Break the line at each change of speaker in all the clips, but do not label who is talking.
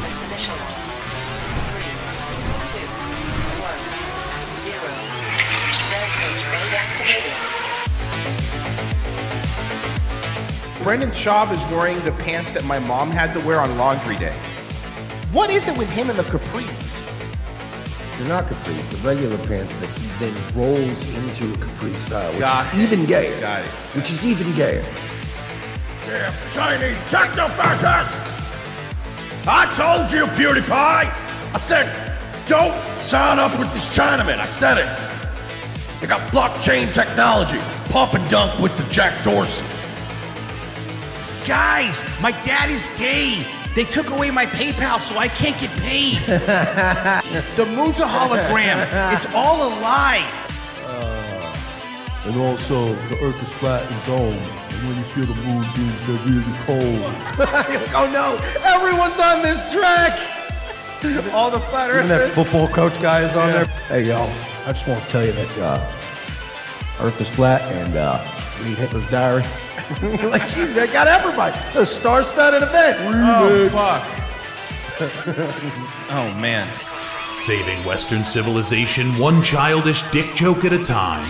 initialized. Three, two, one, zero. Vantage mode activated.
Brendan Schaub is wearing the pants that my mom had to wear on laundry day. What is it with him and the capris?
They're not capris, the regular pants that he then rolls into a capri style, which
Got
is
it.
even gayer.
Got it.
Which is even gayer.
If Chinese techno-fascists! I told you, PewDiePie! I said, don't sign up with this Chinaman. I said it. They got blockchain technology. Pump and dunk with the Jack Dorsey.
Guys, my dad is gay. They took away my PayPal, so I can't get paid. the moon's a hologram. It's all a lie.
Uh, And also, the earth is flat and domed. And when you feel the moon beams, they're really cold.
oh no, everyone's on this track. all the flat
And that
earthers.
football coach guy is on there. Hey, y'all, I just want to tell you that uh, Earth is flat and uh, read Hitler's diary. like, jeez, they got everybody. It's a star-studded event.
Oh fuck. oh man.
Saving Western civilization one childish dick joke at a time.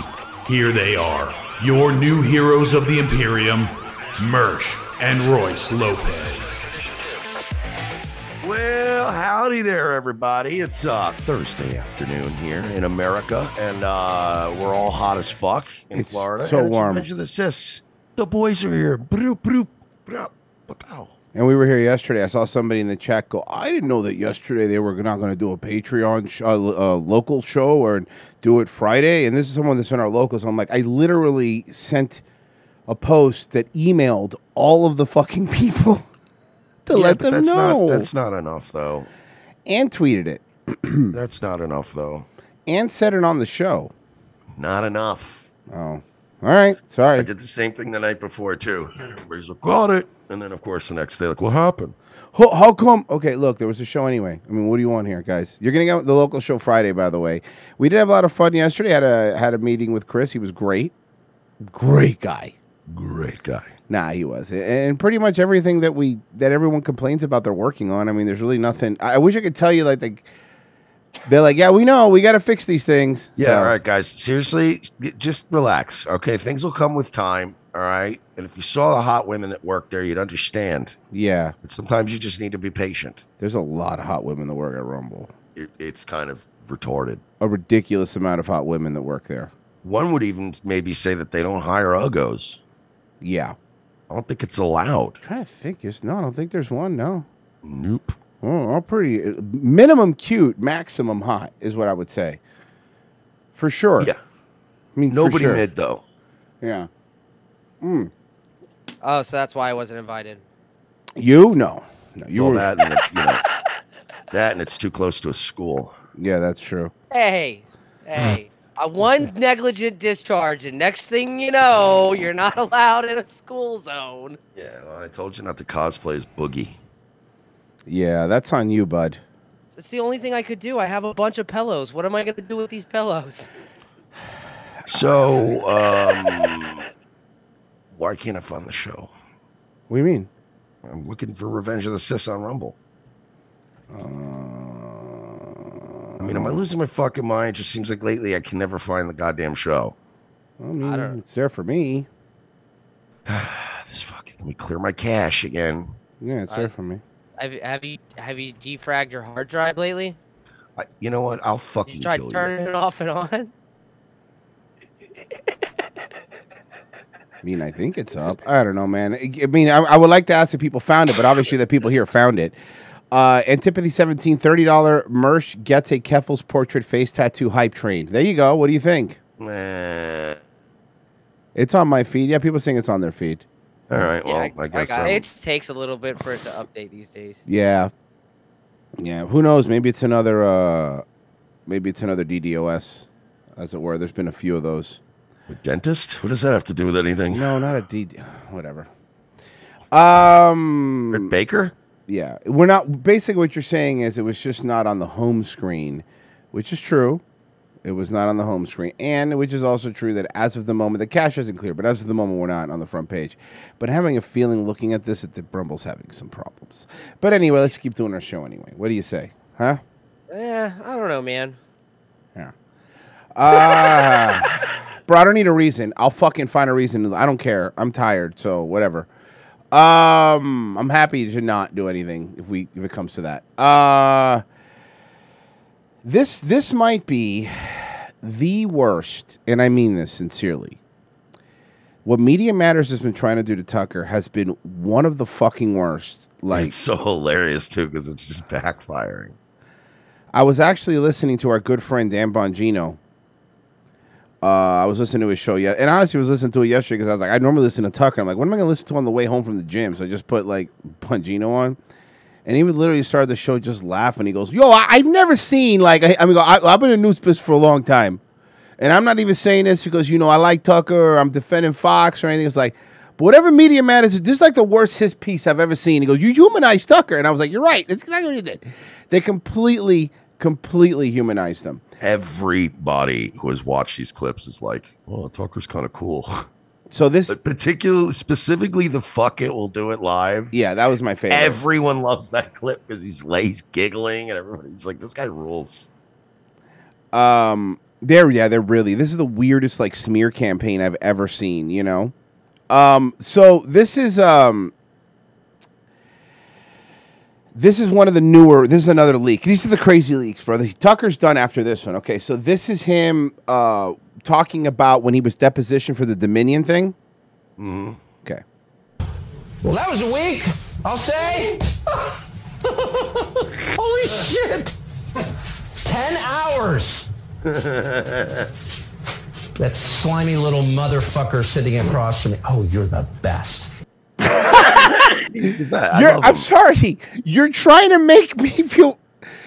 Here they are, your new heroes of the Imperium, Mersh and Royce Lopez.
Well, howdy there, everybody. It's uh, Thursday afternoon here in America, and uh, we're all hot as fuck in
It's
Florida.
so
and it's
warm.
Revenge of the Sis. The boys are here. Broop, broop, broop, broop.
And we were here yesterday. I saw somebody in the chat go, I didn't know that yesterday they were not going to do a Patreon sh- uh, l- uh, local show or do it Friday. And this is someone that's in our locals. I'm like, I literally sent a post that emailed all of the fucking people to
Yeah,
let
but
them
that's
know
Not, that's not enough, though.
and tweeted it
That's not enough, though.
and said it on the show.
Not enough.
Oh, all right.
I
Sorry.
did the same thing the night before too. And everybody's like, "Got it," and then of course the next day, like, "What happened?"
How, how come? Okay, look, there was a show anyway. I mean, what do you want here, guys? You're gonna get the local show Friday, by the way. We did have a lot of fun yesterday. Had a had a meeting with Chris. He was great, great guy.
Great guy.
Nah, he was, and pretty much everything that we that everyone complains about, they're working on. I mean, there's really nothing. I, I wish I could tell you like they, they're like, yeah, we know, we got to fix these things.
Yeah.
So,
All right, guys. Seriously, just relax. Okay, things will come with time. All right. And if you saw the hot women that work there, you'd understand.
Yeah,
But sometimes you just need to be patient.
there's a lot of hot women that work at Rumble.
It, it's kind of retarded.
A ridiculous amount of hot women that work there.
One would even maybe say that they don't hire uggos.
Yeah,
I don't think it's allowed.
trying to think. Is no, I don't think there's one. No.
Nope.
Oh, all pretty. Minimum cute, maximum hot is what I would say. For sure.
Yeah.
I mean, for
Nobody
sure.
mid though.
Yeah. Hmm.
Oh, so that's why I wasn't invited.
You? No. No, you
Well,
were.
that and it- you know, that and it's too close to a school.
Yeah, that's true.
Hey, hey, uh, one negligent discharge, and next thing you know, you're not allowed in a school zone.
Yeah, well, I told you not to cosplay as Boogie.
Yeah, that's on you, bud.
That's the only thing I could do. I have a bunch of pillows. What am I going to do with these pillows?
So, um, why can't I find the show?
What do you mean?
I'm looking for Revenge of the Sis on Rumble. I mean, am I losing my fucking mind? It just seems like lately I can never find the goddamn show.
I mean,
don't-
it's there for me.
Ah, This fucking let me clear my cache again.
Yeah, it's
I-
there for me.
Have, have you have you defragged your hard drive lately?
I, you know what? I'll
Did
fucking
you try
kill
turning it off and on?
I mean, I think it's up. I don't know, man. I I mean, I, I would like to ask if people found it, but obviously the people here found it. Uh, Antipathy 17, $30 Mersh gets a Keffel's portrait face tattoo hype train. There you go. What do you think?
you. Nah.
It's on my feed. Yeah, people saying it's on their feed.
All right. Well,
Yeah,
I, guess um,
got-
I'm-
it just takes a little bit for it to update these days.
Yeah. Yeah. Who knows? Maybe it's another uh maybe it's another DDoS, as it were. There's been a few of those.
a dentist. What does that have to do with anything?
No, not a DD whatever. Um
Baker.
yeah. We're not basically what you're saying is it was just not on the home screen, which is true. It was not on the home screen, and which is also true that as of the moment, the cache isn't clear, but as of the moment, we're not on the front page. But having a feeling looking at this that the Brumble's having some problems. But anyway, let's keep doing our show anyway. What do you say, huh?
Eh, I don't know, man.
Ah, bro, I don't need a reason. I'll fucking find a reason. I don't care. I'm tired, so whatever. Um, I'm happy to not do anything if we if it comes to that. Uh, this this might be the worst, and I mean this sincerely. What Media Matters has been trying to do to Tucker has been one of the fucking worst. Like
it's so hilarious too because it's just backfiring.
I was actually listening to our good friend Dan Bongino. Uh, I was listening to his show, yeah, and honestly, I was listening to it yesterday because I was like, I normally listen to Tucker. I'm like, what am I going to listen to on the way home from the gym? So I just put like Bongino on, and he would literally start the show just laughing. He goes, "Yo, I- I've never seen like I, I mean, I- I've been in news business for a long time, and I'm not even saying this because you know I like Tucker, or I'm defending Fox or anything. It's like, but whatever media matters, this is like the worst his piece I've ever seen. He goes, "You humanized Tucker," and I was like, "You're right. That's exactly what he did. They completely, completely humanized him."
Everybody who has watched these clips is like, "Oh, Tucker's kind of cool."
So this,
but particularly, specifically, the fuck it, we'll do it live.
Yeah, that was my favorite.
Everyone loves that clip because he's late, he's giggling, and everybody's like, "This guy rules."
Um, they're yeah, they're really. This is the weirdest like smear campaign I've ever seen. You know, um, so this is um, this is one of the newer. This is another leak. These are the crazy leaks, brother. Tucker's done after this one. Okay, so this is him uh talking about when he was deposition for the Dominion thing.
Mm-hmm.
Okay.
Well, that was a week, I'll say. Holy shit! 10 hours! That slimy little motherfucker sitting across from me. Oh, you're the best.
You're, I'm sorry. You're trying to make me feel.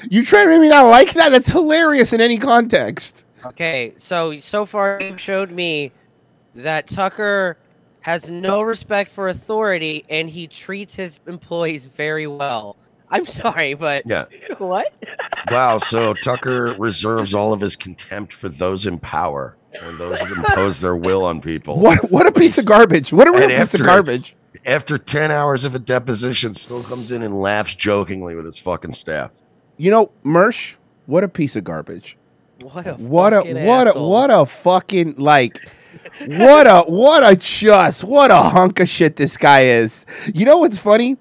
You're trying to make me not like that. That's hilarious in any context.
Okay, so so far you've showed me that Tucker has no respect for authority and he treats his employees very well. I'm sorry, but
Yeah.
what?
Wow. So Tucker reserves all of his contempt for those in power and those who impose their will on people.
What what a piece of garbage. What a real
And
piece of
after-
garbage.
After 10 hours of a deposition, still comes in and laughs jokingly with his fucking staff.
You know, Mersh, what a piece of garbage.
What a
What a
fucking
what a
asshole.
what a fucking like what a what a just what a hunk of shit this guy is. You know what's funny?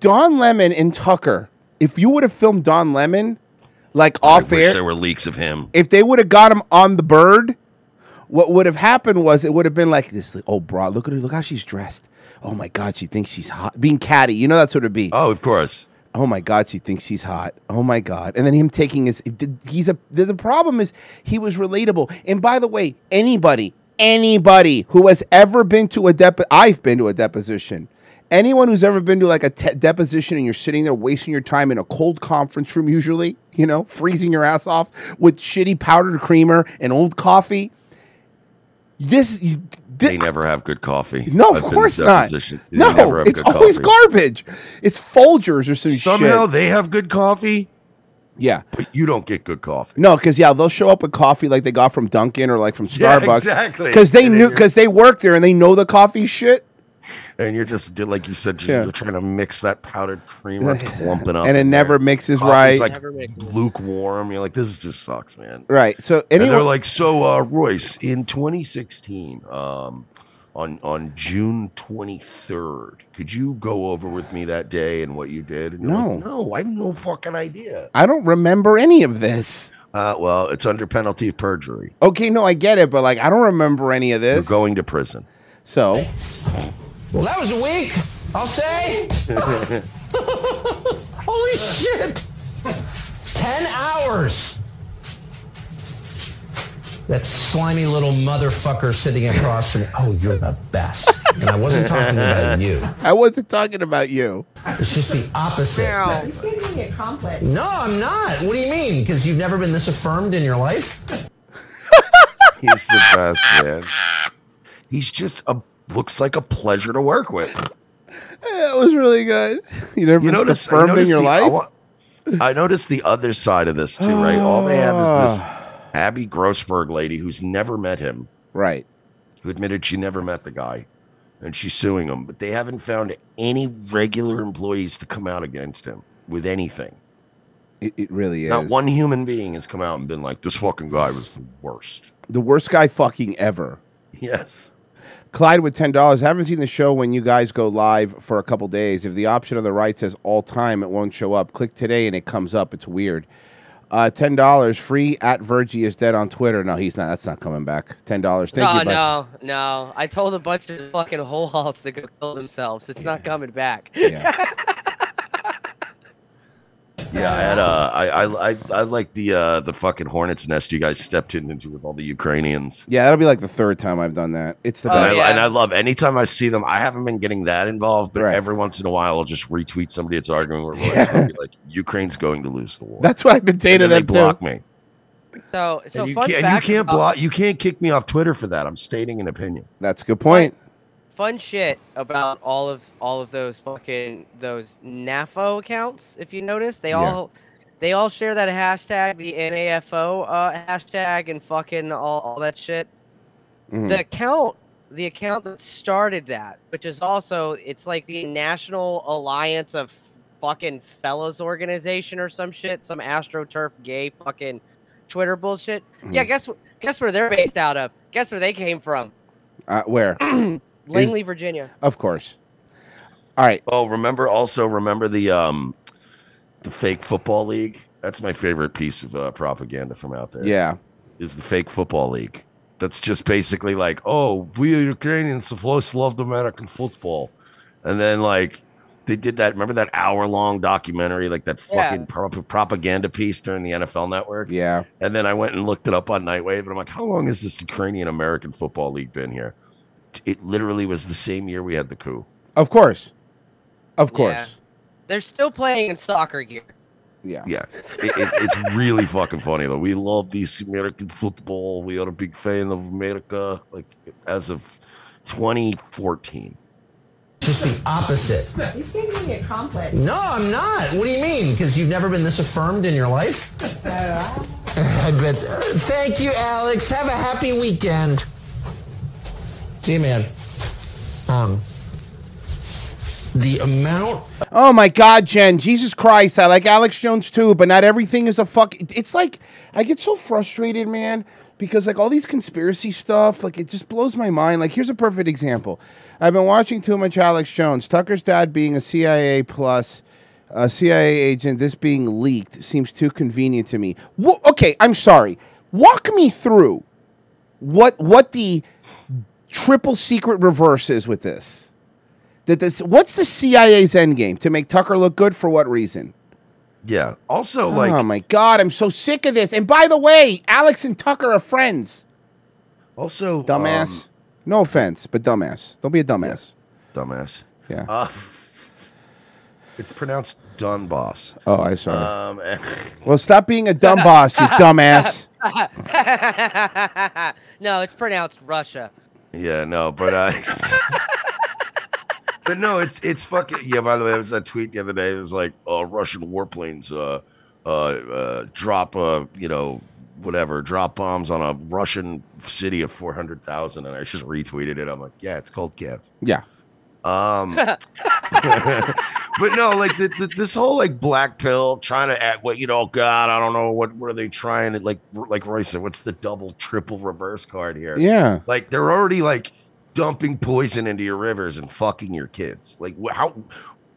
Don Lemon and Tucker, if you would have filmed Don Lemon like off
I wish
air,
there were leaks of him.
if they would have got him on the bird, what would have happened was it would have been like this. Like, oh, bro, look at her. Look how she's dressed. Oh my God, she thinks she's hot. Being catty, you know that's what it'd be.
Oh, of course.
Oh my God, she thinks she's hot. Oh my God, and then him taking his. He's a. The, the problem is he was relatable. And by the way, anybody, anybody who has ever been to a dep, I've been to a deposition. Anyone who's ever been to like a te- deposition and you're sitting there wasting your time in a cold conference room, usually, you know, freezing your ass off with shitty powdered creamer and old coffee. This, you, thi-
They never have good coffee.
no,
I've
of
been to
course not.
deposition. They never
No,
have
it's
good
always
coffee.
garbage. It's Folgers or some
Somehow
shit.
they have good coffee,
Yeah.
but you don't get good coffee.
No, because yeah, they'll show up with coffee like they got from Dunkin' or like from
Yeah,
Starbucks.
exactly.
Because they
And then
knew,
you're-
because they work there and they know the coffee shit.
And you're just, like you said,
Yeah.
you're trying to mix that powdered creamer, it's clumping up.
and it
in there.
never mixes
Coffee's
right.
like
Never mixes.
lukewarm. You're like, this just sucks, man.
right. So
And they're
anyway,
like, so uh, Royce, in 2016, um, on on June 23rd, could you go over with me that day and what you did? And you're like,
No.
no, I have no fucking idea.
I don't remember any of this.
Uh, well, it's under penalty of perjury.
Okay, no, I get it, but like I don't remember any of
You're
this.
going to prison.
so
Well, that was a week, I'll say. Holy shit! 10 hours! That slimy little motherfucker sitting across from me. Oh, you're the best. And I wasn't talking about you.
I wasn't talking about you.
It's just the opposite.
Now,
He's giving me a complex.
No, I'm not. What do you mean? Because you've never been this affirmed in your life?
He's the best, man. He's just a looks like a pleasure to work with.
That was really good. You never
you
been
notice I
affirmed in
noticed
your
the- I,
life.
wa- I noticed the other side of this too, right? All they have is this
Ah.
Abby Grossberg lady who's never met him.
Right.
Who admitted she never met the guy and she's suing him, but they haven't found any regular employees to come out against him with anything.
It, it really is.
Not one human being has come out and been like, this fucking guy was the worst.
The worst guy fucking ever.
Yes.
Clyde with ten dollars. Haven't seen the show when you guys go live for a couple days. If the option on the right says all time, it won't show up. Click today and it comes up. It's weird. Uh, ten dollars free at Virgie is dead on Twitter. No, he's not. That's not coming back. Ten dollars. Thank
oh
you. bud.
no, no! I told a bunch of fucking whole halls to go kill themselves. It's not coming back.
Yeah, I had uh, I, I I I like the uh the fucking hornet's nest you guys stepped in into with all the Ukrainians.
Yeah, that'll be like the third time I've done that. It's the
Oh,
and,
best. Oh,
I, and I love anytime I see them. I haven't been getting that involved, but every once in a while I'll just retweet somebody that's arguing with Royce. I'll be like, Ukraine's going to lose the war.
That's what I've been saying
And
to
then they
them
block
too.
me.
So, so
and you
fun
can't,
fact.
and you can't
about-
block. You can't kick me off Twitter for that. I'm stating an opinion.
That's a good point.
fun shit about all of all of those fucking those NAFO accounts. If you notice, they
Yeah.
all they all share that hashtag, the NAFO uh, hashtag, and fucking all, all that shit.
Hmm.
Mm.
Mhm.
The account, the account that started that, which is also it's like the National Alliance of fucking Fellows organization or some shit, some astroturf gay fucking Twitter bullshit. Yeah,
Mhm.
guess wh- guess where they're based out of? Guess where they came from?
Uh, where?
Langley, Virginia.
Of course. All right.
Oh, remember also remember the um the fake football league. That's my favorite piece of uh, propaganda from out there.
Yeah.
is the fake football league. That's just basically like, oh, we are Ukrainians have always loved American football, and then like they did that. Remember that hour long documentary, like that
Yeah.
fucking prop- propaganda piece during the NFL Network.
Yeah.
And then I went and looked it up on Nightwave, and I'm like, how long has this Ukrainian American football league been here? It literally was the same year we had the coup.
Of course. Of
Yeah.
course.
They're still playing in soccer gear.
Yeah.
Yeah, it, it, it's really fucking funny though. We love this American football. We are a big fan of America. Like as of 2014.
Just the opposite.
He's giving me a complex.
No, I'm not. What do you mean? Because you've never been this affirmed in your life? I bet. Thank you, Alex. Have a happy weekend. See you, man. Um, the amount
Oh my God, Jen! Jesus Christ! I like Alex Jones too, but not everything is a fuck. it- It's like I get so frustrated, man, because like all these conspiracy stuff, like it just blows my mind. Like here's a perfect example: I've been watching too much Alex Jones. Tucker's dad being a CIA plus, a CIA agent. This being leaked seems too convenient to me. Wha okay, I'm sorry. Walk me through what what the triple secret reverse is with this. That this what's the CIA's end game to make Tucker look good for what reason?
Yeah. Also, like,
oh my god, I'm so sick of this. And by the way, Alex and Tucker are friends.
Also, um,
dumbass. no offense, but dumbass. Don't be a dumbass.
dumbass.
Yeah.
Uh, it's pronounced Donbass.
Oh, I saw.
Um,
well, stop being a dumb boss, you dumbass.
no, it's pronounced Russia.
yeah, no, but uh, but no, it's it's fucking yeah. By the way, there was that tweet the other day. It was like uh, Russian warplanes uh, uh, uh, drop uh, you know whatever drop bombs on a Russian city of four hundred thousand, and I just retweeted it. I'm like, yeah, it's called Kiev.
Yeah.
Um, but no, like the, the, this whole like black pill trying to act what you know. God, I don't know what what are they trying to like like Roy said. What's the double triple reverse card here?
Yeah.
like they're already like dumping poison into your rivers and fucking your kids. Like wh- how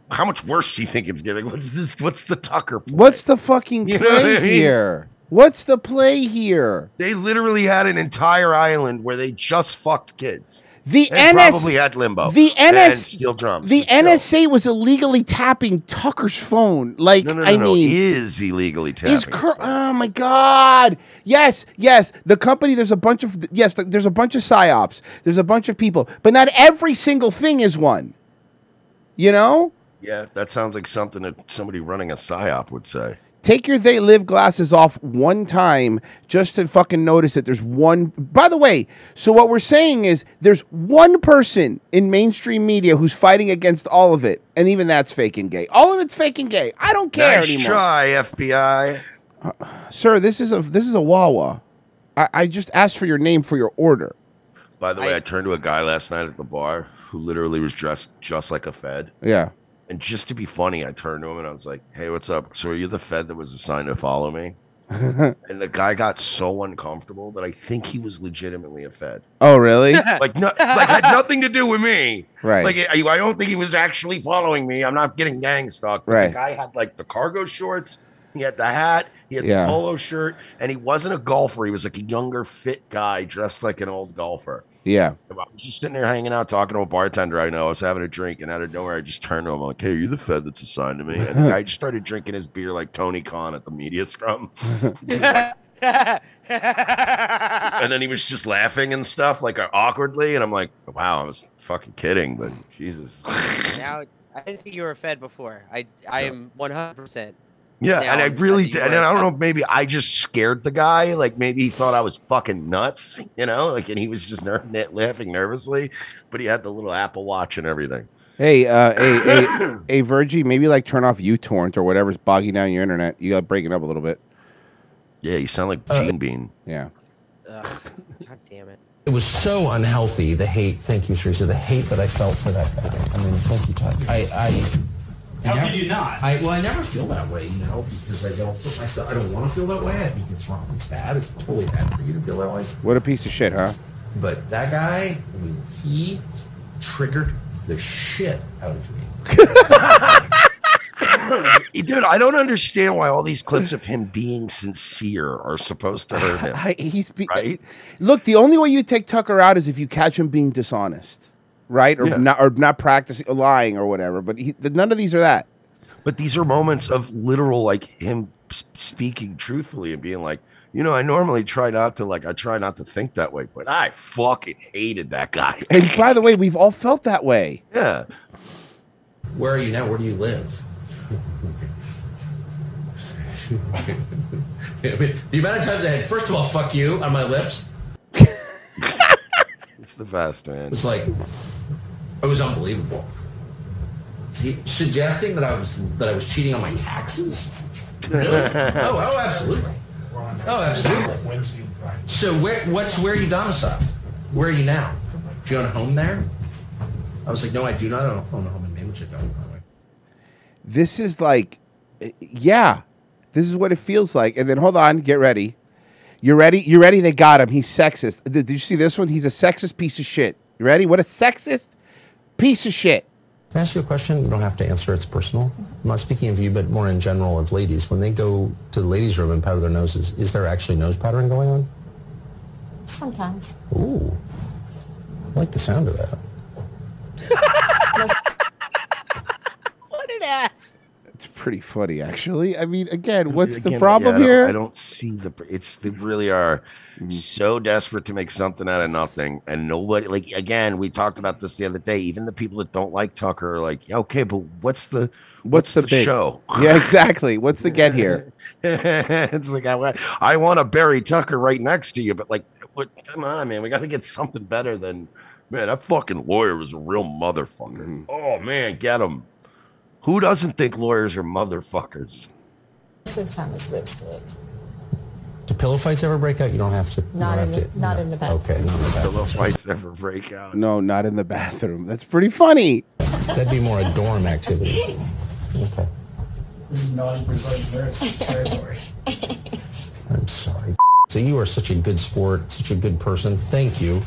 how much worse do you think it's getting? What's this? What's the Tucker? play?
What's the fucking play
You know what I mean?
here? What's the play here?
They literally had an entire island where they just fucked kids.
The
And
NS
probably had limbo.
The
and
NS
steel drums.
The
but still.
NSA was illegally tapping Tucker's phone. Like
No, no, no,
I
no.
mean,
is illegally tapping.
Is Cur- oh my god! Yes, yes. The company. There's a bunch of yes. th- There's a bunch of psyops. There's a bunch of people, but not every single thing is one. You know,
Yeah, that sounds like something that somebody running a psyop would say.
take your they live glasses off one time just to fucking notice that there's one. By the way, so what we're saying is there's one person in mainstream media who's fighting against all of it, and even that's fake and gay. All of it's fake and gay. I don't care
nice
anymore,
try, FBI.
sir. This is a this is a Wawa. I, I just asked for your name for your order.
By the way, I turned to a guy last night at the bar who literally was dressed just like a Fed.
Yeah.
And just to be funny, I turned to him and I was like, "Hey, what's up? So are you the Fed that was assigned to follow me?" and the guy got so uncomfortable that I think he was legitimately a Fed.
Oh, really?
like, no, like had nothing to do with me.
Right.
Like, I, I don't think he was actually following me. I'm not getting gang stalked. But
Right.
The guy had like the cargo shorts. He had the hat. He had
Yeah.
the polo shirt, and he wasn't a golfer. He was like a younger, fit guy dressed like an old golfer.
Yeah.
I was just sitting there hanging out, talking to a bartender I know. I was having a drink, and out of nowhere, I just turned to him. I'm like, hey, are you the Fed that's assigned to me? And the guy just started drinking his beer like Tony Khan at the media scrum. and then he was just laughing and stuff, like uh, awkwardly. And I'm like, wow, I was fucking kidding, but Jesus.
Now, I didn't think you were a Fed before. I I am 100%.
Yeah,
Now
and I
I'm glad
really
that you
did. And
were.
I don't know, maybe I just scared the guy. Like maybe he thought I was fucking nuts, you know? Like, and he was just ner- laughing nervously, but he had the little Apple Watch and everything.
Hey, uh, hey, hey, hey, Virgie, maybe like turn off uTorrent or whatever's bogging down your internet. You got breaking up a little bit. Uh,
Yeah, you sound like Gene Bean.
Yeah.
Ugh, God damn it.
It was so unhealthy, the hate. Thank you, Teresa. The hate that I felt for that guy. I mean, thank you, Todd. I. I
How
I
could
never-
you not?
I, well, I never feel that way, you know, because I don't put myself. I don't want to feel that way. I think it's wrong. It's bad. It's totally bad for you to feel that way.
What a piece of shit, huh?
But that guy, I mean, he triggered the shit out of me.
Dude, I don't understand why all these clips of him being sincere are supposed to hurt him.
I, he's be-
Right?
Look, the only way you take Tucker out is if you catch him being dishonest, right? Or
Yeah.
not, or not practicing lying or whatever. But he, the, none of these are that.
But these are moments of literal, like him s- speaking truthfully and being like, you know, I normally try not to, like, I try not to think that way, but I fucking hated that guy.
And by the way, we've all felt that way.
Yeah.
Where are you now? Where do you live? I mean, the amount of times I had, first of all, fuck you on my lips
It's the best, man.
was like, it was unbelievable. He, suggesting that I was that I was cheating on my taxes. Really? oh, oh, absolutely. Oh, absolutely. So, where, what's where are you domiciled? Where are you now? Do you own a home there? I was like, no, I do not own own a home in Maine, which I don't. by the way.
This is like, uh, yeah, this is what it feels like. And then hold on, get ready. You ready? You ready? They got him. He's sexist. Did, did you see this one? He's a sexist piece of shit. You ready? What a sexist piece of shit.
Can I ask you a question? You don't have to answer. It's personal. I'm not speaking of you, but more in general of ladies. When they go to the ladies' room and powder their noses, is there actually nose powdering going on?
Sometimes.
Ooh, I like the sound of that.
What an ass.
It's pretty funny, actually. I mean, again, what's the
Again, yeah, I
problem
don't-
here? Mm.
I don't see the. pr- It's they really are so desperate to make something out of nothing, and nobody like. Again, we talked about this the other day. Even the people that don't like Tucker are like, "Yeah, okay, but what's the
What's the big-
show?
Yeah, exactly. What's the get here?
it's like I, wa- I want to bury Tucker right next to you, but like, what, come on, man, we got to get something better than man. That fucking lawyer was a real motherfucker.
Mm-hmm.
Oh man, get him. Who doesn't think lawyers are motherfuckers?
Most of the time it's lipstick.
Do pillow fights ever break out? You don't have to. you
Not
don't
in
have
the- not in the bathroom.
Okay, not in the
Pillow
bathroom.
fights ever break out.
No, not in the bathroom. That's pretty funny.
That'd be more a dorm activity. Okay,
This is naughty Brazilian nurse territory.
I'm sorry. So you are such a good sport, such a good person. Thank you.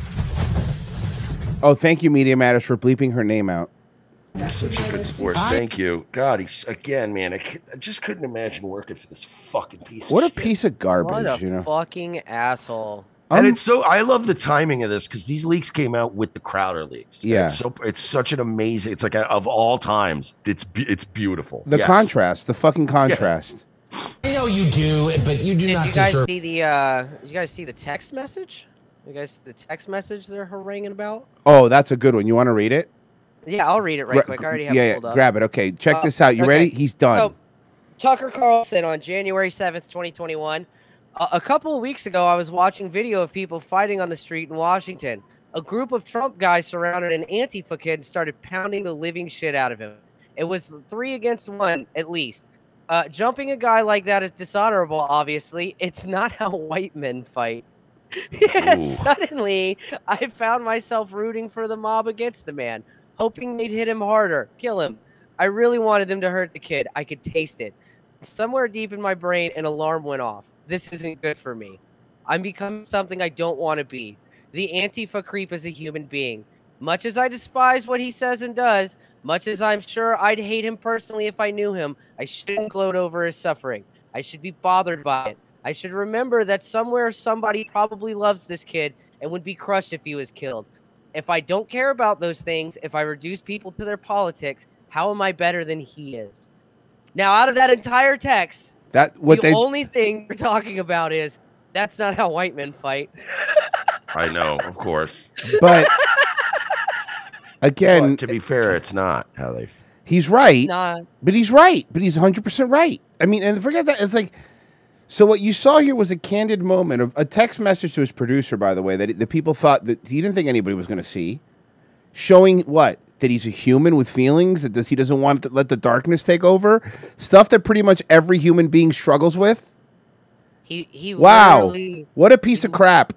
Oh, thank you, Media Matters, for bleeping her name out.
Such a good sport. Thank you. God, he's again, man. I, c- I just couldn't imagine working for this fucking piece.
What a
of shit.
piece of
What
garbage,
a
you know. Um,
fucking asshole.
And it's so I love the timing of this because these leaks came out with the Crowder leaks. And
Yeah.
It's so it's such an amazing. It's like a, of all times. It's be, it's beautiful.
The
Yes.
contrast, the fucking contrast.
I know you do, but you do
Did
not
you guys
deserve.
see the uh did you guys see the text message? You guys see the text message they're haranguing about?
Oh, that's a good one. You want to read it?
Yeah, I'll read it right
Gra-
quick. I already have
yeah,
it
yeah,
pulled up.
grab it. Okay, check
Uh,
this out. You
okay.
ready? He's done.
So, Tucker Carlson on January 7th, 2021. A, a couple of weeks ago, I was watching video of people fighting on the street in Washington. A group of Trump guys surrounded an Antifa kid and started pounding the living shit out of him. It was three against one, at least. Uh, jumping a guy like that is dishonorable, obviously. It's not how white men fight. And
Ooh.
suddenly, I found myself rooting for the mob against the man, hoping they'd hit him harder, kill him. I really wanted them to hurt the kid. I could taste it. Somewhere deep in my brain, an alarm went off. This isn't good for me. I'm becoming something I don't want to be. The Antifa creep is a human being. Much as I despise what he says and does, much as I'm sure I'd hate him personally if I knew him, I shouldn't gloat over his suffering. I should be bothered by it. I should remember that somewhere somebody probably loves this kid and would be crushed if he was killed. If I don't care about those things, if I reduce people to their politics, how am I better than he is? Now, out of that entire text,
That what
the
they
only thing you're talking about is that's not how white men fight.
I know, of course.
but again,
to be fair, it's not how they.
he's right.
not.
But he's right. But he's 100% right. I mean, and forget that. It's like, so what you saw here was a candid moment of a text message to his producer, by the way, that the people thought that he didn't think anybody was going to see, showing what? That he's a human with feelings, that does, he doesn't want to let the darkness take over. Stuff that pretty much every human being struggles with.
He he
Wow.
literally
What a piece of crap.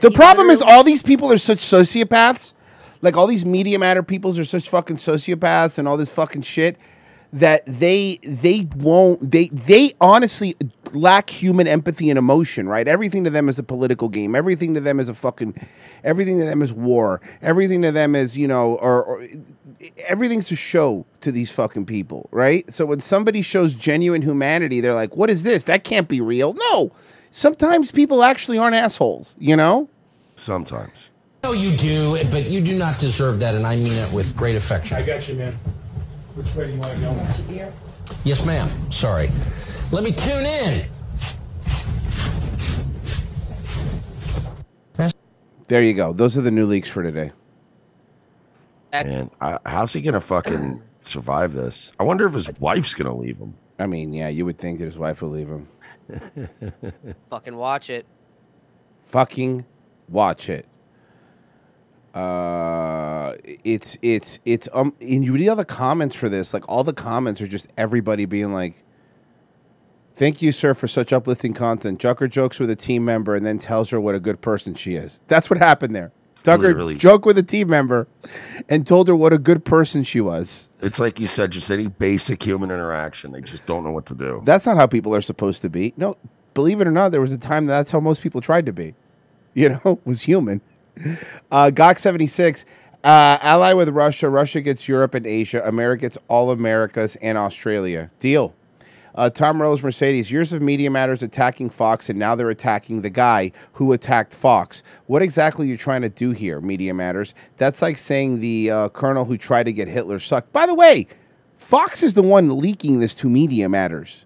The problem is all these people are such sociopaths. Like all these media matter peoples are such fucking sociopaths and all this fucking shit that they they won't they they honestly lack human empathy and emotion, right? Everything to them is a political game. Everything to them is a fucking everything to them is war. Everything to them is, you know, or, or everything's a show to these fucking people, right? So when somebody shows genuine humanity, they're like, "What is this? That can't be real." No. Sometimes people actually aren't assholes, you know?
Sometimes.
No, you do, but you do not deserve that, and I mean it with great affection.
I got you, man. Which way do you want to go?
Yes, ma'am. Sorry. Let me tune in.
There you go. Those are the new leaks for today.
Man, I, how's he gonna fucking survive this? I wonder if his wife's gonna leave him.
I mean, yeah, you would think that his wife would leave him.
fucking watch it.
Fucking watch it. Uh, it's it's it's um, and you read all the comments for this. Like all the comments are just everybody being like, "Thank you, sir, for such uplifting content." Jucker jokes with a team member and then tells her what a good person she is. That's what happened there. Tucker
Literally.
joked with a team member and told her what a good person she was.
It's like you said, just any basic human interaction. They just don't know what to do.
That's not how people are supposed to be. No, believe it or not, there was a time that that's how most people tried to be. You know, was human. Uh, Gok seventy six. Uh, ally with Russia. Russia gets Europe and Asia. America gets all Americas and Australia. Deal. Uh, Tom Rose Mercedes. Years of media matters attacking Fox, and now they're attacking the guy who attacked Fox. What exactly are you trying to do here, media matters? That's like saying the uh, colonel who tried to get Hitler sucked. By the way, Fox is the one leaking this to Media Matters.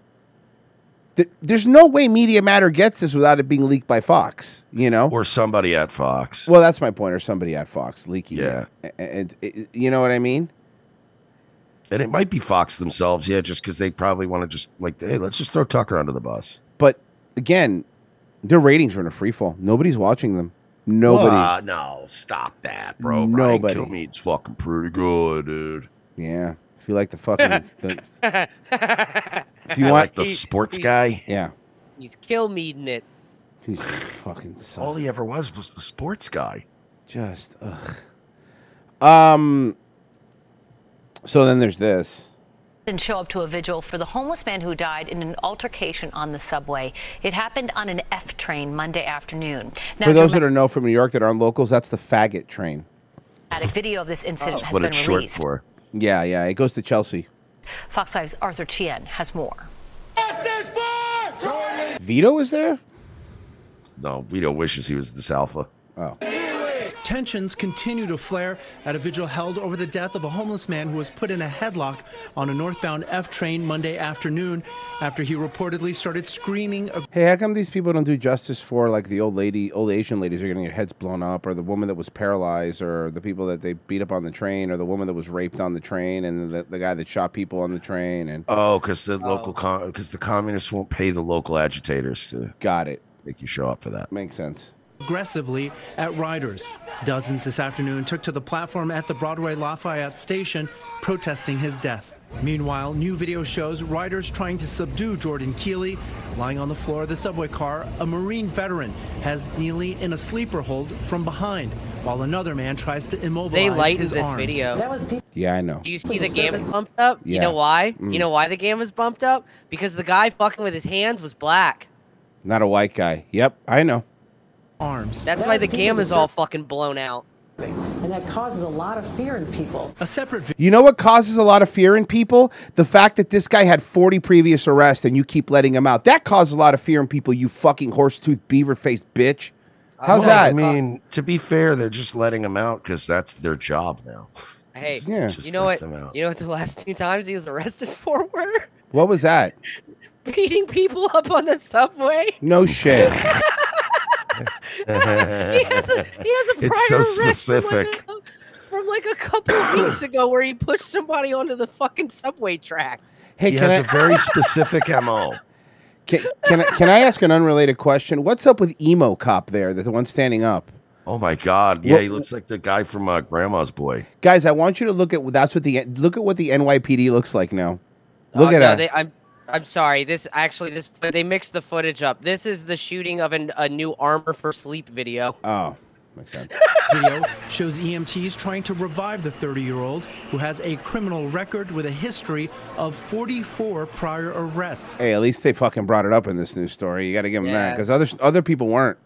Th- There's no way Media Matter gets this without it being leaked by Fox, you know?
Or somebody at Fox.
Well, that's my point, or somebody at Fox leaking
Yeah.
it. A- And, it- you know what I mean?
And it might be Fox themselves, yeah, just because they probably want to just like, hey, let's just throw Tucker under the bus.
But again, their ratings are in a free fall. Nobody's watching them. Nobody.
Ah, no, stop that, bro. Ryan
Nobody.
Kilmeade's fucking pretty good, dude.
Yeah. If you like the fucking. the- if you
I
want
like the sports guy.
Yeah.
He's kill meeting it.
He's fucking sucks.
All he ever was was the sports guy.
Just ugh. Um. So then there's this.
and show up to a vigil for the homeless man who died in an altercation on the subway. It happened on an F train Monday afternoon. Now,
For those that
dramatic
are know from New York that aren't locals, that's the faggot train.
video of this incident has
what
been
Oh, it's short
released.
for.
Yeah, yeah. It goes to Chelsea.
Fox 5's Arthur Chien has more.
Vito is there?
No, Vito wishes he was this alpha.
Oh.
Tensions continue to flare at a vigil held over the death of a homeless man who was put in a headlock on a northbound F train Monday afternoon after he reportedly started screaming. ab-
Hey, how come these people don't do justice for like the old lady, old Asian ladies who are getting their heads blown up, or the woman that was paralyzed, or the people that they beat up on the train, or the woman that was raped on the train, and the, the guy that shot people on the train, and
Oh, because the local con because the communists won't pay the local agitators to
got it
make you show up for that.
Makes sense.
Aggressively at riders. Dozens this afternoon took to the platform at the Broadway Lafayette station protesting his death. Meanwhile, new video shows riders trying to subdue Jordan Keeley. Lying on the floor of the subway car, a Marine veteran has Neely in a sleeper hold from behind, while another man tries to immobilize
They lightened
his
this
arms.
video. That was
Yeah, I know.
Do you see the game bumped up? You
Yeah.
know why?
Mm.
You know why the game was bumped up? Because the guy fucking with his hands was black.
Not a white guy. Yep, I know.
Arms.
That's why the game is all fucking blown out.
And that causes a lot of fear in people.
A separate
You know what causes a lot of fear in people? The fact that this guy had 40 previous arrests and you keep letting him out. That causes a lot of fear in people, you fucking horse tooth beaver faced bitch. How's
Well,
that?
I mean, to be fair, they're just letting him out because that's their job now.
Hey,
Yeah.
you
Just
know
let
what?
them out.
You know what the last few times he was arrested for were?
What was that?
Beating people up on the subway.
No shit.
he has a he has a prior
It's so
arrest from like,
specific.
a- From like a couple of weeks ago, where he pushed somebody onto the fucking subway track.
Hey,
he
can
has
I-
a very specific mo.
Can, can, I, can I ask an unrelated question? What's up with emo cop there, the one standing up?
Oh my god! Yeah,
What-
he looks like the guy from uh, Grandma's Boy.
Guys, I want you to look at that's what the look at what the NYPD looks like now. Look
Oh,
at
no,
that.
They, I'm I'm sorry. This actually this they mixed the footage up. This is the shooting of an, a new armor for sleep video.
Oh, makes sense.
video shows EMTs trying to revive the 30 year old who has a criminal record with a history of 44 prior arrests.
Hey, at least they fucking brought it up in this news story. You got to give them that
Yeah.
because other other people weren't.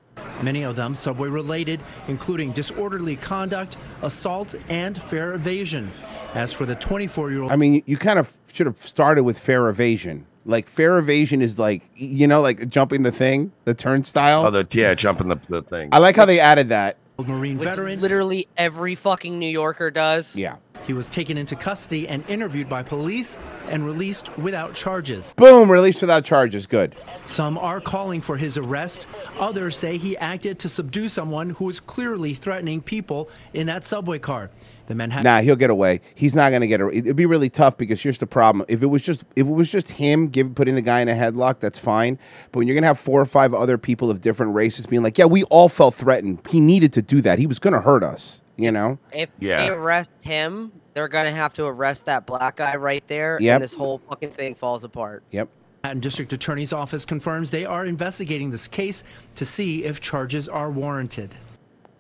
Many of them subway related, including disorderly conduct, assault, and fair evasion. As for the 24 year old,
I mean, you, you kind of should have started with fair evasion. Like fair evasion is like y- you know, like jumping the thing, the turnstile.
Oh, the yeah, jumping the, the thing.
I like how they added that.
Marine
Which
veteran.
literally every fucking New Yorker does.
Yeah.
He was taken into custody and interviewed by police and released without charges.
Boom, released without charges. Good.
Some are calling for his arrest. Others say he acted to subdue someone who was clearly threatening people in that subway car. The Manhattan
Nah, he'll get away. He's not gonna get away. It'd be really tough because here's the problem: if it was just if it was just him give, putting the guy in a headlock, that's fine. But when you're gonna have four or five other people of different races being like, "Yeah, we all felt threatened. He needed to do that. He was gonna hurt us," you know?
If
Yeah.
they arrest him, they're gonna have to arrest that black guy right there,
Yep.
and this whole fucking thing falls apart.
Yep.
Manhattan District Attorney's Office confirms they are investigating this case to see if charges are warranted.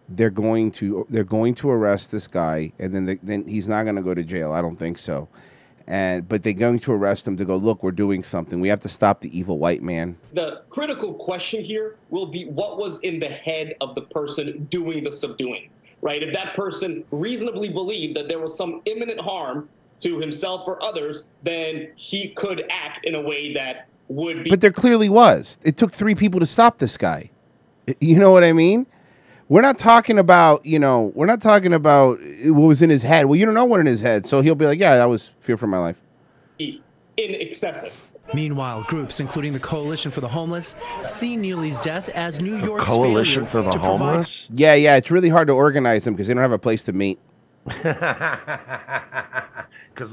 They're going to they're going to arrest this guy, and then the, then he's not gonna go to jail. I don't think so. And but they're going to arrest him to go. Look, we're doing something. We have to stop the evil white man.
The critical question here will be what was in the head of the person doing the subduing, right? If that person reasonably believed that there was some imminent harm to himself or others, then he could act in a way that would be.
But there clearly was. It took three people to stop this guy. Y- You know what I mean? We're not talking about, you know, we're not talking about uh, what was in his head. Well, you don't know what in his head. So he'll be like, yeah, that was fear for my life.
in excessive.
Meanwhile, groups including the Coalition for the Homeless see Neely's death as New York's failure to provide
Yeah, yeah. It's really hard to organize them because they don't have a place to meet.
Because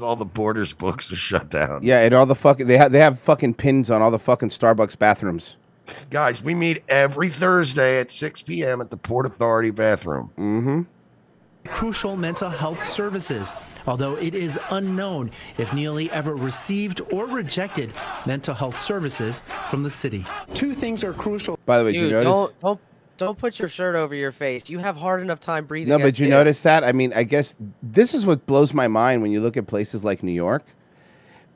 all the Borders books are shut down.
Yeah, and all the fucking, they have, they have fucking pins on all the fucking Starbucks bathrooms.
Guys, we meet every Thursday at 6 p.m. at the Port Authority bathroom.
Mm-hmm.
crucial mental health services, although it is unknown if Neely ever received or rejected mental health services from the city. Two things are crucial.
By the way, did
Dude,
you notice?
don't don't don't put your shirt over your face. You have hard enough time breathing.
No, but
as
you
it is.
notice that? I mean, I guess this is what blows my mind when you look at places like New York.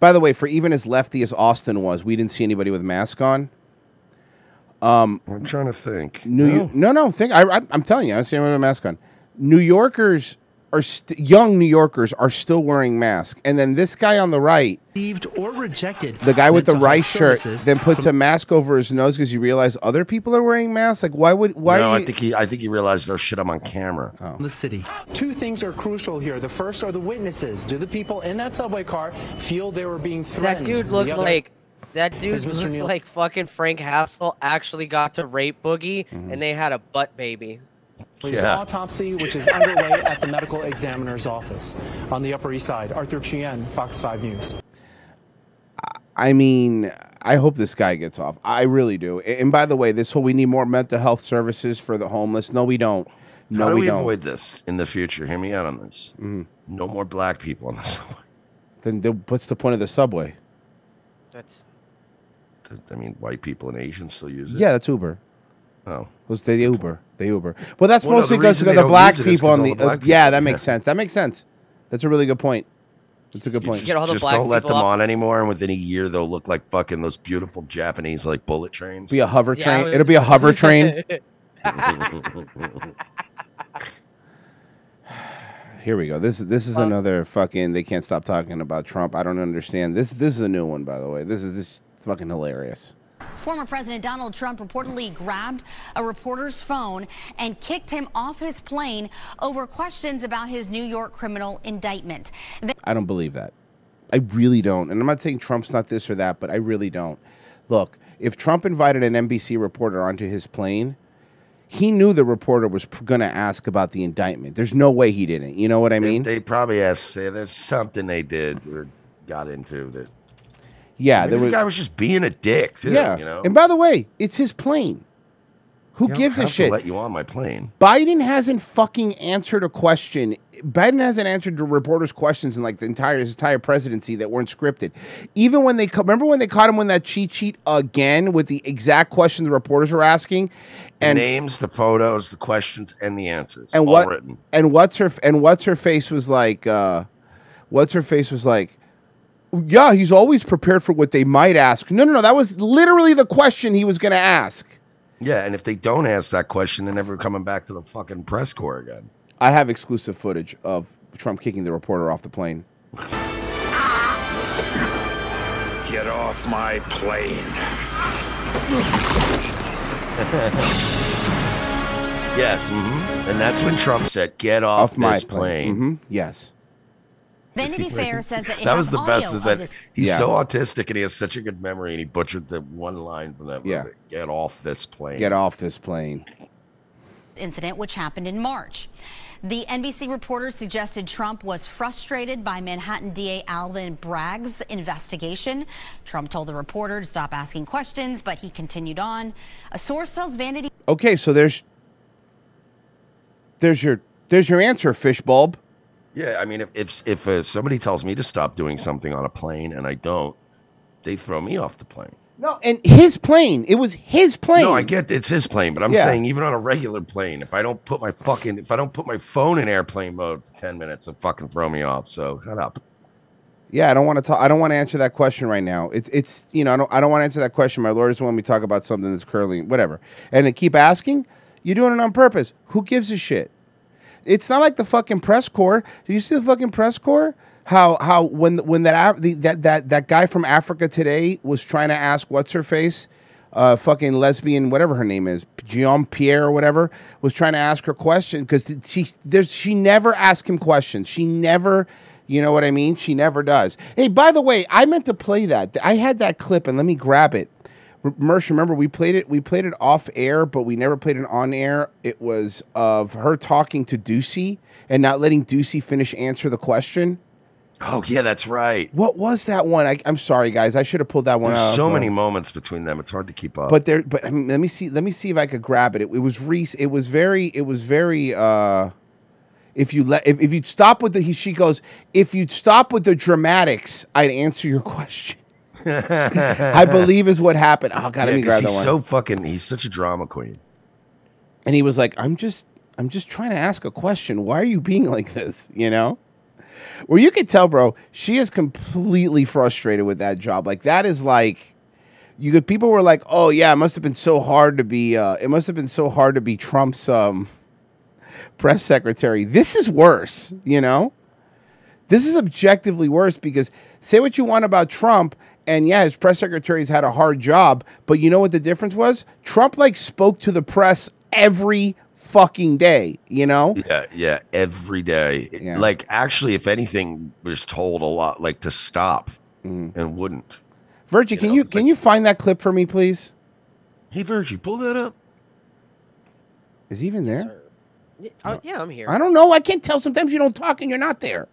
By the way, for even as lefty as Austin was, we didn't see anybody with a mask on. Um,
I'm trying to think.
New
No.
no, no, think. I, I, I'm telling you, I don't see anyone with a mask on. New Yorkers are st- young. New Yorkers are still wearing masks, and then this guy on the right
Received or rejected.
the guy with the
mental
rice
health
shirt
services
then puts
from-
a mask over his nose because you realize other people are wearing masks. Like, why would why?
no,
do you-
I think he. I think he realized. Oh shit, I'm on camera.
Uh,
the city. Two things are crucial here. The first are the witnesses. Do the people in that subway car feel they were being
That
threatened?
dude
The
looked
other-
like that dude
Is Mr.
looked
Neal-
like fucking Frank Hassel actually got to rape Boogie
Mm-hmm.
and they had a butt baby.
Police autopsy, which is underway at the medical examiner's office on the Upper East Side. Arthur Chien, Fox 5 News.
I mean, I hope this guy gets off. I really do. A- And by the way, this whole we need more mental health services for the homeless. No, we don't. No,
How do
we,
we,
don't. Mm-hmm.
avoid this in the future? Hear me out on this. No more black people on this.
Then the, what's the point of the subway?
That's
I mean, white people and Asians still use it.
Yeah, that's Uber.
Oh,
was they Uber? They Uber. Well, that's
Well, no,
mostly
the
because
reason
of
they
the
don't
black
use it is
people
'cause
on
all
the.
the black
uh, yeah,
people,
that makes
yeah.
sense. That makes sense. That's a really good point. That's a good point.
Just, just don't let them on anymore, and within a year they'll look like fucking those beautiful Japanese like bullet trains.
Be a hover Yeah, I train. was- It'll be a hover train. Here we go. This this is another fucking. They can't stop talking about Trump. I don't understand this. This is a new one, by the way. This is this is fucking hilarious.
Former President Donald Trump reportedly grabbed a reporter's phone and kicked him off his plane over questions about his New York criminal indictment.
I don't believe that. I really don't. And I'm not saying Trump's not this or that, but I really don't. Look, if Trump invited an NBC reporter onto his plane, he knew the reporter was going to ask about the indictment. There's no way he didn't. You know what I mean?
They probably asked. Say, there's something they did or got into that.
yeah,
Maybe
there
the
was.
guy was just being a dick. Too,
yeah.
you know.
And by the way, it's his plane. Who
You don't
gives a
have to
shit?
Let you on my plane.
Biden hasn't fucking answered a question. Biden hasn't answered the reporters' questions in like the entire his entire presidency that weren't scripted. Even when they ca- remember when they caught him on that cheat sheet again with the exact question the reporters were asking,
The
and
names, the photos, the questions, and the answers.
and
all
what
written.
and what's her and what's her face was like, uh, what's her face was like, yeah, he's always prepared for what they might ask. No, no, no, that was literally the question he was going to ask.
Yeah, and if they don't ask that question, they're never coming back to the fucking press corps again.
I have exclusive footage of Trump kicking the reporter off the plane.
Get off my plane.
Yes, hmm and that's when Trump said, "Get off,
Off my
this plane."
Mhm, Yes.
Vanity Fair says that it
that
has
was the
audio
best. Is
of
that
this-
he's
Yeah.
so autistic and he has such a good memory, and he butchered the one line from that movie.
Yeah.
Get off this plane.
Get off this plane.
incident, which happened in March. The NBC reporter suggested Trump was frustrated by Manhattan DA Alvin Bragg's investigation. Trump told the reporter to stop asking questions, but he continued on. A source tells Vanity
Okay, so there's there's your there's your answer, fish bulb.
Yeah, I mean, if if if uh, somebody tells me to stop doing something on a plane and I don't, they throw me off the plane.
No, and his plane. It was his plane.
No, I get it's his plane, but I'm
Yeah.
saying even on a regular plane, if I don't put my fucking if I don't put my phone in airplane mode for ten minutes, they'll fucking throw me off. So shut up.
Yeah, I don't want to talk. I don't want to answer that question right now. It's it's you know I don't I don't want to answer that question. My lawyers want me to talk about something that's curling whatever, and to keep asking, you're doing it on purpose. Who gives a shit? It's not like the fucking press corps. Do you see the fucking press corps? How how when when that Af- the, that that that guy from Africa today was trying to ask what's her face, uh, fucking lesbian whatever her name is, Jean Pierre or whatever was trying to ask her question because she there's she never asked him questions. She never. You know what I mean? She never does. Hey, by the way, I meant to play that. I had that clip, and let me grab it. R- Mersh, remember we played it. We played it off air, but we never played it on air. It was of her talking to Ducey and not letting Ducey finish answer the question.
Oh yeah, that's right.
What was that one? I, I'm sorry, guys. I should have pulled that one.
There's
up.
so many
Uh,
moments between them; it's hard to keep up.
but there, but I mean, let me see. Let me see if I could grab it. It, it was Reese. It was very. It was very. uh If you let, if, if you'd stop with the, he, she goes. If you'd stop with the dramatics, I'd answer your question. I believe is what happened. Oh god, let me
'cause
grab that
he's
one.
so fucking. He's such a drama queen.
and he was like, "I'm just, I'm just trying to ask a question. Why are you being like this?" You know, where you could tell, bro, she is completely frustrated with that job. Like that is like, you could people were like, "Oh yeah, it must have been so hard to be, uh, it must have been so hard to be Trump's um, press secretary." This is worse, you know. This is objectively worse because say what you want about Trump, and yeah, his press secretary's had a hard job, but you know what the difference was? Trump like spoke to the press every fucking day, you know?
Yeah, yeah, every day. It- Like actually, if anything, was told a lot like to stop
Mm.
and wouldn't.
Virgie, can you can you find that clip for me, please?
Hey, Virgie, pull that up.
Is he even there?
Oh, yeah, I'm here.
I don't know. I can't tell. Sometimes you don't talk and you're not there.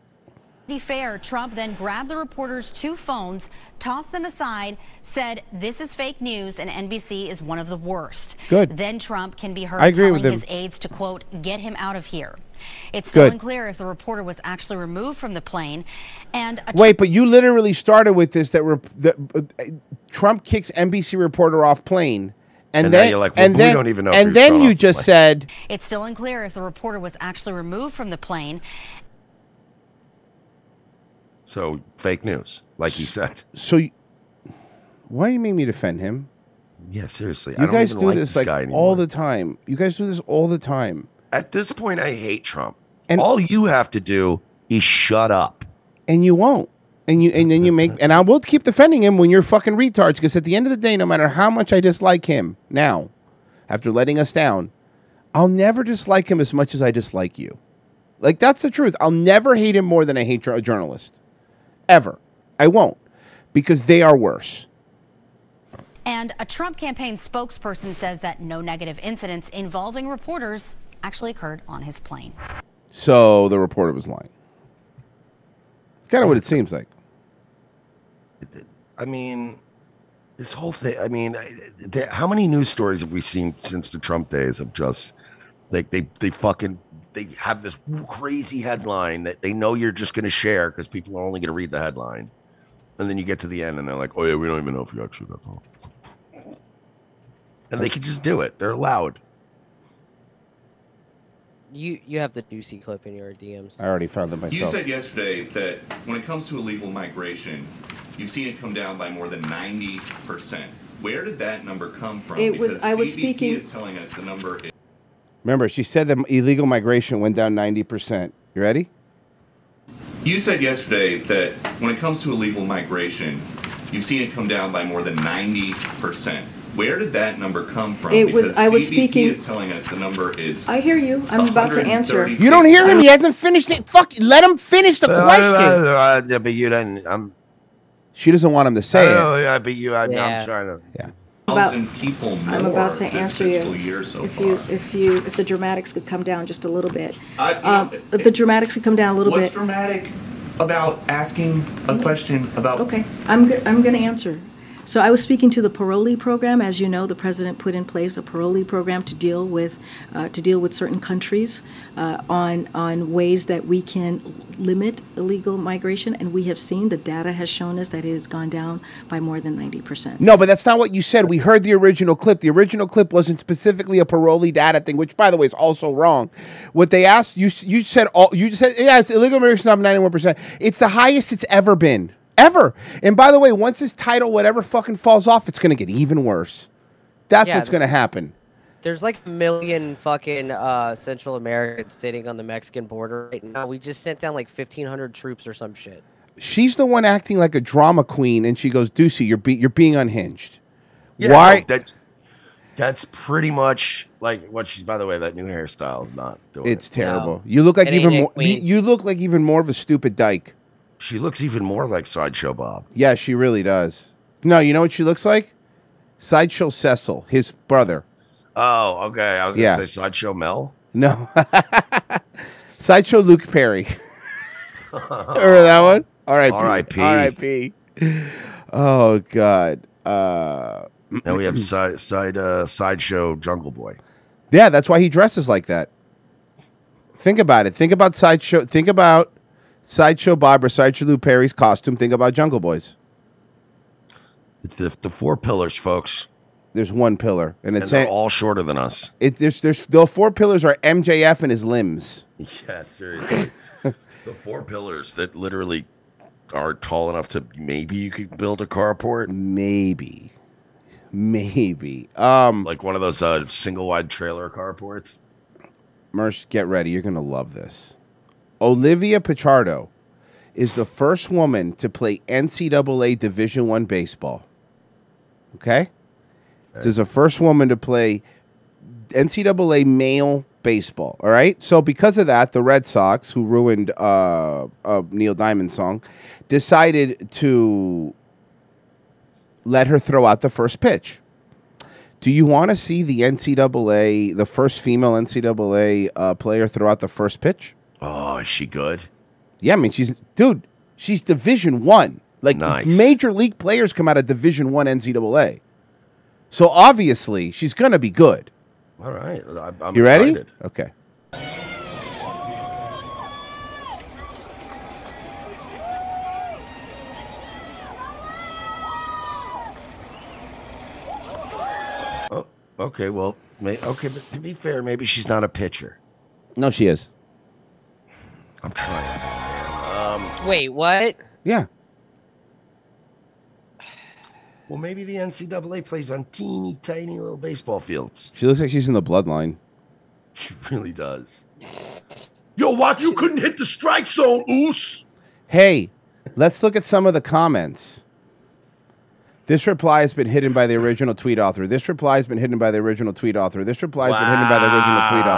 Vanity Fair, Trump then grabbed the reporters' two phones, tossed them aside, said, This is fake news and NBC is one of the worst.
Good.
Then Trump can be heard
I agree
telling
with him.
his aides to, quote, get him out of here. It's still
Good.
unclear if the reporter was actually removed from the plane. And a
Wait, but you literally started with this that, rep- that uh, Trump kicks NBC reporter off plane, and,
And now
then
you're like, well,
and
we
then
don't even know if he
and
was
then
thrown
you
off the
just
plane.
said
It's still unclear if the reporter was actually removed from the plane.
So fake news, like you said.
so. You, why do you make me defend him?
Yeah, seriously.
You
I don't
guys
even
do
like
this
this
like
guy
all
anymore.
the time. You guys do this all the time.
At this point, I hate Trump. And all you have to do is shut up.
and you won't. And you and then you make and I will keep defending him when you're fucking retards because at the end of the day, no matter how much I dislike him now, after letting us down, I'll never dislike him as much as I dislike you. Like that's the truth. I'll never hate him more than I hate jour- a journalist, ever. I won't because they are worse.
And a Trump campaign spokesperson says that no negative incidents involving reporters actually occurred on his plane.
So the reporter was lying. It's kind of what it seems like.
I mean, this whole thing. I mean, I- th- how many news stories have we seen since the Trump days of just like they they fucking they have this crazy headline that they know you're just going to share because people are only going to read the headline, and then you get to the end and they're like, oh yeah, we don't even know if you actually got home, and they can just do it. They're allowed.
You you have the Ducey clip in your DMs.
I already found them
You
myself.
said yesterday that when it comes to illegal migration, you've seen it come down by more than 90%. Where did that number come from?
It was-
Because
I was
CBP
speaking-
is telling us the number is
Remember, she said that illegal migration went down ninety percent. You ready?
You said yesterday that when it comes to illegal migration, you've seen it come down by more than 90%. Where did that number come from?
It was-
Because
I was
CBP
speaking-
is telling us the number is
I hear you. I'm about to answer.
136. You don't hear him? He
hasn't finished it. Fuck, let him finish the question.
Uh, but you didn't. I'm.
She doesn't want him to say it.
I but you. I,
Yeah.
I'm trying to.
Yeah.
About-
thousand people more
I'm about to
this
answer you.
fiscal year so
If
far.
you, if you, if the dramatics could come down just a little bit.
I-
Um, if the dramatics could come down a little
What's
bit.
dramatic about asking a question about?
Okay, I'm, go- I'm going to answer. So I was speaking to the parolee program. As you know, the president put in place a parolee program to deal with, uh, to deal with certain countries uh, on on ways that we can limit illegal migration. And we have seen the data has shown us that it has gone down by more than ninety percent.
No, but that's not what you said. We heard the original clip. The original clip wasn't specifically a parolee data thing, which, by the way, is also wrong. What they asked you, you said all you said. Yeah, it's illegal immigration up ninety one percent. It's the highest it's ever been, ever. And by the way, once this title, whatever fucking falls off, it's gonna get even worse. That's
Yeah,
what's gonna happen.
There's like a million fucking uh, Central Americans sitting on the Mexican border right now. We just sent down like 1,500 troops or some shit.
She's the one acting like a drama queen, and she goes, "Ducey, you're be- you're being unhinged.
Yeah,
Why?
no, that that's pretty much like what she's. By the way, that new hairstyle is not doing.
It's
it.
terrible. You look like even more. You, you look like even more of a stupid dyke.
She looks even more like Sideshow Bob.
Yeah, she really does. No, you know what she looks like? Sideshow Cecil, his brother.
Oh, okay. I was gonna
Yeah.
say Sideshow Mel.
No, Sideshow Luke Perry. Remember that one?
R.I.P..
R.I.P. R.I.P. Oh God. Uh,
Now we have side side uh, Sideshow Jungle Boy.
Yeah, that's why he dresses like that. Think about it. Think about sideshow. Think about sideshow Bob or sideshow Lou Perry's costume. Think about Jungle Boys.
It's the, the four pillars, folks.
There's one pillar, and
And
it's
they're all shorter than us.
It, there's there's the four pillars are MJF and his limbs.
Yeah, seriously. the four pillars that literally are tall enough to maybe you could build a carport.
Maybe. Maybe. Um
like one of those uh, single wide trailer carports.
Mersh, get ready. You're gonna love this. Olivia Pichardo is the first woman to play NCAA Division One baseball. Okay, this is the first woman to play NCAA male baseball. All right, so because of that, the Red Sox, who ruined uh, a Neil Diamond song, decided to let her throw out the first pitch. Do you want to see the NCAA, the first female NCAA uh, player throw out the first pitch?
Oh, is she good?
Yeah, I mean she's dude, she's Division One. Like major league players come out of Division One NCAA. So obviously she's gonna be good.
All right. I, I'm
you ready?
excited.
Okay.
Oh, okay. Well, may, okay. But to be fair, maybe she's not a pitcher.
No, she is.
I'm trying. Um,
Wait, what?
Yeah.
Well, maybe the NCAA plays on teeny tiny little baseball fields.
She looks like she's in the bloodline.
She really does. Yo, what? You couldn't hit the strike zone, Oos.
Hey, let's look at some of the comments. This reply has been hidden by the original tweet author. This reply has been hidden by the original tweet author. This reply has been hidden by the original tweet
Wow,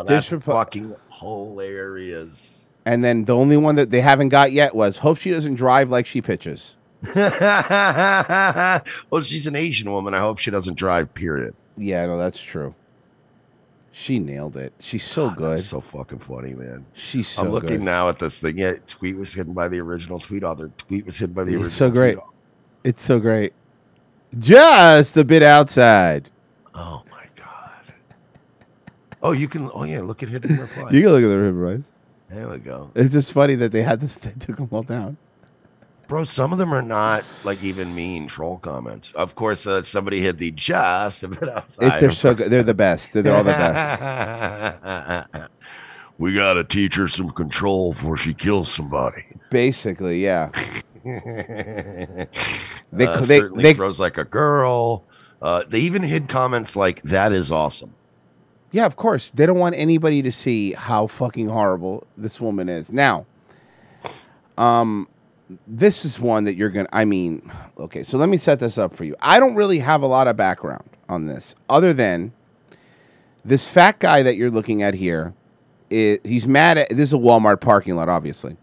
author.
That's
This reply,
fucking hilarious.
and then the only one that they haven't got yet was hope she doesn't drive like she pitches.
well, she's an Asian woman. I hope she doesn't drive. Period.
Yeah, no, that's true. She nailed it. She's so good.
so fucking funny, man.
She's so
I'm looking
good.
now at this thing. Yeah, tweet was hidden by the original tweet author. Tweet was hidden by the original.
It's so great.
tweet author.
It's so great. Just a bit outside.
Oh my god. Oh, you can. Oh yeah, look at hidden reply.
You can look at the river rise.
There we go.
It's just funny that they had this. They took them all down.
Bro, some of them are not like even mean troll comments. Of course, uh, somebody hit the just a bit outside.
It, they're so good. They're the best. They're, they're all the best.
best. we gotta teach her some control before she kills somebody.
Basically, yeah.
they
They
uh,
cl- they-
certainly
they-
throws like a girl. Uh, they even hid comments like "That is awesome."
Yeah, of course. They don't want anybody to see how fucking horrible this woman is. Now, um, this is one that you're gonna. I mean, okay. So let me set this up for you. I don't really have a lot of background on this, other than this fat guy that you're looking at here. i- he's mad at this is a Walmart parking lot, obviously.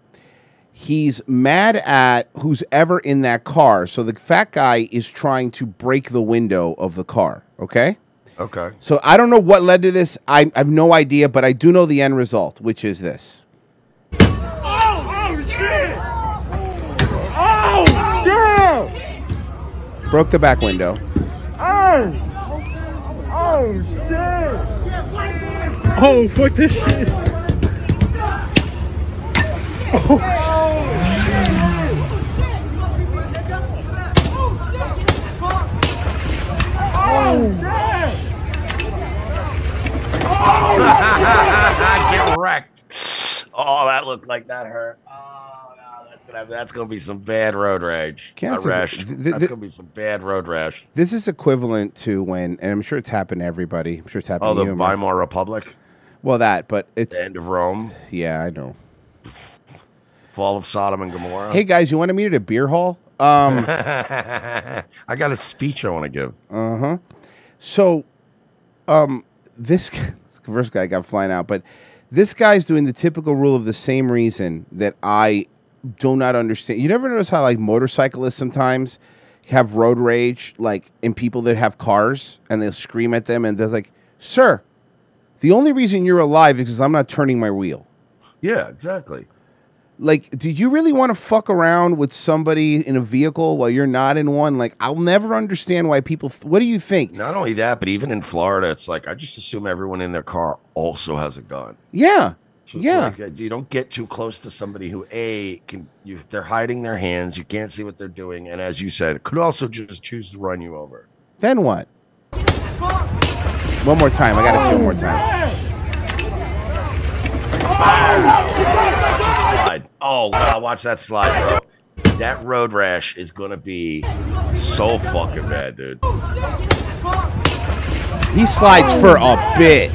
He's mad at who's ever in that car. So the fat guy is trying to break the window of the car. Okay.
Okay.
So I don't know what led to this. I, I have no idea, but I do know the end result, which is this.
Oh, shit! Oh, yeah!
Broke the back window.
Hey! Oh, shit! Oh, fuck this shit! Oh.
Get wrecked. Oh, that looked like that hurt. Oh no, that's gonna that's gonna be some bad road rage.
Can't
Uh,
see-
rash.
th- th-
that's
th-
gonna be some bad road rash.
This is equivalent to when, and I'm sure it's happened to everybody. I'm sure it's happened
Oh,
to
the
you. Mark.
Weimar Republic,
Well, that, but it's
the end of Rome,
yeah, I know.
fall of Sodom and Gomorrah.
Hey guys, you want to meet at a beer hall? Um,
I got a speech I want to give.
Uh huh. So, um, this g- this first guy got flying out, but this guy's doing the typical rule of the same reason that I do not understand. You never notice how like motorcyclists sometimes have road rage, like in people that have cars, and they'll scream at them, and they're like, "Sir, the only reason you're alive is because I'm not turning my wheel."
Yeah, exactly.
Like, do you really want to fuck around with somebody in a vehicle while you're not in one? Like, I'll never understand why people. Th- what do you think?
Not only that, but even in Florida, it's like I just assume everyone in their car also has a gun.
Yeah.
So it's
yeah.
like, uh, you don't get too close to somebody who a can you they're hiding their hands, you can't see what they're doing, and as you said, could also just choose to run you over.
Then what? One more time. I gotta see one more time.
Slide. Oh wow, watch that slide, bro. That road rash is gonna be so fucking bad, dude.
He slides for a bit.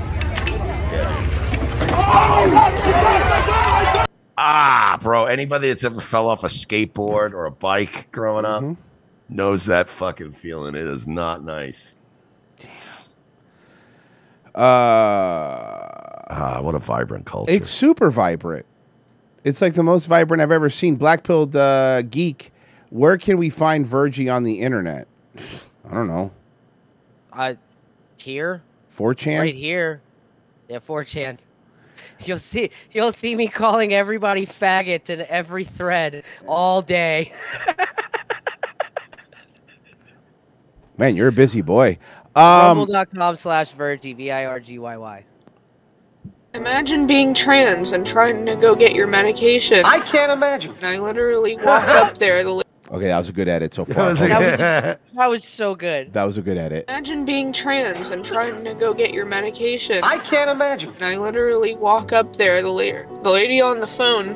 Ah, bro. Anybody that's ever fell off a skateboard or a bike growing up
Mm-hmm.
knows that fucking feeling. It is not nice.
Uh,
ah, what a vibrant culture.
It's super vibrant. It's like the most vibrant I've ever seen. Black pilled uh, geek. Where can we find Virgie on the internet? I don't know.
Uh, here,
4chan.
right here. Yeah, 4chan. You'll see you'll see me calling everybody faggot in every thread all day.
Man, you're a busy boy.
Um,
Um,
Rumble.com slash Virgy, V I R G Y Y.
Imagine being trans and trying to go get your medication. I can't imagine. And I literally walked up there. The li-
okay, that was a good edit so far.
was a
Hold
good-
on.
That was so good.
that was a good edit.
Imagine being trans and trying to go get your medication. I can't imagine. And I literally walk up there. The, la- the lady on the phone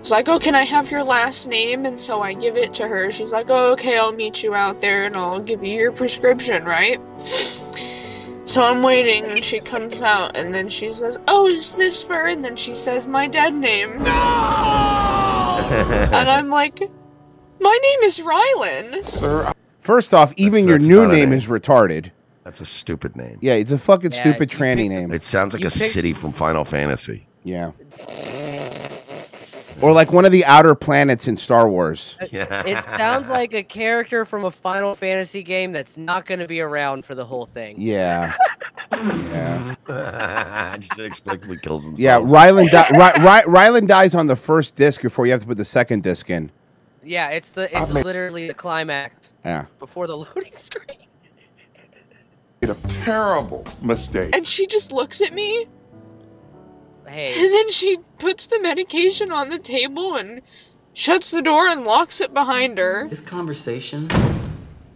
is like, Oh, can I have your last name? And so I give it to her. She's like, Oh, okay, I'll meet you out there and I'll give you your prescription, right? So I'm waiting, and she comes out, and then she says, Oh, is this for? And then she says my dead name. and I'm like, My name is Rylan.
Sir, first off, even your new name is retarded.
That's a stupid name.
Yeah, it's a fucking
Yeah,
stupid
you
tranny
picked-
name.
It sounds like a city from Final Fantasy.
Yeah. Or like one of the outer planets in Star Wars.
It sounds like a character from a Final Fantasy game that's not going to be around for the whole thing.
Yeah. yeah.
Just inexplicably kills himself.
Yeah, Ryland, di- Ry- Ry- Ryland dies on the first disc before you have to put the second disc in.
Yeah, it's the it's literally the climax
Yeah.
before the loading screen.
Made a terrible mistake.
And she just looks at me,
Hey,
and then she puts the medication on the table and shuts the door and locks it behind her.
This conversation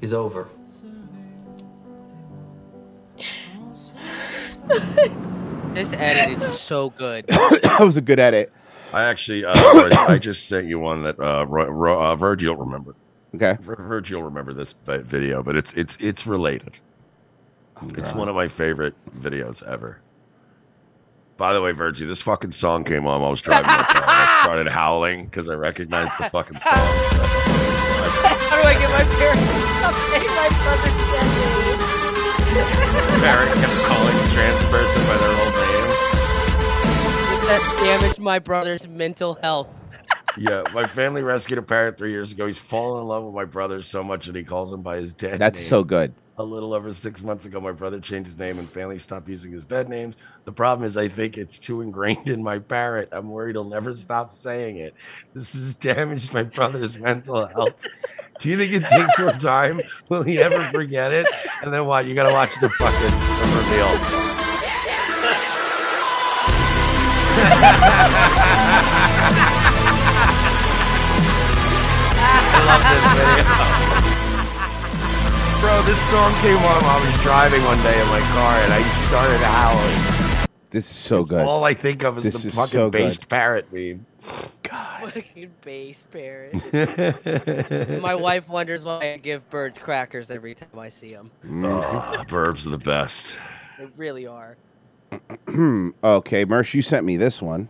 is over.
this edit is so good.
that was a good edit.
I actually, uh, Royce, I just sent you one that uh, Ro- Ro- uh, Virgil will remember.
Okay,
Virgil will remember this vi- video, but it's it's it's related. it's
God.
one of my favorite videos ever. By the way, Virgie, this fucking song came on. while I was driving my car. and I started howling because I recognized the fucking song.
How do I get my parents to pay my brother's
Barrett kept calling a trans person by their old name.
That's damaged my brother's mental health.
Yeah, my family rescued a parrot three years ago. He's fallen in love with my brother so much that he calls him by his dead
That's
name.
so good.
A little over six months ago, my brother changed his name and family stopped using his dead names. The problem is, I think it's too ingrained in my parrot. I'm worried he'll never stop saying it. This has damaged my brother's mental health. Do you think it takes more time? Will he ever forget it? And then what? You got to watch the fucking reveal. Bro, this song came on while I was driving one day in my car and I started howling.
This is so good.
All I think of is
This
the
is
fucking
so good.
based parrot meme.
Fucking base parent. my wife wonders why I give birds crackers every time I see them.
Ah, burbs are the best.
They really are.
okay, Mersh, you sent me this one.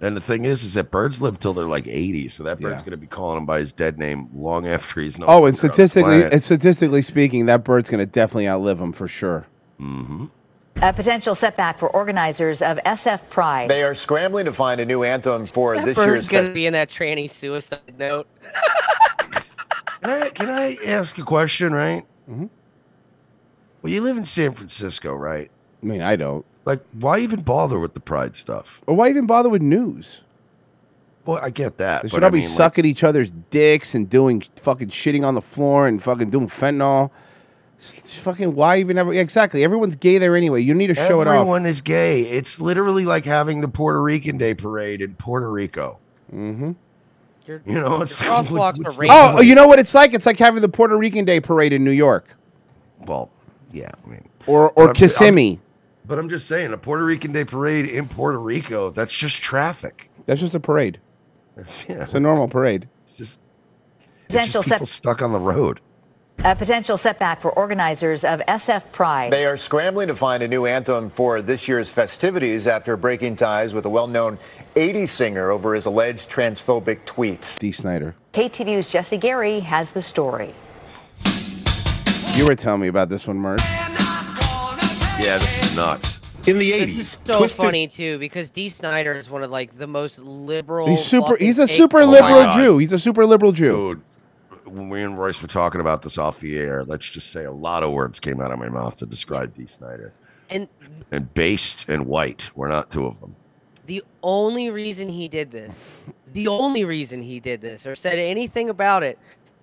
And the thing is, is that birds live till they're like 80, so that bird's
Yeah.
going to be calling him by his dead name long after he's no
Oh, and
longer on the
statistically,
planet.
and statistically speaking, that bird's gonna definitely outlive him for sure.
Mm-hmm.
A potential setback for organizers of SF Pride.
They are scrambling to find a new anthem for
That
this
bird's
year's
gonna
festival.
be in that tranny suicide note.
Can I, can I ask a question, right?
Mm-hmm.
Well, you live in San Francisco, right?
I mean, I don't.
Like, why even bother with the pride stuff?
Or why even bother with news?
Well, I get that.
They
but
should
I
all be
mean, like-
sucking each other's dicks and doing fucking shitting on the floor and fucking doing fentanyl. S- fucking why even ever? yeah, exactly. Everyone's gay there anyway. You need to show it off.
Everyone is gay. It's literally like having the Puerto Rican Day parade in Puerto Rico.
Mm-hmm.
You
know, it's
your crosswalks
what's
are
the
Oh,
point?
you know what it's like? It's like having the Puerto Rican Day parade in New York.
Well, yeah, I mean,
or
But
or
I'm ju- I'm-
Kissimmee.
But I'm just saying, a Puerto Rican Day parade in Puerto Rico, that's just traffic.
That's just a parade.
It's, yeah,
It's a normal parade.
just it's just
Potential
people
set-
stuck on the road.
A potential setback for organizers of SF Pride.
They are scrambling to find a new anthem for this year's festivities after breaking ties with a well-known 80s singer over his alleged transphobic tweet.
D. Snyder.
KTVU's Jesse Gary has the story.
You were telling me about this one, Merch.
Yeah, this is nuts.
In the
This is so funny too because D. Snyder is one of like the most liberal.
He's super.
fucking
He's a
take-
super
Oh my
liberal
God.
Jew. He's a super liberal Jew.
When we and Royce were talking about this off the air, let's just say a lot of words came out of my mouth to describe D. Snyder.
And
And based and white were not two of them.
The only reason he did this, the only reason he did this or said anything about it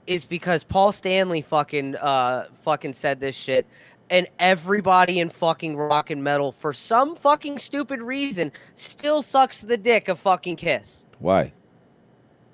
is because Paul Stanley fucking uh fucking said this shit and everybody in fucking rock and metal for some fucking stupid reason still sucks the dick of fucking Kiss.
Why?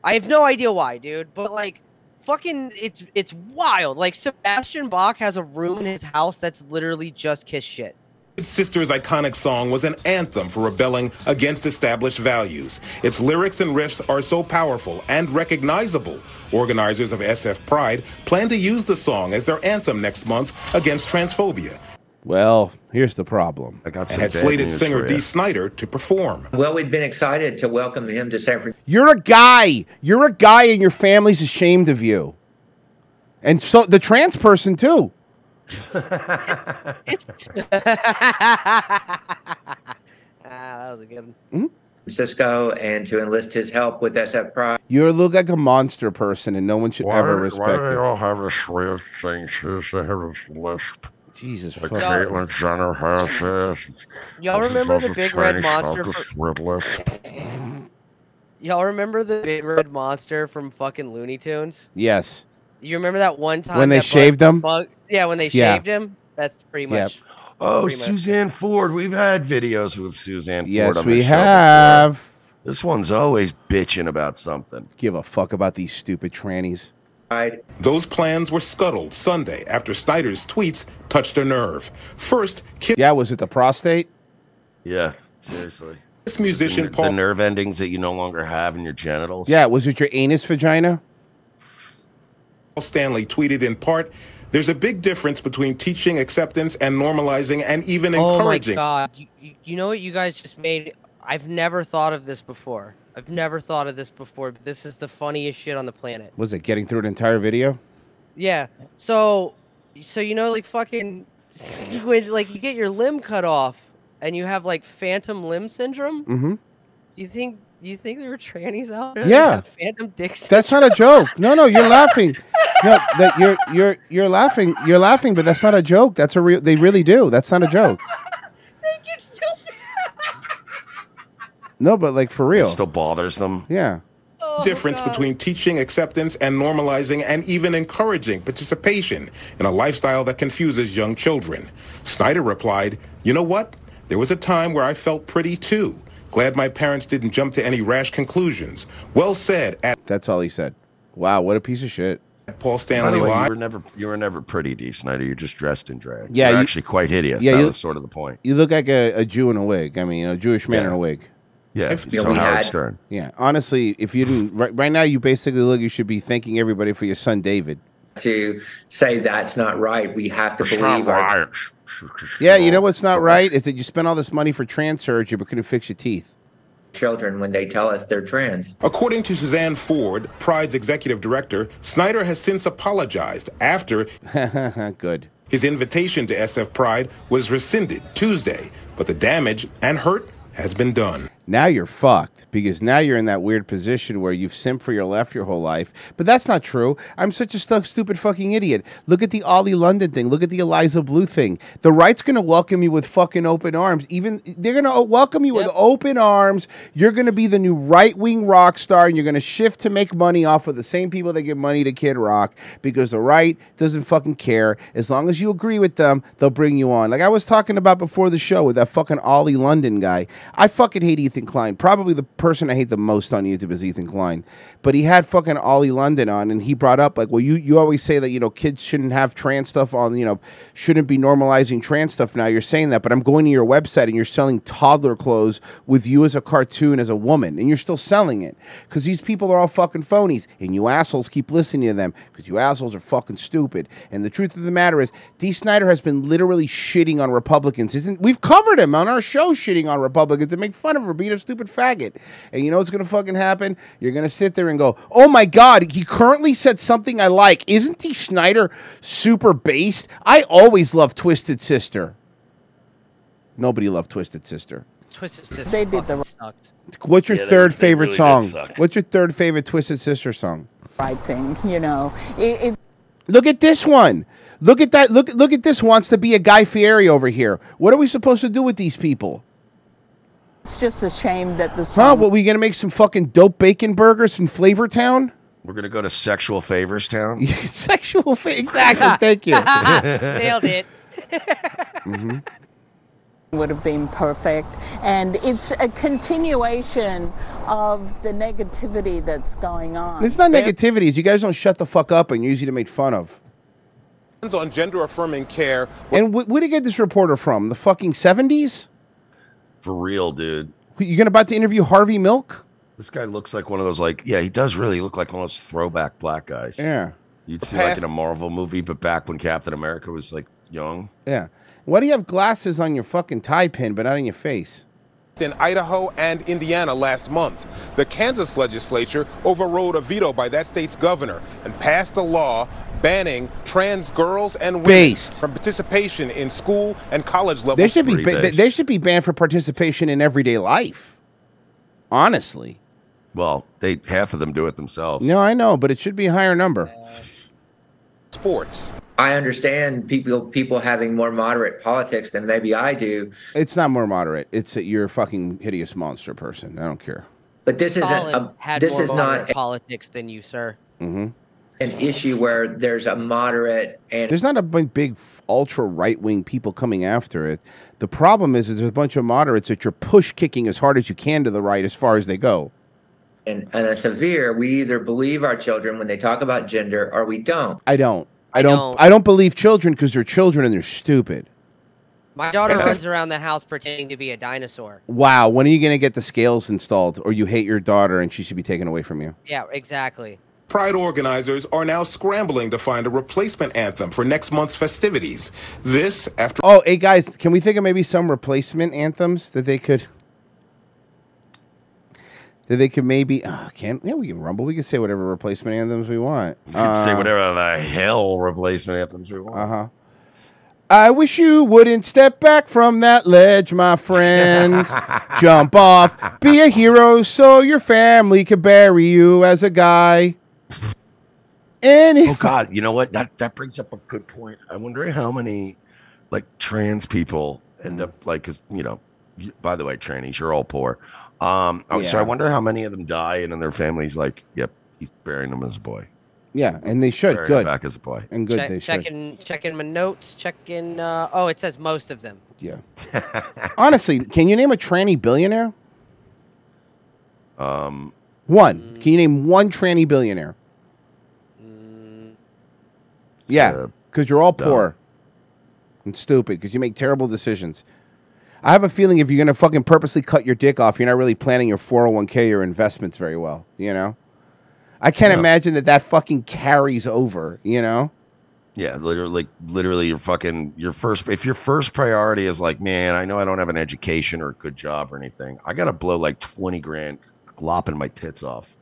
I have no idea why, dude, but like fucking it's it's wild. Like Sebastian Bach has a room in his house that's literally just Kiss shit.
Sisters' iconic song was an anthem for rebelling against established values. Its lyrics and riffs are so powerful and recognizable. Organizers of SF Pride plan to use the song as their anthem next month against transphobia
Well, here's the problem.
I got
and had slated singer Dee Snyder to perform.
Well, we'd been excited to welcome him to San Francisco.
You're a guy. You're a guy, and your family's ashamed of you. And so the trans person too.
Ah, that was a good one.
Hmm?
Francisco and to enlist his help with SF Pride.
You look like a monster person, and no one should
why
ever
do
respect
they
you.
all have a weird thing? She's they have this lisp.
Jesus,
like
fuck.
Caitlyn Jenner has this.
Y'all
This is
remember the
also
big red
Chinese
monster
called
for-
this weird lisp.
Y'all remember the big red monster from fucking Looney Tunes?
Yes.
You remember that one time
When they
that bug-
shaved him?
bug- yeah, when they
Yeah.
shaved him. That's pretty much.
Oh,
pretty much-
Suzanne Ford. We've had videos with Suzanne Ford.
Yes,
on
we
the show before.
have.
This one's always bitching about something.
Give a fuck about these stupid trannies.
Those plans were scuttled Sunday after Snyder's tweets touched a nerve. First,
Yeah, was it the prostate?
Yeah, seriously.
This musician
the, ner- the nerve endings that you no longer have in your genitals.
Yeah, was it your anus vagina?
Paul Stanley tweeted in part, "There's a big difference between teaching acceptance and normalizing and even
Oh my
encouraging."
god! You, you- you know what you guys just made? I've never thought of this before. I've never thought of this before. But this is the funniest shit on the planet.
Was it getting through an entire video?
Yeah. So, so you know, like fucking, when like you get your limb cut off and you have like phantom limb syndrome.
Mm-hmm.
You think you think there were trannies out there? that
Yeah.
have Phantom dicks.
That's not a joke. No, no, you're laughing. No, that you're you're you're laughing. You're laughing, but that's not a joke. That's a real. They really do. That's not a joke. No, but like for real.
It still bothers them.
Yeah.
difference between teaching acceptance and normalizing and even encouraging participation in a lifestyle that confuses young children. Snyder replied, You know what? There was a time where I felt pretty too. Glad my parents didn't jump to any rash conclusions. Well said. At-
That's all he said. Wow, what a piece of shit.
Paul
By
Stanley
the way, you
Live.
were never you were never pretty, D. Snyder. You're just dressed in drag.
Yeah,
you're
you-
actually quite hideous.
yeah,
that
you-
was sort of the point.
You look like a, a Jew in a wig. I mean, a Jewish man in
Yeah.
a wig.
Yeah, so Howard Stern.
Yeah, honestly, if you didn't right, right now, you basically look. You should be thanking everybody for your son David.
To say that's not right, we have to believe our.
Yeah, you know what's not right is that you spent all this money for trans surgery but couldn't fix your teeth.
children when they tell us they're trans.
According to Suzanne Ford, Pride's executive director, Snyder has since apologized after
good.
His invitation to SF Pride was rescinded Tuesday, but the damage and hurt has been done.
Now you're fucked because now you're in that weird position where you've simped for your left your whole life. But that's not true. I'm such a stuck, stupid fucking idiot. Look at the Ollie London thing. Look at the Eliza Blue thing. The right's gonna welcome you with fucking open arms. Even they're gonna uh, welcome you with open arms. You're gonna be the new right wing rock star, and you're gonna shift to make money off of the same people that give money to Kid Rock because the right doesn't fucking care. As long as you agree with them, they'll bring you on. Like I was talking about before the show with that fucking Ollie London guy. I fucking hate Ethan Klein. Probably the person I hate the most on YouTube is Ethan Klein. But he had fucking Ollie London on and he brought up like, well, you, you always say that, you know, kids shouldn't have trans stuff on, you know, shouldn't be normalizing trans stuff now. You're saying that, but I'm going to your website and you're selling toddler clothes with you as a cartoon as a woman and you're still selling it. Because these people are all fucking phonies and you assholes keep listening to them because you assholes are fucking stupid. And the truth of the matter is, D. Snyder has been literally shitting on Republicans. Isn't we've covered him on our show shitting on Republicans and make fun of him for being a stupid faggot. And you know what's gonna fucking happen? You're gonna sit there and go, Oh my god, he currently said something I like. Isn't D. Snyder super based? I always love Twisted Sister. Nobody loved Twisted Sister.
Twisted Sister. They did the sucked.
What's your
Yeah, they-
third
they
favorite
really
song?
did suck.
What's your third favorite Twisted Sister song?
right thing, you know. It, it,
Look at this one. Look at that. Look look at this. Wants to be a Guy Fieri over here. What are we supposed to do with these people?
It's just a shame that the
Huh? What, we gonna make some fucking dope bacon burgers from Flavor Town?
We're gonna go to Sexual Favors Town.
Sexual fa- exactly. Thank you.
Nailed it.
would have been perfect. And it's a continuation of the negativity that's going on.
It's not negativity. it's You guys don't shut the fuck up and you're easy to make fun of.
on gender affirming care.
And wh- where did you get this reporter from? The fucking seventies?
For real, dude.
You're gonna about to interview Harvey Milk?
This guy looks like one of those like yeah, he does really look like one of those throwback black guys.
Yeah.
You'd see like
Past-
in a Marvel movie, but back when Captain America was like young.
Yeah. Why do you have glasses on your fucking tie pin but not on your face?
in Idaho and Indiana last month. The Kansas legislature overrode a veto by that state's governor and passed a law banning trans girls and women
Based.
from participation in school and college level.
They should be ba- they- they should be banned for participation in everyday life. Honestly.
Well, they half of them do it themselves.
No, I know, but it should be a higher number.
sports.
I understand people people having more moderate politics than maybe I do,
It's not more moderate. It's that you're a fucking hideous monster person. I don't care.
but this isn't
Stalin
a,
had
this
more
is not
moderate politics than you, sir.
Mm-hmm.
an issue where there's a moderate and
There's not a b- big ultra right wing people coming after it. The problem is, is there's a bunch of moderates that you're push kicking as hard as you can to the right as far as they go.
and, and a severe. We either believe our children when they talk about gender or we don't.
I don't. I don't. I don't,
don't.
believe children because they're children and they're stupid.
My daughter runs around the house pretending to be a dinosaur.
Wow. When are you gonna get the scales installed? Or you hate your daughter and she should be taken away from you?
Yeah, exactly.
Pride organizers are now scrambling to find a replacement anthem for next month's festivities. This after
Oh, hey guys, can we think of maybe some replacement anthems that they could? That they could maybe oh, can yeah we can rumble we can say whatever replacement anthems we want.
You can say whatever the hell replacement anthems we want.
Uh huh. I wish you wouldn't step back from that ledge, my friend. Jump off, be a hero so your family can bury you as a guy. And if
Oh God, you know what? That that brings up a good point. I wonder how many like trans people end
Mm.
up like because you know, you- by the way, trannies, you're all poor. Um, oh, so
Yeah.
I wonder how many of them die and then their families like, yep, he's burying them as a boy.
yeah, and they should
Burying them
good
back as a boy.
and good they
check,
should.
checking checking my notes. Checking. Uh, oh, it says most of them.
Yeah. Honestly, can you name a tranny billionaire?
Um,
one. Can you name one tranny billionaire? yeah, because you're all poor and stupid because you make terrible decisions. I have a feeling if you're going to fucking purposely cut your dick off, you're not really planning your 401k, your investments very well, you know? I can't
No.
imagine that that fucking carries over, you know?
Yeah, literally, like, literally, your fucking your first. If your first priority is like, man, I know I don't have an education or a good job or anything, I gotta blow like twenty grand lopping my tits off.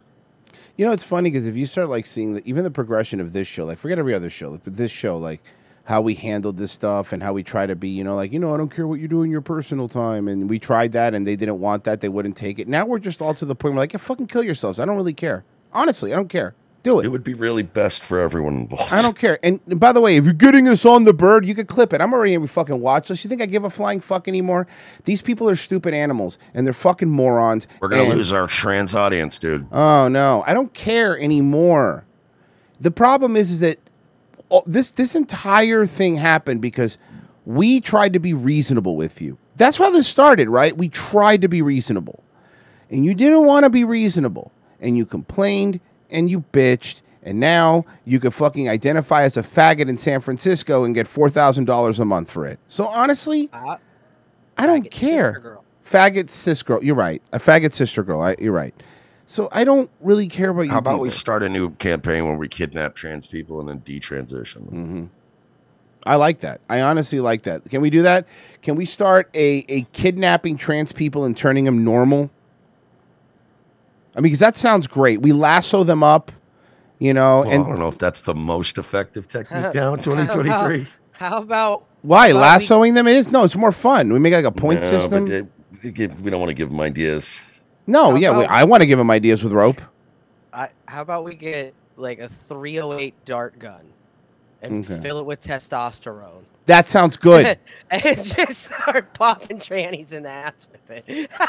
You know, it's funny because if you start like seeing the, even the progression of this show, like forget every other show, like, but this show, like how we handled this stuff and how we try to be, you know, like you know, I don't care what you do in your personal time, and we tried that, and they didn't want that, they wouldn't take it. Now we're just all to the point where like, yeah, fucking kill yourselves. I don't really care. Honestly, I don't care. Do it.
It would be really best for everyone involved.
I don't care. And and by the way, if you're getting us on the bird, you could clip it. I'm already in fucking watch list. You think I give a flying fuck anymore? These people are stupid animals and they're fucking morons.
We're gonna
and-
lose our trans audience, dude.
Oh no, I don't care anymore. The problem is, is that all, this this entire thing happened because we tried to be reasonable with you. That's why this started, right? We tried to be reasonable, and you didn't want to be reasonable, and you complained and you bitched, and now you could fucking identify as a faggot in San Francisco and get four thousand dollars a month for it. So honestly, I don't care. Faggot cis girl, you're right. A faggot sister girl, I, you're right. So I don't really care about you.
How about we
people.
start a new campaign where we kidnap trans people and then detransition
Mm-hmm.
them?
I like that. I honestly like that. Can we do that? Can we start a, a kidnapping trans people and turning them normal? I mean, because that sounds great. We lasso them up, you know,
Well,
and
I don't know if that's the most effective technique now
How-
in 2023.
How about
why
how about
lassoing them is no, it's more fun. We make like a point
No, but
system.
they- they give- we don't want to give them ideas.
no, yeah, we,
about-
I want to give them ideas with rope.
We, I, how about we get like a 308 dart gun and
Okay.
fill it with testosterone?
That sounds good.
and just start popping trannies in the ass with it.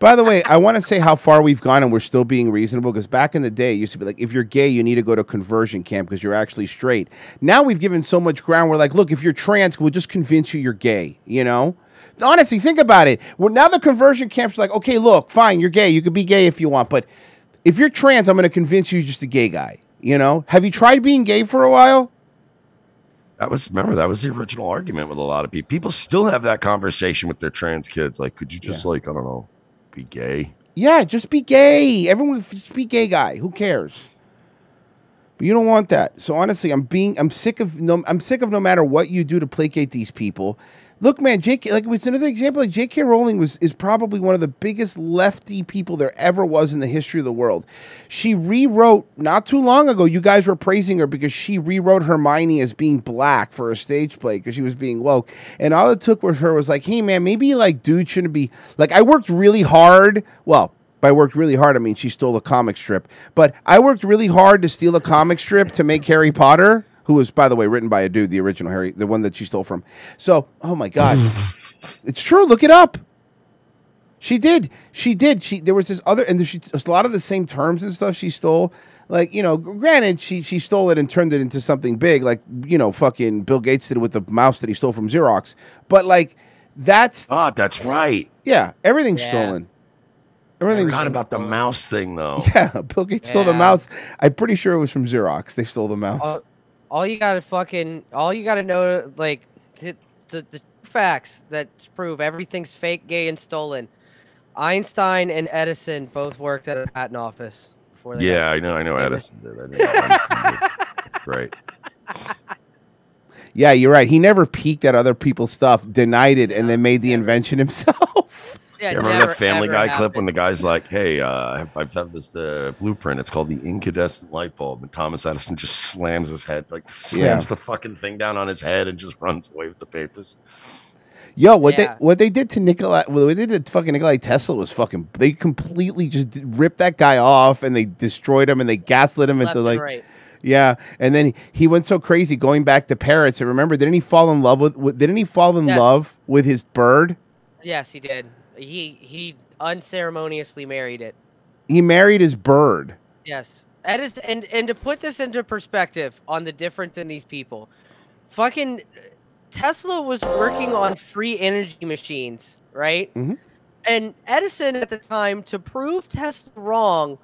By the way, I want to say how far we've gone and we're still being reasonable because back in the day, it used to be like, if you're gay, you need to go to conversion camp because you're actually straight. Now we've given so much ground. We're like, look, if you're trans, we'll just convince you you're gay, you know? Honestly, think about it. Well, now the conversion camp's like, okay, look, fine, you're gay. You could be gay if you want, but if you're trans, I'm going to convince you you're just a gay guy, you know? Have you tried being gay for a while?
That was remember that was the original argument with a lot of people. People still have that conversation with their trans kids. Like, could you just like I don't know, be gay?
Yeah, just be gay. Everyone just be gay guy. Who cares? But you don't want that. So honestly, I'm being I'm sick of no I'm sick of no matter what you do to placate these people. Look, man, JK like it was another example like JK Rowling was is probably one of the biggest lefty people there ever was in the history of the world. She rewrote not too long ago, you guys were praising her because she rewrote Hermione as being black for a stage play because she was being woke. And all it took with her was like, hey man, maybe like dude shouldn't be like I worked really hard. Well, by worked really hard, I mean she stole a comic strip. But I worked really hard to steal a comic strip to make Harry Potter, who was, by the way, written by a dude, the original Harry, the one that she stole from. So, oh my God. it's true. Look it up. She did. She did. She there was this other and there- she a lot of the same terms and stuff she stole. Like, you know, granted she she stole it and turned it into something big, like, you know, fucking Bill Gates did with the mouse that he stole from Xerox. But like that's
Ah, that's right.
yeah, everything's stolen. Everything's
Not about the mouse thing though.
Yeah, Bill Gates stole the
Yeah. Oh.
mouse. I'm pretty sure it was from Xerox. They stole the mouse.
all, all you gotta fucking all you gotta know like the, the, the facts that prove everything's fake gay and stolen einstein and edison both worked at a patent office before they
Yeah, I know. I know Edison did. I know Edison did. That's right.
yeah, you're right. He never peeked at other people's stuff, denied it, and then made the invention himself.
Yeah,
You remember
never,
that Family
ever
Guy clip when the guy's like, "Hey, uh, I've, I've had this uh, blueprint. It's called the incandescent light bulb," and Thomas Edison just slams his head, like slams
Yeah.
the fucking thing down on his head, and just runs away with the papers.
Yo, what
Yeah.
they what they did to Nikolai, what they did to fucking Nikolai Tesla was fucking. They completely just did- ripped that guy off, and they destroyed him, and they gaslit him
Left
into
and
like.
right.
Yeah, and then he went so crazy going back to parrots. And remember, didn't he fall in love with? with- Didn't he fall in
Yes.
love with his bird?
yes he did he he unceremoniously married it
He married his bird.
Yes. Edison, and, and to put this into perspective on the difference in these people, fucking Tesla was working on free energy machines, right?
Mhm.
And Edison at the time, to prove Tesla wrong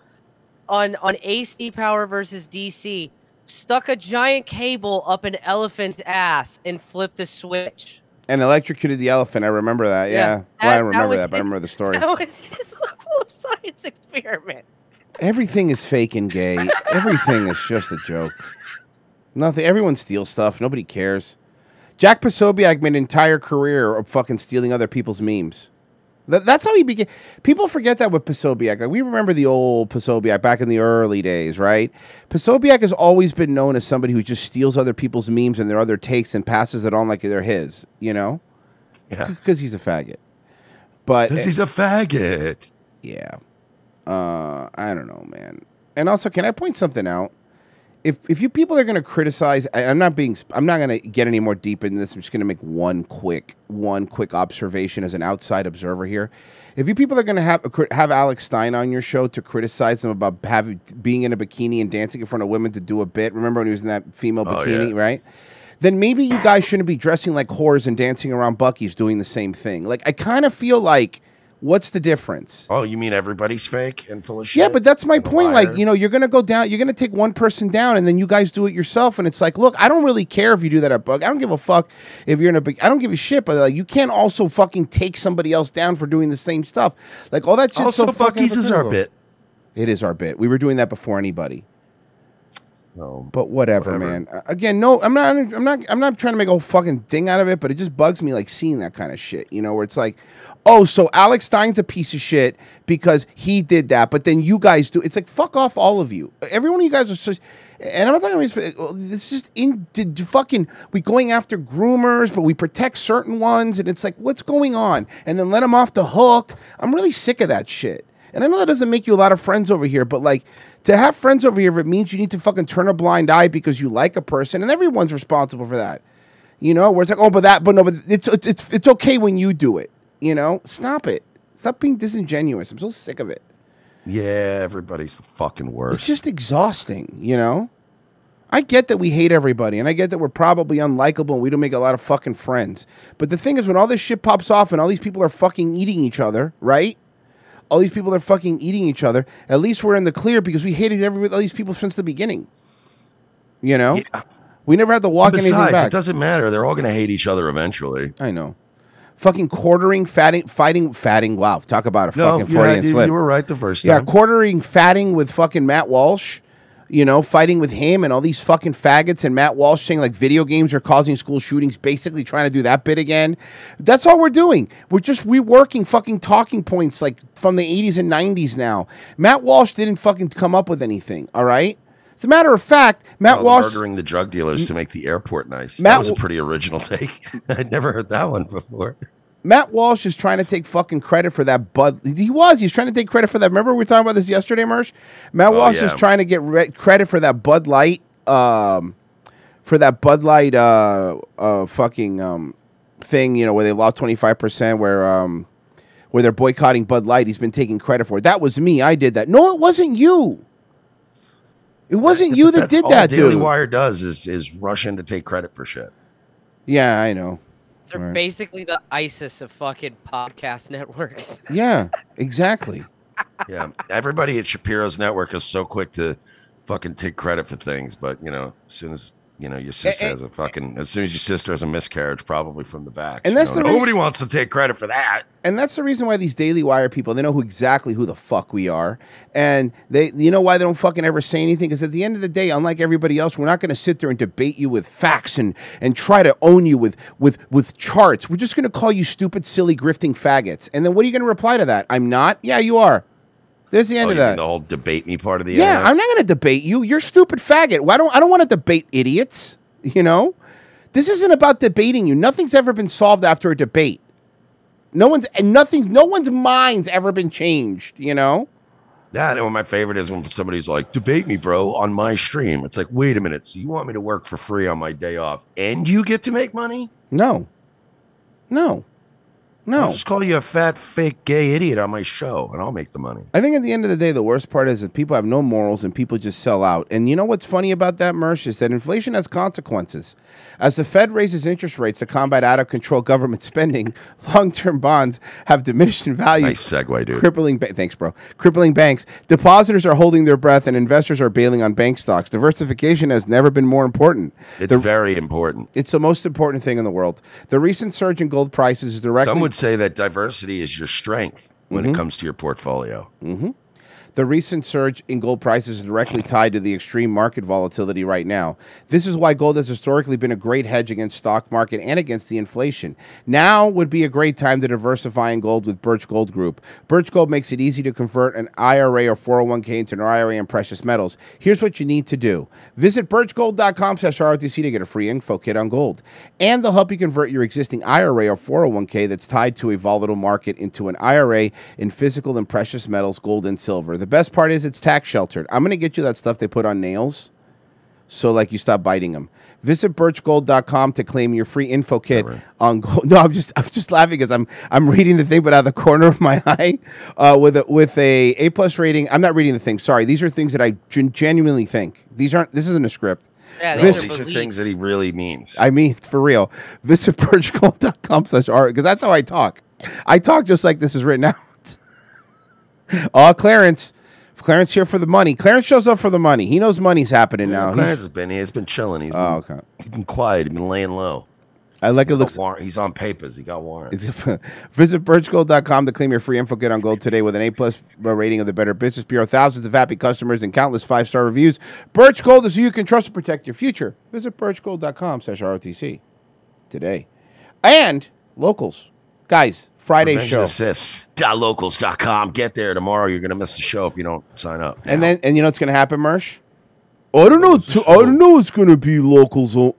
on, on AC power versus DC, stuck a giant cable up an elephant's ass and flipped the switch.
and electrocuted the elephant. I remember that. Yeah.
Yeah,
well, I don't
that- that
remember
was
that, but I
his-
remember the story.
That was his level of science experiment.
Everything is fake and gay. Everything is just a joke. Nothing. Everyone steals stuff. Nobody cares. Jack Posobiec made an entire career of fucking stealing other people's memes. That, that's how he began. People forget that with Posobiec. Like we remember the old Posobiec back in the early days, right? Posobiec has always been known as somebody who just steals other people's memes and their other takes and passes it on like they're his. You know?
Yeah.
Because he's a faggot. But
'Cause he's a faggot.
Yeah. Uh, I don't know, man. And also, can I point something out? If if you people are going to criticize, I, I'm not being, sp- I'm not going to get any more deep in this. I'm just going to make one quick, one quick observation as an outside observer here. If you people are going to have a cri- have Alex Stein on your show to criticize him about having being in a bikini and dancing in front of women to do a bit, remember when he was in that female
Oh,
bikini,
yeah.
right? Then maybe you guys shouldn't be dressing like whores and dancing around Bucky's doing the same thing. Like I kind of feel like, what's the difference?
Oh, you mean everybody's fake and full of shit?
Yeah, but that's my
and a
point.
liar?
Like, you know, you're gonna go down, you're gonna take one person down, and then you guys do it yourself. And it's like, look, I don't really care if you do that at Bug. I don't give a fuck if you're in a big. I don't give a shit. But like, you can't also fucking take somebody else down for doing the same stuff. Like all that shit's
Also,
so fucking.
Buc-ee's is our
hypocritical.
bit.
It is our bit. We were doing that before anybody.
No,
but whatever, man. Uh, Again, no, I'm not. I'm not. I'm not trying to make a whole fucking thing out of it. But it just bugs me like seeing that kind of shit. You know, where it's like, oh, so Alex Stein's a piece of shit because he did that, but then you guys do. It's like fuck off, all of you. Every one of you guys are such. And I'm not talking about well, this. Is just in did you fucking we going after groomers, but we protect certain ones, and it's like what's going on? And then let them off the hook. I'm really sick of that shit. And I know that doesn't make you a lot of friends over here, but like to have friends over here, if it means you need to fucking turn a blind eye because you like a person, and everyone's responsible for that. You know, where it's like, oh, but that, but no, but it's it's it's, it's okay when you do it. You know, stop it. Stop being disingenuous. I'm so sick of it.
Yeah, everybody's the fucking worst.
It's just exhausting, you know? I get that we hate everybody, and I get that we're probably unlikable and we don't make a lot of fucking friends. But the thing is, when all this shit pops off and all these people are fucking eating each other, right? All these people are fucking eating each other. At least we're in the clear because we hated every all these people since the beginning. You know, we never had to walk anything
Besides,
back.
it doesn't matter. They're all going to hate each other eventually.
I know. Fucking quartering, fatting, fighting, fatting. Wow, talk about a
No,
fucking
you, had-
Freudian
you-
slip.
you were right the first
Yeah,
time.
quartering, fatting with fucking Matt Walsh, you know, fighting with him and all these fucking faggots and Matt Walsh saying like video games are causing school shootings, basically trying to do that bit again. That's all we're doing. We're just reworking fucking talking points like from the 80s and 90s now. Matt Walsh didn't fucking come up with anything, all right? As a matter of fact, Matt
Well,
Walsh.
murdering the drug dealers to make the airport nice.
Matt
that was a
Wa-
pretty original take. I'd never heard that one before.
Matt Walsh is trying to take fucking credit for that Bud. He was. He's trying to take credit for that. Remember we were talking about this yesterday, Mersh? Matt
Oh,
Walsh
yeah.
is trying to get re- credit for that Bud Light, um, for that Bud Light, uh, uh, fucking um, thing. You know where they lost twenty five percent, where um, where they're boycotting Bud Light. He's been taking credit for it. That was me. I did that. No, it wasn't you. It wasn't you that
That's
did
all
that,
Daily
dude.
Wire does is is rushing to take credit for shit.
Yeah, I know.
They're
Right.
basically the ISIS of fucking podcast networks.
Yeah, exactly.
yeah, everybody at Shapiro's network is so quick to fucking take credit for things, but you know, as soon as you know your sister has a fucking, as soon as your sister has a miscarriage, probably from the vax,
And
you
that's
know,
the re-
nobody wants to take credit for that.
And that's the reason why these Daily Wire people, they know who exactly who the fuck we are. And they you know why they don't fucking ever say anything? Because at the end of the day, unlike everybody else, we're not gonna sit there and debate you with facts and and try to own you with with with charts. We're just gonna call you stupid, silly, grifting faggots. And then what are you gonna reply to that? I'm not? Yeah, you are. There's the end
oh,
of
you
that.
mean The whole debate me part of the
Yeah,
internet?
I'm not going to debate you. You're a stupid faggot. Why don't I don't want to debate idiots? You know, this isn't about debating you. Nothing's ever been solved after a debate. No one's and nothing's no one's mind's ever been changed. You know,
That and my favorite is when somebody's like, "Debate me, bro, on my stream." It's like, wait a minute, so you want me to work for free on my day off, and you get to make money?
No, no, no.
I'll just call you a fat, fake, gay idiot on my show, and I'll make the money.
I think at the end of the day, the worst part is that people have no morals and people just sell out. And you know what's funny about that, Mersh, is that inflation has consequences. As the Fed raises interest rates to combat out of control government spending, long term bonds have diminished in value.
Nice segue, dude.
Crippling ba- thanks, bro. Crippling banks. Depositors are holding their breath, and investors are bailing on bank stocks. Diversification has never been more important.
It's very important.
It's the most important thing in the world. The recent surge in gold prices is directly.
Some would say that diversity is your strength when
Mhm.
it comes to your portfolio.
hmm The recent surge in gold prices is directly tied to the extreme market volatility right now. This is why gold has historically been a great hedge against stock market and against the inflation. Now would be a great time to diversify in gold with Birch Gold Group. Birch Gold makes it easy to convert an IRA or 401k into an IRA in precious metals. Here's what you need to do. Visit birchgold.com slash ROTC to get a free info kit on gold. And they'll help you convert your existing IRA or 401k that's tied to a volatile market into an IRA in physical and precious metals, gold and silver. The best part is it's tax sheltered. I'm going to get you that stuff they put on nails. So like you stop biting them. Visit birchgold.com to claim your free info kit on gold. No, I'm just I'm just laughing because I'm I'm reading the thing, but out of the corner of my eye, uh, with a, with a A plus rating. I'm not reading the thing. Sorry, these are things that I gen- genuinely think. These aren't. This isn't a script. This-
these are things that he really means.
I mean, for real. Visit birchgold.com slash art because that's how I talk. I talk just like this is written out. All Clarence. Clarence here for the money. Clarence shows up for the money. He knows money's happening now. He's-
Clarence has been he's been chilling. He's
Oh,
been,
okay.
He's been quiet. He's been laying low.
I like
He
it
got
looks.
warrant- He's on papers. He got warrants.
Visit birchgold.com to claim your free info kit on gold today with an A plus uh, rating of the Better Business Bureau, thousands of happy customers, and countless five star reviews. Birch Gold is who you can trust to protect your future. Visit birchgold.com slash ROTC today. And locals. Guys, Friday
Revenge
show.
Assists. Locals.com. Get there tomorrow. You're gonna miss the show if you don't sign up.
And then, and you know what's going to happen, Mersh? I don't know. t- I don't know. It's going to be locals. o-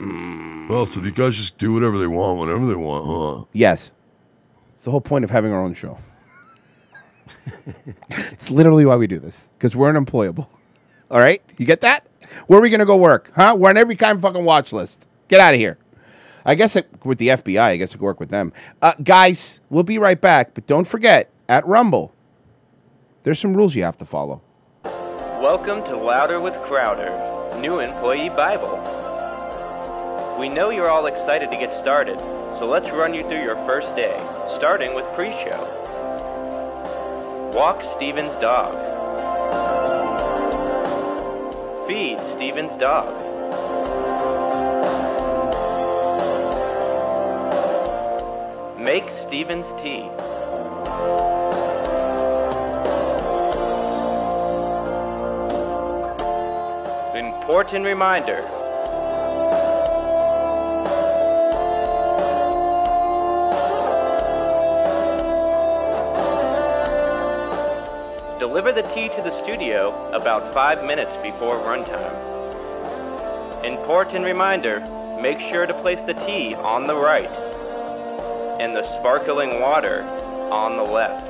Well, so the guys just do whatever they want, whenever they want, huh?
Yes. It's the whole point of having our own show. it's literally why we do this because we're unemployable. All right? You get that? Where are we going to go work? Huh? We're on every kind of fucking watch list. Get out of here. I guess it, with the FBI, I guess it could work with them. Uh, guys, we'll be right back, but don't forget at Rumble, there's some rules you have to follow.
Welcome to Louder with Crowder, new employee Bible. We know you're all excited to get started, so let's run you through your first day, starting with pre show. Walk Steven's dog. Feed Steven's dog. Make Steven's tea. Important reminder Deliver the tea to the studio about five minutes before runtime. Important reminder make sure to place the tea on the right and the sparkling water on the left.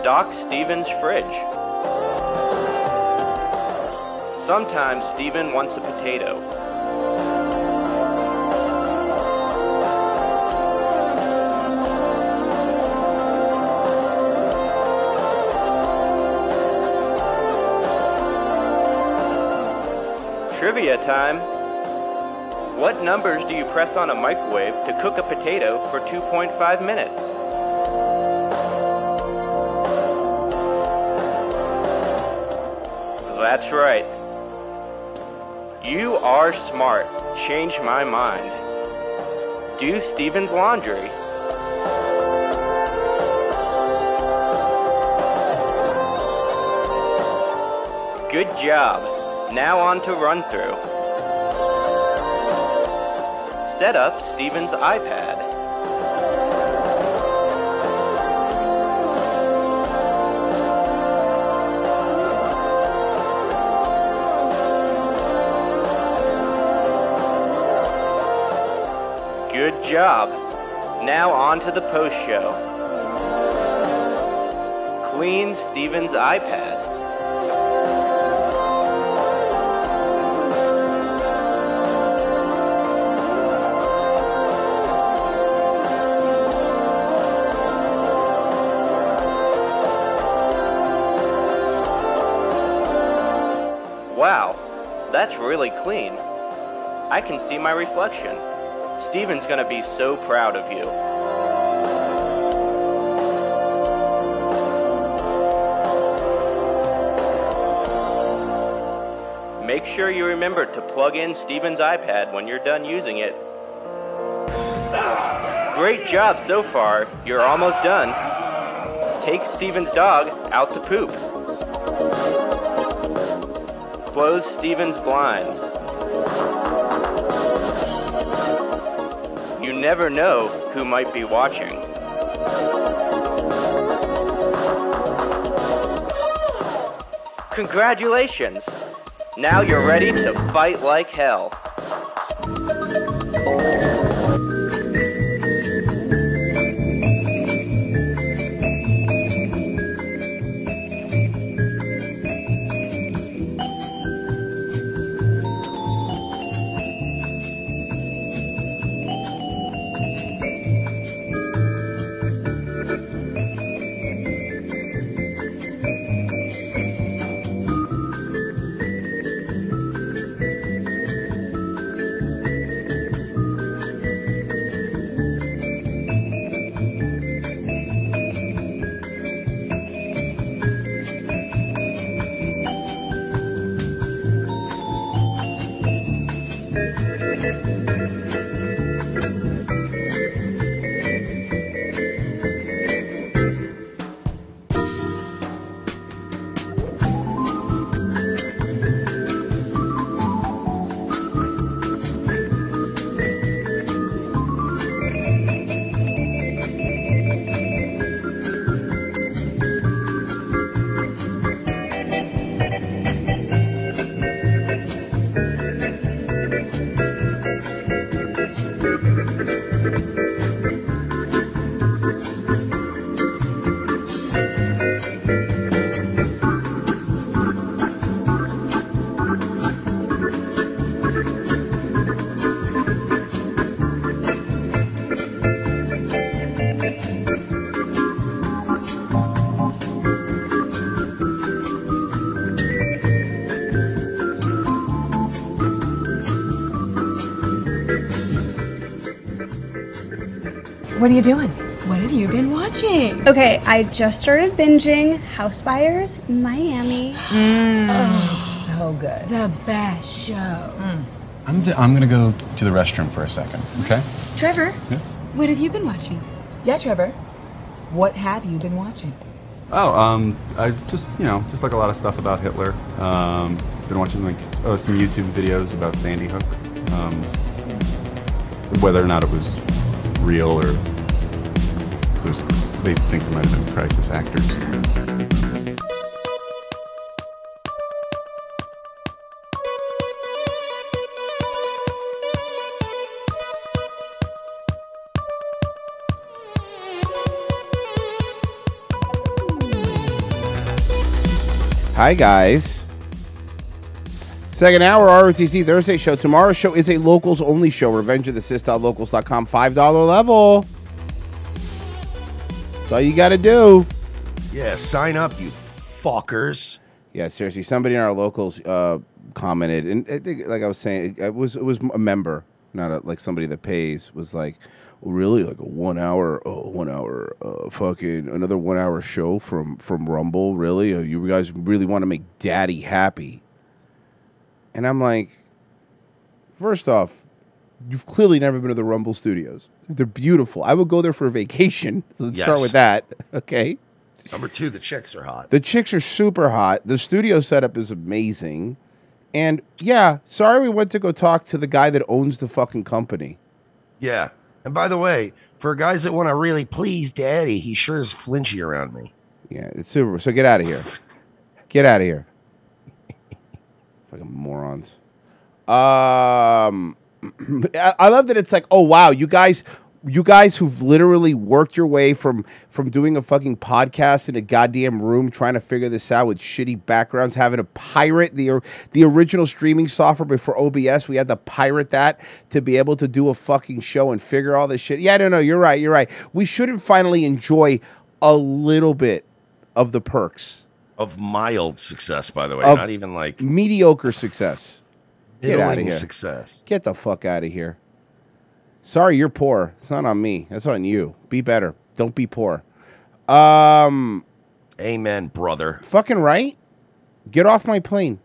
Stock Steven's fridge. Sometimes Steven wants a potato. Trivia time. What numbers do you press on a microwave to cook a potato for 2.5 minutes? That's right. You are smart. Change my mind. Do Steven's laundry. Good job. Now on to run through. Set up Steven's iPad. Good job. Now on to the post show. Clean Steven's iPad. Wow, that's really clean. I can see my reflection. Steven's gonna be so proud of you. Make sure you remember to plug in Steven's iPad when you're done using it. Great job so far, you're almost done. Take Steven's dog out to poop. Close Steven's blinds. You never know who might be watching. Congratulations! Now you're ready to fight like hell.
What are you doing?
What have you been watching? Okay, I just started binging House Buyers Miami.
Oh, so good.
Mm.
Mm.
The best show.
I'm, d- I'm gonna go to the restroom for a second, okay?
Trevor,
Yeah.
what have you been watching?
Yeah, Trevor. What have you been watching?
Oh, um, I just, you know, just like a lot of stuff about Hitler. Um, been watching like, oh, some YouTube videos about Sandy Hook. Um, whether or not it was real or 'cause there's- they think it might have been crisis actors.
Hi, guys. Second hour ROTC Thursday show. Tomorrow's show is a locals only show. Revenge of the Sis.locals.com $5 level. That's all you got to do.
Yeah, sign up, you fuckers.
Yeah, seriously. Somebody in our locals uh, commented, and I think, like I was saying, it was it was a member, not a, like somebody that pays, was like, really, like a one hour, uh, one hour, uh, fucking another one hour show from from Rumble. Really, Uh, you guys really want to make Daddy happy? And I'm like, first off, you've clearly never been to the Rumble Studios. They're beautiful. I would go there for a vacation. Let's start
Yes.
with that. Okay.
Number two, the chicks are hot.
The chicks are super hot. The studio setup is amazing. And yeah, sorry we went to go talk to the guy that owns the fucking company.
Yeah. And by the way, for guys that want to really please daddy, he sure is flinchy around me.
Yeah, it's super. So get out of here. Get out of here. fucking morons. Um, I I love that it's like, oh wow, you guys, you guys who've literally worked your way from from doing a fucking podcast in a goddamn room trying to figure this out with shitty backgrounds, having to pirate the or- the original streaming software before OBS, we had to pirate that to be able to do a fucking show and figure all this shit. Yeah, no, no, you're right, you're right. We should finally enjoy a little bit of the perks
Of mild success, by the way.
Of
Not even like
mediocre success. Get out of
middling
here.
success.
Get the fuck out of here. Sorry, you're poor. It's not on me. That's on you. Be better. Don't be poor. Um,
Amen, brother.
Fucking right. Get off my plane.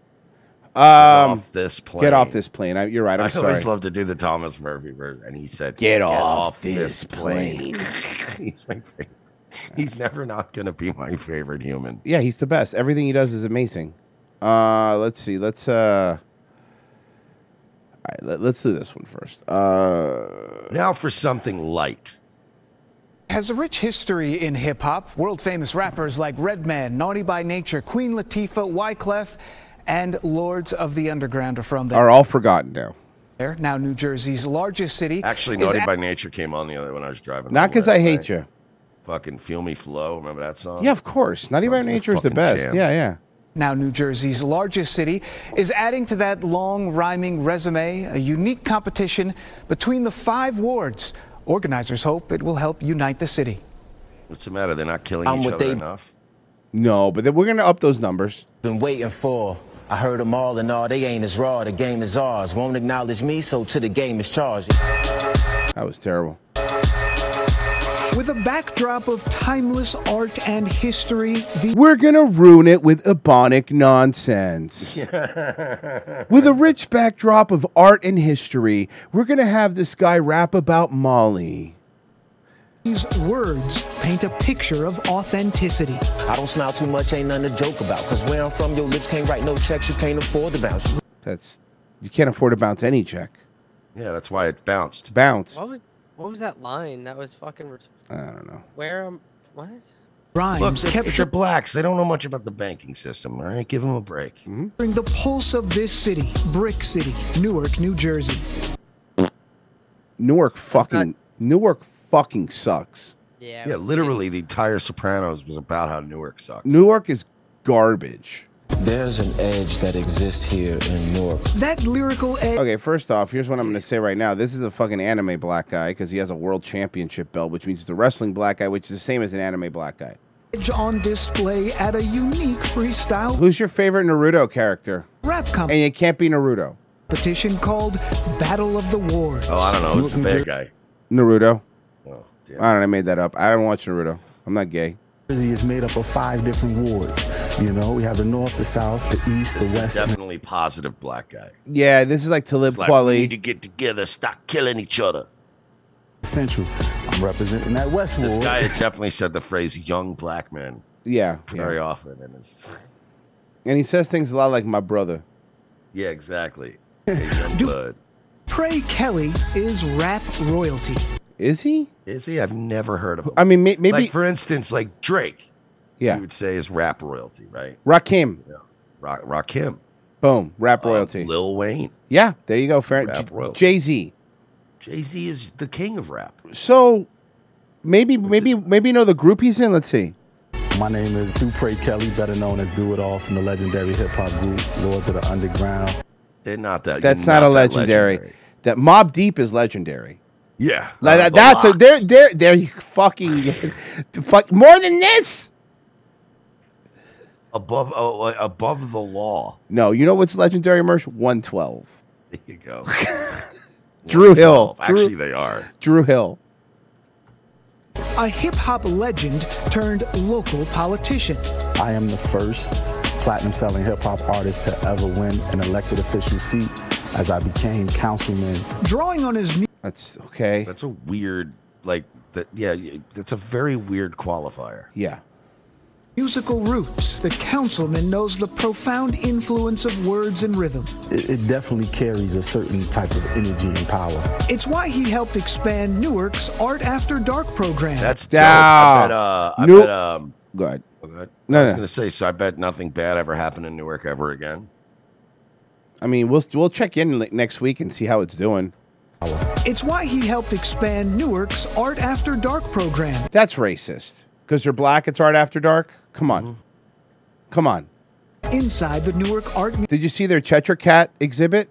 Um,
off this plane.
Get off this plane. I, you're right. I'm
I
sorry.
always love to do the Thomas Murphy version. And he said,
Get off this
he's my favorite. He's never not going to be my favorite human.
yeah, he's the best. Everything he does is amazing. Uh, let's see. Let's uh, all right, let, let's do this one first. Uh,
now for something light.
Has a rich history in hip hop. World famous rappers like Redman, Naughty by Nature, Queen Latifah, Wyclef, and Lords of the Underground are from
Are all forgotten now.
there. Now New Jersey's largest city.
Actually,
is
Naughty by Nature came on the other when I was driving.
Not
home
because
last
I hate
night.
you.
Fucking Feel Me Flow. Remember that song?
Yeah, of course. Naughty by
Song's the
Nature is the
fucking
best.
jam.
Yeah, yeah.
now New Jersey's largest city, is adding to that long rhyming resume a unique competition between the five wards. Organizers hope it will help unite the city.
What's the matter? They're not killing
I'm
each
with
other
they-
enough.
No, but then we're gonna up those numbers.
Been waiting for. I heard them all and all. They ain't as raw. The game is ours. Won't acknowledge me, so to the game is charged.
That was terrible.
With a backdrop of timeless art and history, the
We're gonna ruin it with ebonic nonsense. With a rich backdrop of art and history, we're gonna have this guy rap about Molly.
These words paint a picture of authenticity.
I don't smile too much, ain't nothing to joke about. Cause where I'm from, your lips can't write no checks, you can't afford to bounce.
That's you can't afford to bounce any check.
Yeah, that's why it bounced. It's
bounced.
What was what was that line? That was fucking. Ret-
I don't know.
Where am what?
Look, they're, they're blacks. They don't know much about the banking system. All right, give them a break.
Mm-hmm.
During the pulse of this city, Brick City, Newark, New Jersey.
Newark fucking Newark fucking sucks.
Yeah,
yeah. Literally, the entire Sopranos was about how Newark sucks.
Newark is garbage.
There's an edge that exists here in Newark.
That lyrical edge.
Okay, first off, here's what I'm going to say right now. This is a fucking anime black guy because he has a world championship belt, which means he's a wrestling black guy, which is the same as an anime black guy.
edge on display at a unique freestyle
Who's your favorite Naruto character?
rap
And it can't be Naruto.
competition called Battle of the Wards.
Oh, I don't know. It's the bad guy. Oh,
Naruto. I don't know. I made that up. I don't watch Naruto. I'm not gay.
Jersey is made up of five different wards. You know, we have the north, the south, the east, the west.
Definitely positive black guy.
Yeah, this is like Talib
It's like we need to
Kweli.
get together, stop killing each other.
Central. I'm representing that West
This
Ward.
guy has definitely said the phrase "young black man"
Yeah,
very
yeah.
often, and it's
And he says things a lot like my brother.
yeah, exactly. Hey, young blood.
Trey Kelly is rap royalty.
Is he?
Is he? I've never heard of him.
I mean, may- maybe
Like for instance, like Drake.
Yeah.
you would say is rap royalty, right?
Rakim.
Rock, Rakim, Uh,
Boom, rap royalty.
Lil Wayne.
Yeah, there you go. Fair.
Rap royalty.
Jay Z.
Jay Z is the king of rap.
So maybe, maybe, maybe you know the group he's in. Let's see.
My name is Dupre Kelly, better known as Do It All from the legendary hip hop group Lords of the Underground.
They're Uh, not that. Uh,
That's not, a legendary. That Mob Deep is legendary.
Yeah,
Like that, that's a there, there, there. You fucking fuck more than this.
above oh, uh, above the law.
No, you know what's legendary, Mersh? One twelve.
There you go.
Drew Hill. Drew-
Actually, they are.
Drew Hill.
A hip hop legend turned local politician.
I am the first platinum selling hip hop artist to ever win an elected official seat as I became councilman.
Drawing on his mu-
That's okay.
That's a weird like that. Yeah, y- that's a very weird qualifier.
Yeah.
musical roots, the councilman knows the profound influence of words and rhythm.
It, it definitely carries a certain type of energy and power.
It's why he helped expand Newark's Art After Dark program.
That's dope. I bet, uh, I bet, um,
go ahead.
Go ahead.
No,
I was
no.
going to say, so I bet nothing bad ever happened in Newark ever again.
I mean, we'll we'll check in like, next week and see how it's doing.
It's why he helped expand Newark's Art After Dark program.
That's racist. Because they're black, it's art after dark. Come on. Come on.
Mm-hmm. Inside the Newark Art
Did you see their Chetra Cat exhibit?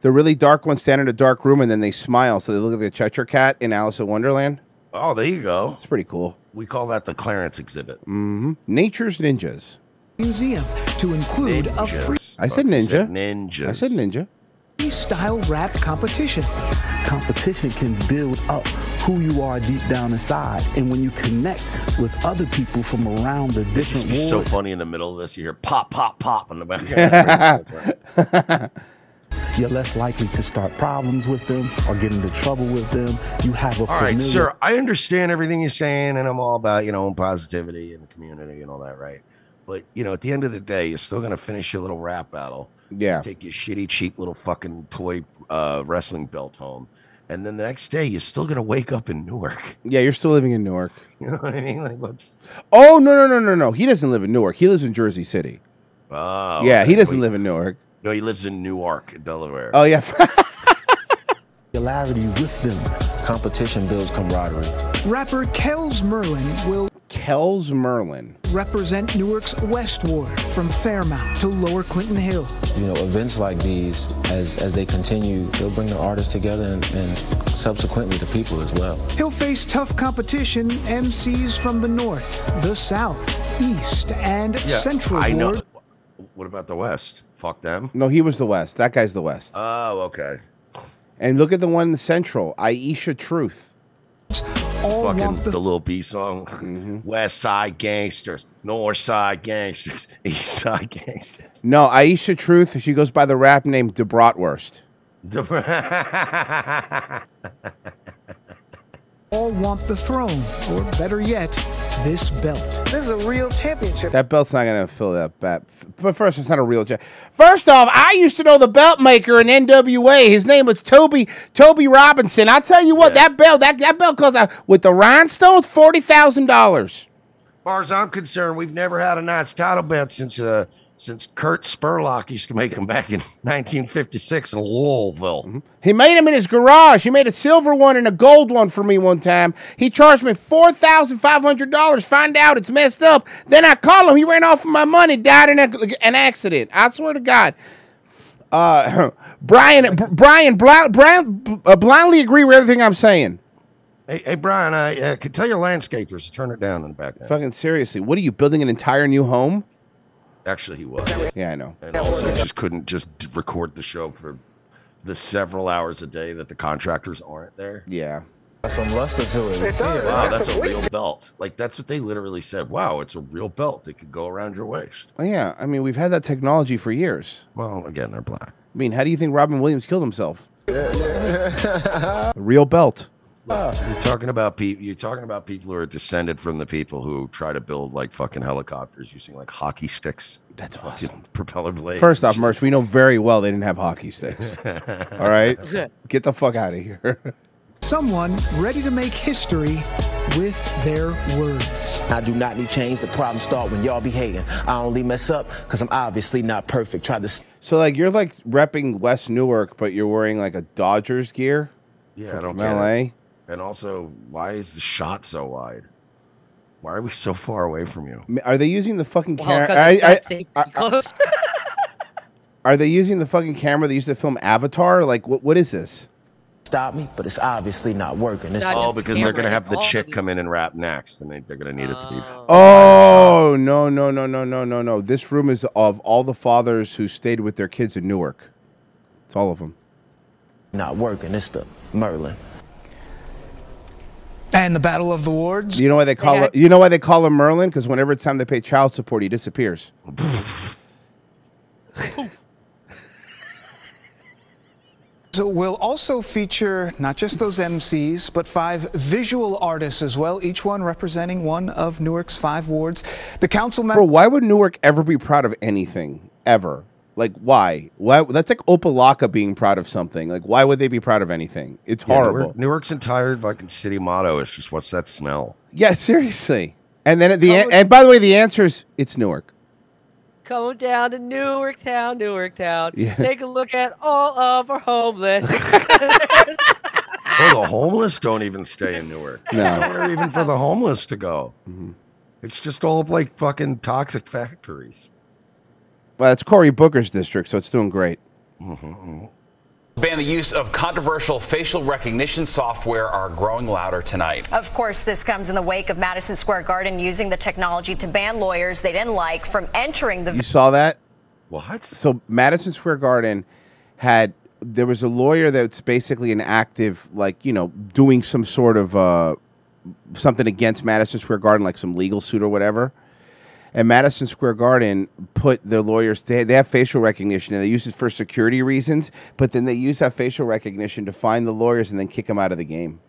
The really dark ones stand in a dark room and then they smile. So they look like the Chetra Cat in Alice in Wonderland.
Oh, there you go. It's
pretty cool.
We call that the Clarence exhibit.
hmm Nature's Ninjas.
Museum to include a free
I said
Fuck,
ninja.
he said
ninjas.
I said ninja.
freestyle rap competition.
Competition can build up who you are deep down inside. And when you connect with other people from around the
It'd just
different
be so
wards,
funny in the middle of this. You hear pop, pop, pop in the background.
you're less likely to start problems with them or get into trouble with them. You have a
all right,
familiar
sir. I understand everything you're saying, and I'm all about you know positivity and community and all that, right? But you know, at the end of the day, you're still going to finish your little rap battle.
Yeah.
Take your shitty, cheap little fucking toy uh, wrestling belt home, and then the next day, you're still going to wake up in Newark.
Yeah, you're still living in Newark.
You know what I mean? Like what's
Oh, no, no, no, no, no. He doesn't live in Newark. He lives in Jersey City.
Oh,
yeah, he
okay.
doesn't live in Newark.
No, he lives in Newark, Delaware.
Oh, yeah.
familiarity with them. Competition builds camaraderie.
Rapper Kels Merlin will
Kels Merlin.
represent Newark's West Ward from Fairmount to Lower Clinton Hill.
You know, events like these, as as they continue, they'll bring the artists together and, and subsequently the people as well.
He'll face tough competition MCs from the north, the south, east, and
Yeah,
central
I know.
ward.
What about the West? Fuck them.
No, he was the West. That guy's the West.
Oh, okay.
And look at the one in the Central, Aisha Truth.
All
Fucking
want
the,
the
little B song.
Mm-hmm.
West Side Gangsters, North Side Gangsters, East Side Gangsters.
No, Aisha Truth, she goes by the rap name DeBratwurst.
all want the throne, or better yet, this belt. This is a real championship.
That belt's not going to fill that bat. But first, it's not a real jack. First off, I used to know the belt maker in NWA. His name was Toby Toby Robinson. I tell you what, that belt that, that belt costs uh, with the rhinestones forty thousand dollars.
far as I'm concerned, we've never had a Knights title belt since uh, since Kurt Spurlock used to make them back in 1956 in Louisville.
He made them in his garage. He made a silver one and a gold one for me one time. He charged me four thousand five hundred dollars. Find out it's messed up. Then I call him. He ran off with my money. Died in a, an accident. I swear to God. Uh, Brian, Br- Brian, Bla- Brown, uh, blindly agree with everything I'm saying.
Hey, hey Brian, I uh, could tell your landscapers to turn it down in the back.
Fucking seriously, what are you building an entire new home?
Actually, he was.
Yeah, I know.
And also, just couldn't just d- record the show for the several hours a day that the contractors aren't there.
Yeah.
Got some luster to it.
Wow, that's a real belt. Like that's what they literally said. Wow, it's a real belt. It could go around your waist.
Well, yeah, I mean we've had that technology for years.
Well, again, they're black.
I mean, how do you think Robin Williams killed himself? A real belt.
You're talking about people. You're talking about people who are descended from the people who try to build like fucking helicopters using like hockey sticks.
That's
awesome. Propeller blades.
First off, Merce, we know very well they didn't have hockey sticks. All right, get the fuck out of here.
Someone ready to make history with their words.
I do not need change. The problem start when y'all be hating. I only mess up because I'm obviously not perfect. Try to
So like you're like repping West Newark, but you're wearing like a Dodgers gear.
Yeah,
from-
I don't
from
get it.
LA.
And also, why is the shot so wide? Why are we so far away from you?
M- Are they using the fucking
Well,
camera?
'cause
I-
it's
I-
not safety
I- I- Are they using the fucking camera they used to film Avatar? Like, what? What is this?
Stop me, but it's obviously not working.
It's all Oh, because they're gonna have the chick come in and rap next, and they, they're gonna need it to be.
Oh no no no no no no no! This room is of all the fathers who stayed with their kids in Newark. It's all of them.
Not working. It's the Merlin.
And the Battle of the Wards.
You know why they call it? You know why they call him Merlin? Because whenever it's time to pay child support, he disappears.
So we'll also feature not just those MCs, but five visual artists as well, each one representing one of Newark's five wards. The council member.
Bro, why would Newark ever be proud of anything ever? Like, why? Why? That's like Opalaka being proud of something. Like, why would they be proud of anything? It's
Yeah, Newark-
horrible.
Newark's entire fucking city motto is just what's that smell?
Yeah, seriously. And then at the end, and by the way, the answer is it's Newark.
Come down to Newark Town, Newark Town.
Yeah.
Take a look at all of our homeless.
Oh, the homeless don't even stay in Newark.
No.
There's nowhere even for the homeless to go. Mm-hmm. It's just all like fucking toxic factories.
Well, it's Cory Booker's district, so it's doing great.
Ban the use of controversial facial recognition software are growing louder tonight.
Of course, this comes in the wake of Madison Square Garden using the technology to ban lawyers they didn't like from entering the
You saw that?
What?
So Madison Square Garden had there was a lawyer that's basically an active, like you know, doing some sort of uh, something against Madison Square Garden, like some legal suit or whatever. And Madison Square Garden put their lawyers. They, they have facial recognition, and they use it for security reasons. But then they use that facial recognition to find the lawyers and then kick them out of the game.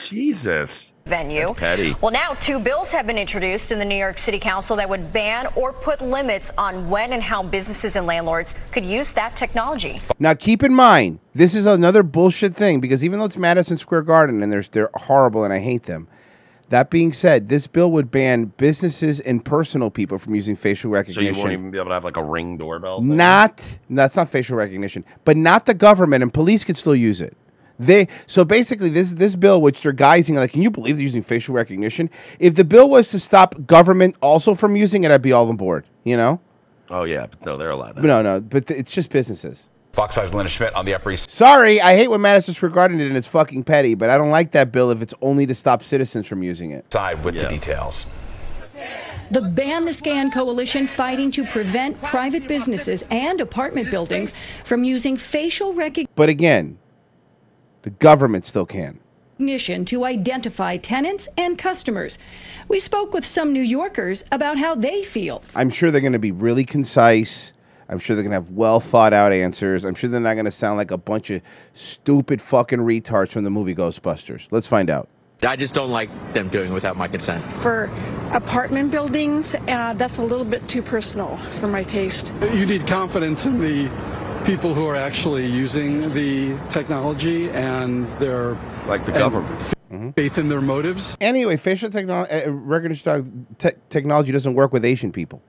Jesus.
venue.
That's petty.
Well, now two bills have been introduced in the New York City Council that would ban or put limits on when and how businesses and landlords could use that technology.
Now keep in mind, this is another bullshit thing because even though it's Madison Square Garden and there's they're horrible and I hate them. That being said, this bill would ban businesses and personal people from using facial
So you
recognition.
won't even be able to have like a ring doorbell. thing?
not no, that's not facial recognition, but not the government and police could still use it. They so basically this this bill, which they're guising like, can you believe they're using facial recognition? If the bill was to stop government also from using it, I'd be all on board. You know?
Oh yeah, but no, they're allowed.
But no, no, but th- it's just businesses.
Fox 5's Linda Schmidt on the Upper East
Sorry, I hate when Madison Square Garden did and it's fucking petty, but I don't like that bill if it's only to stop citizens from using it.
Side with the details.
The Ban the Scan Coalition fighting to prevent private businesses and apartment buildings from using facial
But again, the government still can.
recognition to identify tenants and customers. We spoke with some New Yorkers about how they feel.
I'm sure they're going to be really concise. I'm sure they're going to have well thought out answers. I'm sure they're not going to sound like a bunch of stupid fucking retards from the movie Ghostbusters. Let's find out.
I just don't like them doing it without my consent.
For apartment buildings, uh, that's a little bit too personal for my taste.
You need confidence in the people who are actually using the technology and their
like the
government
Mm-hmm.
faith in their motives.
Anyway, facial techno- uh, recognition te- technology doesn't work with Asian people.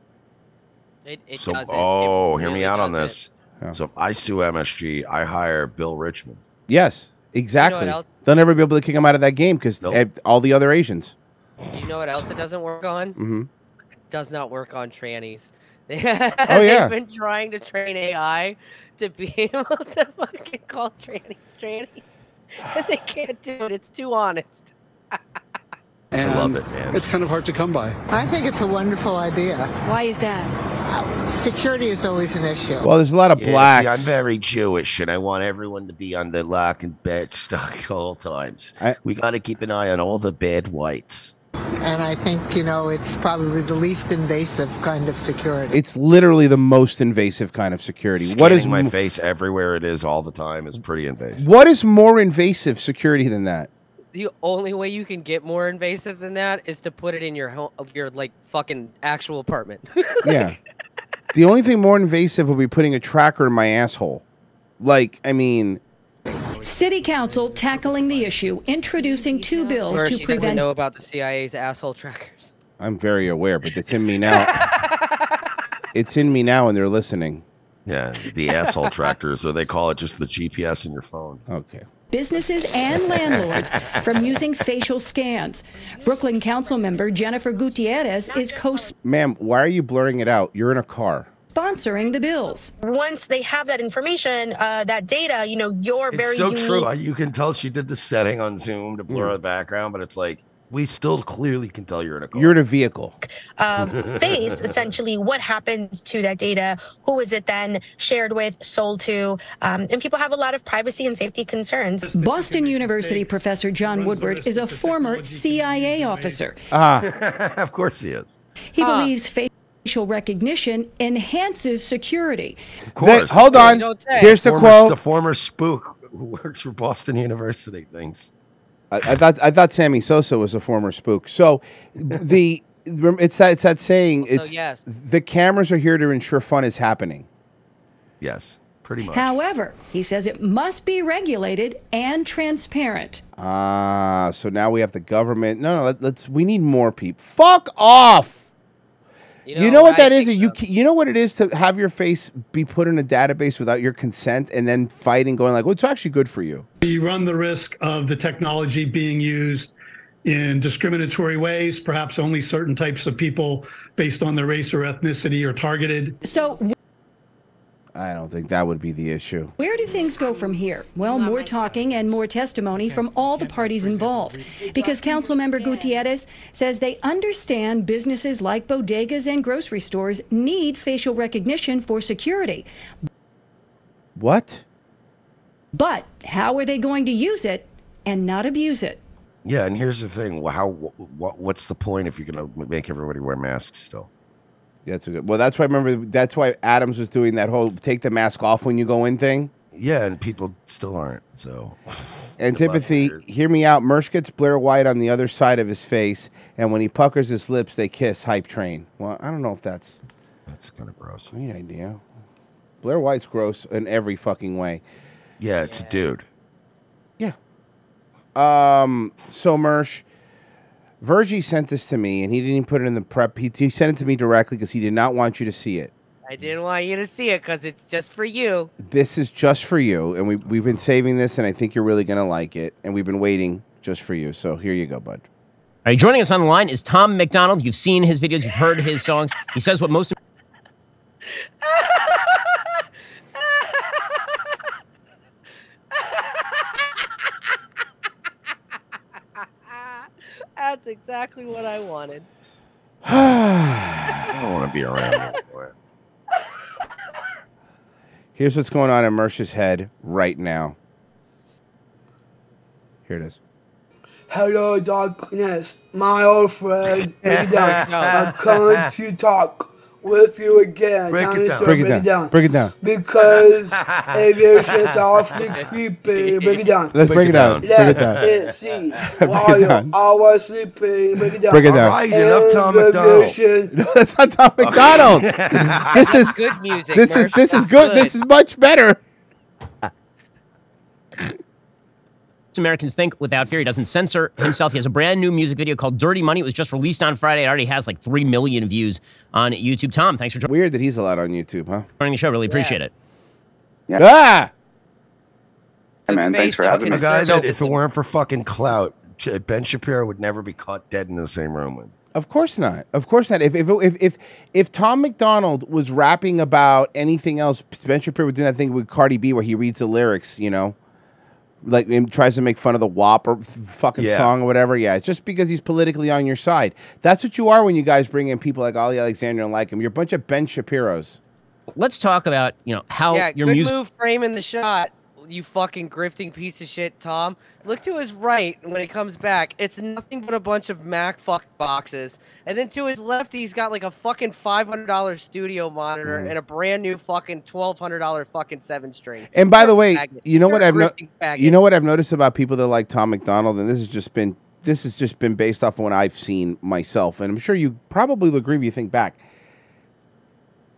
It, it
so,
doesn't.
oh,
It
hear me
really
out on
doesn't.
this. So if I sue MSG, I hire Bill Richmond.
Yes, exactly.
else-
They'll never be able to kick him out of that game because all the other Asians.
You know what else it doesn't work on?
hmm
does not work on trannies. oh
yeah.
They've been trying to train AI to be able to fucking call trannies trannies. And they can't do it. It's too honest.
And
I love it, man.
It's kind of hard to come by.
I think it's a wonderful idea. Why is that? Security is always an issue.
Well, there's a lot of
Yeah, see,
blacks.
I'm very Jewish, and I want everyone to be under lock and bed stock at all times. we got to keep an eye on all the bad whites.
And I think, you know, it's probably the least invasive kind of security.
It's literally the most invasive kind of security.
Scanning
what is
my
m-
face everywhere it is all the time is pretty invasive.
what is more invasive security than that?
The only way you can get more invasive than that is to put it in your home, of your like fucking actual apartment.
Yeah. the only thing more invasive would be putting a tracker in my asshole. Like, I mean,
City Council tackling the issue, introducing two bills
Where
to
she doesn't
prevent
know about the CIA's asshole trackers.
I'm very aware, but it's in me now. it's in me now, and they're listening.
Yeah, the asshole tractors, or they call it just the GPS in your phone.
Okay.
businesses and landlords from using facial scans. Brooklyn Council member Jennifer Gutierrez is
Ma'am, why are you blurring it out? You're in a car.
co-sponsoring the bills.
Once they have that information, uh, that data, you know, you're
It's
very
so
unique.
true. I- You can tell she did the setting on Zoom to
Hmm.
blur the background, but it's like we still clearly can tell you're in a car.
You're in a vehicle.
um, face essentially what happens to that data who is it then shared with sold to um, and people have a lot of privacy and safety concerns
Boston University professor John Woodward is a former CIA officer.
Ah, of course he is.
He
Ah.
believes facial recognition enhances security.
Of course.
hold on. Here's the
Former-
quote.
The former spook who works for Boston University things.
I, I thought I thought Sammy Sosa was a former spook. So the it's that it's that saying. it's
yes.
the cameras are here to ensure fun is happening.
Yes, pretty
However, he says it must be regulated and transparent.
Ah, so now we have the government. No, no, let, let's. We need more people. Fuck off. You know, what that is? You ca- you know what it is to have your face be put in a database without your consent, and then fighting, going like, "Well, it's actually good for you."
You run the risk of the technology being used in discriminatory ways, perhaps only certain types of people based on their race or ethnicity are targeted.
So,
I don't think that would be the issue.
Where do things go from here? Well, more talking and more testimony from all the parties involved. Because Councilmember Gutierrez says they understand businesses like bodegas and grocery stores need facial recognition for security.
What?
But how are they going to use it and not abuse it?
Yeah, and here's the thing: wh- how what what's the point if you're gonna m- make everybody wear masks still?
That's a good. Well, that's why. I remember, that's why Adams was doing that whole "take the mask off when you go in" thing.
Yeah, and people still aren't. So
Antipathy, hear me out. Mersh gets Blair White on the other side of his face, and when he puckers his lips, they kiss. Hype train. Well, I don't know if that's
that's kind of gross.
Great idea. Blair White's gross in every fucking way.
Yeah, it's a dude.
Um. So Mersh, Virgie sent this to me, and he didn't even put it in the prep. He, he sent it to me directly because he did not want you to see it.
I didn't want you to see it because it's just for you.
This is just for you, and we we've been saving this, and I think you're really gonna like it, and we've been waiting just for you. So here you go, bud.
All right, joining us on the line is Tom McDonald. You've seen his videos, you've heard his songs. He says what most.
That's exactly what I wanted.
I don't want to be around him for it.
Here's what's going on in Mersh's head right now. Here it is.
Hello, darkness, my old friend. Break it down.
No.
I'm coming to talk with you again.
Break
Time
it
is
down.
to
Break it down. Break it down.
Because aviation is awfully creepy. Break it down.
Let's break it down. Break it
Let
down.
it sink
Break
while
it
you're
down.
always sleeping. Break it down.
Break it down. All right, you love Tom McDonald.
Aviation-
No, that's not Tom McDonald. this is
Good music,
This
Mersh.
is this is
That's
good.
good.
This is much better.
Most Americans Think Without Fear. He doesn't censor himself. He has a brand new music video called Dirty Money. It was just released on Friday. It already has like 3 million views on YouTube. Tom, thanks for joining
Weird that he's allowed on YouTube, huh?
the show. Really appreciate it.
Yeah. Ah!
Hey, man,
thanks for having me.
Guys,
So-
if it weren't for fucking clout, J- Ben Shapiro would never be caught dead in the same room with.
Of course not. Of course not. If if if if, if Tom McDonald was rapping about anything else, Ben Shapiro would do that thing with Cardi B where he reads the lyrics, you know, like and tries to make fun of the WAP or f- fucking
Yeah.
song or whatever. Yeah, it's just because he's politically on your side. That's what you are when you guys bring in people like Ollie Alexander and like him. You're a bunch of Ben Shapiros.
Let's talk about you know how
yeah, good move framing the shot. You fucking grifting piece of shit, Tom. Look to his right when he comes back. It's nothing but a bunch of Mac fuck boxes. And then to his left, he's got like a fucking five hundred dollar studio monitor
Mm.
and a brand new fucking twelve hundred dollar fucking seven string.
And by the way,
faggot.
you know
You're
what
a
I've no-
grifting faggot.
you know what I've noticed about people that like Tom McDonald, and this has just been this has just been based off of what I've seen myself, and I'm sure you probably will agree if you think back.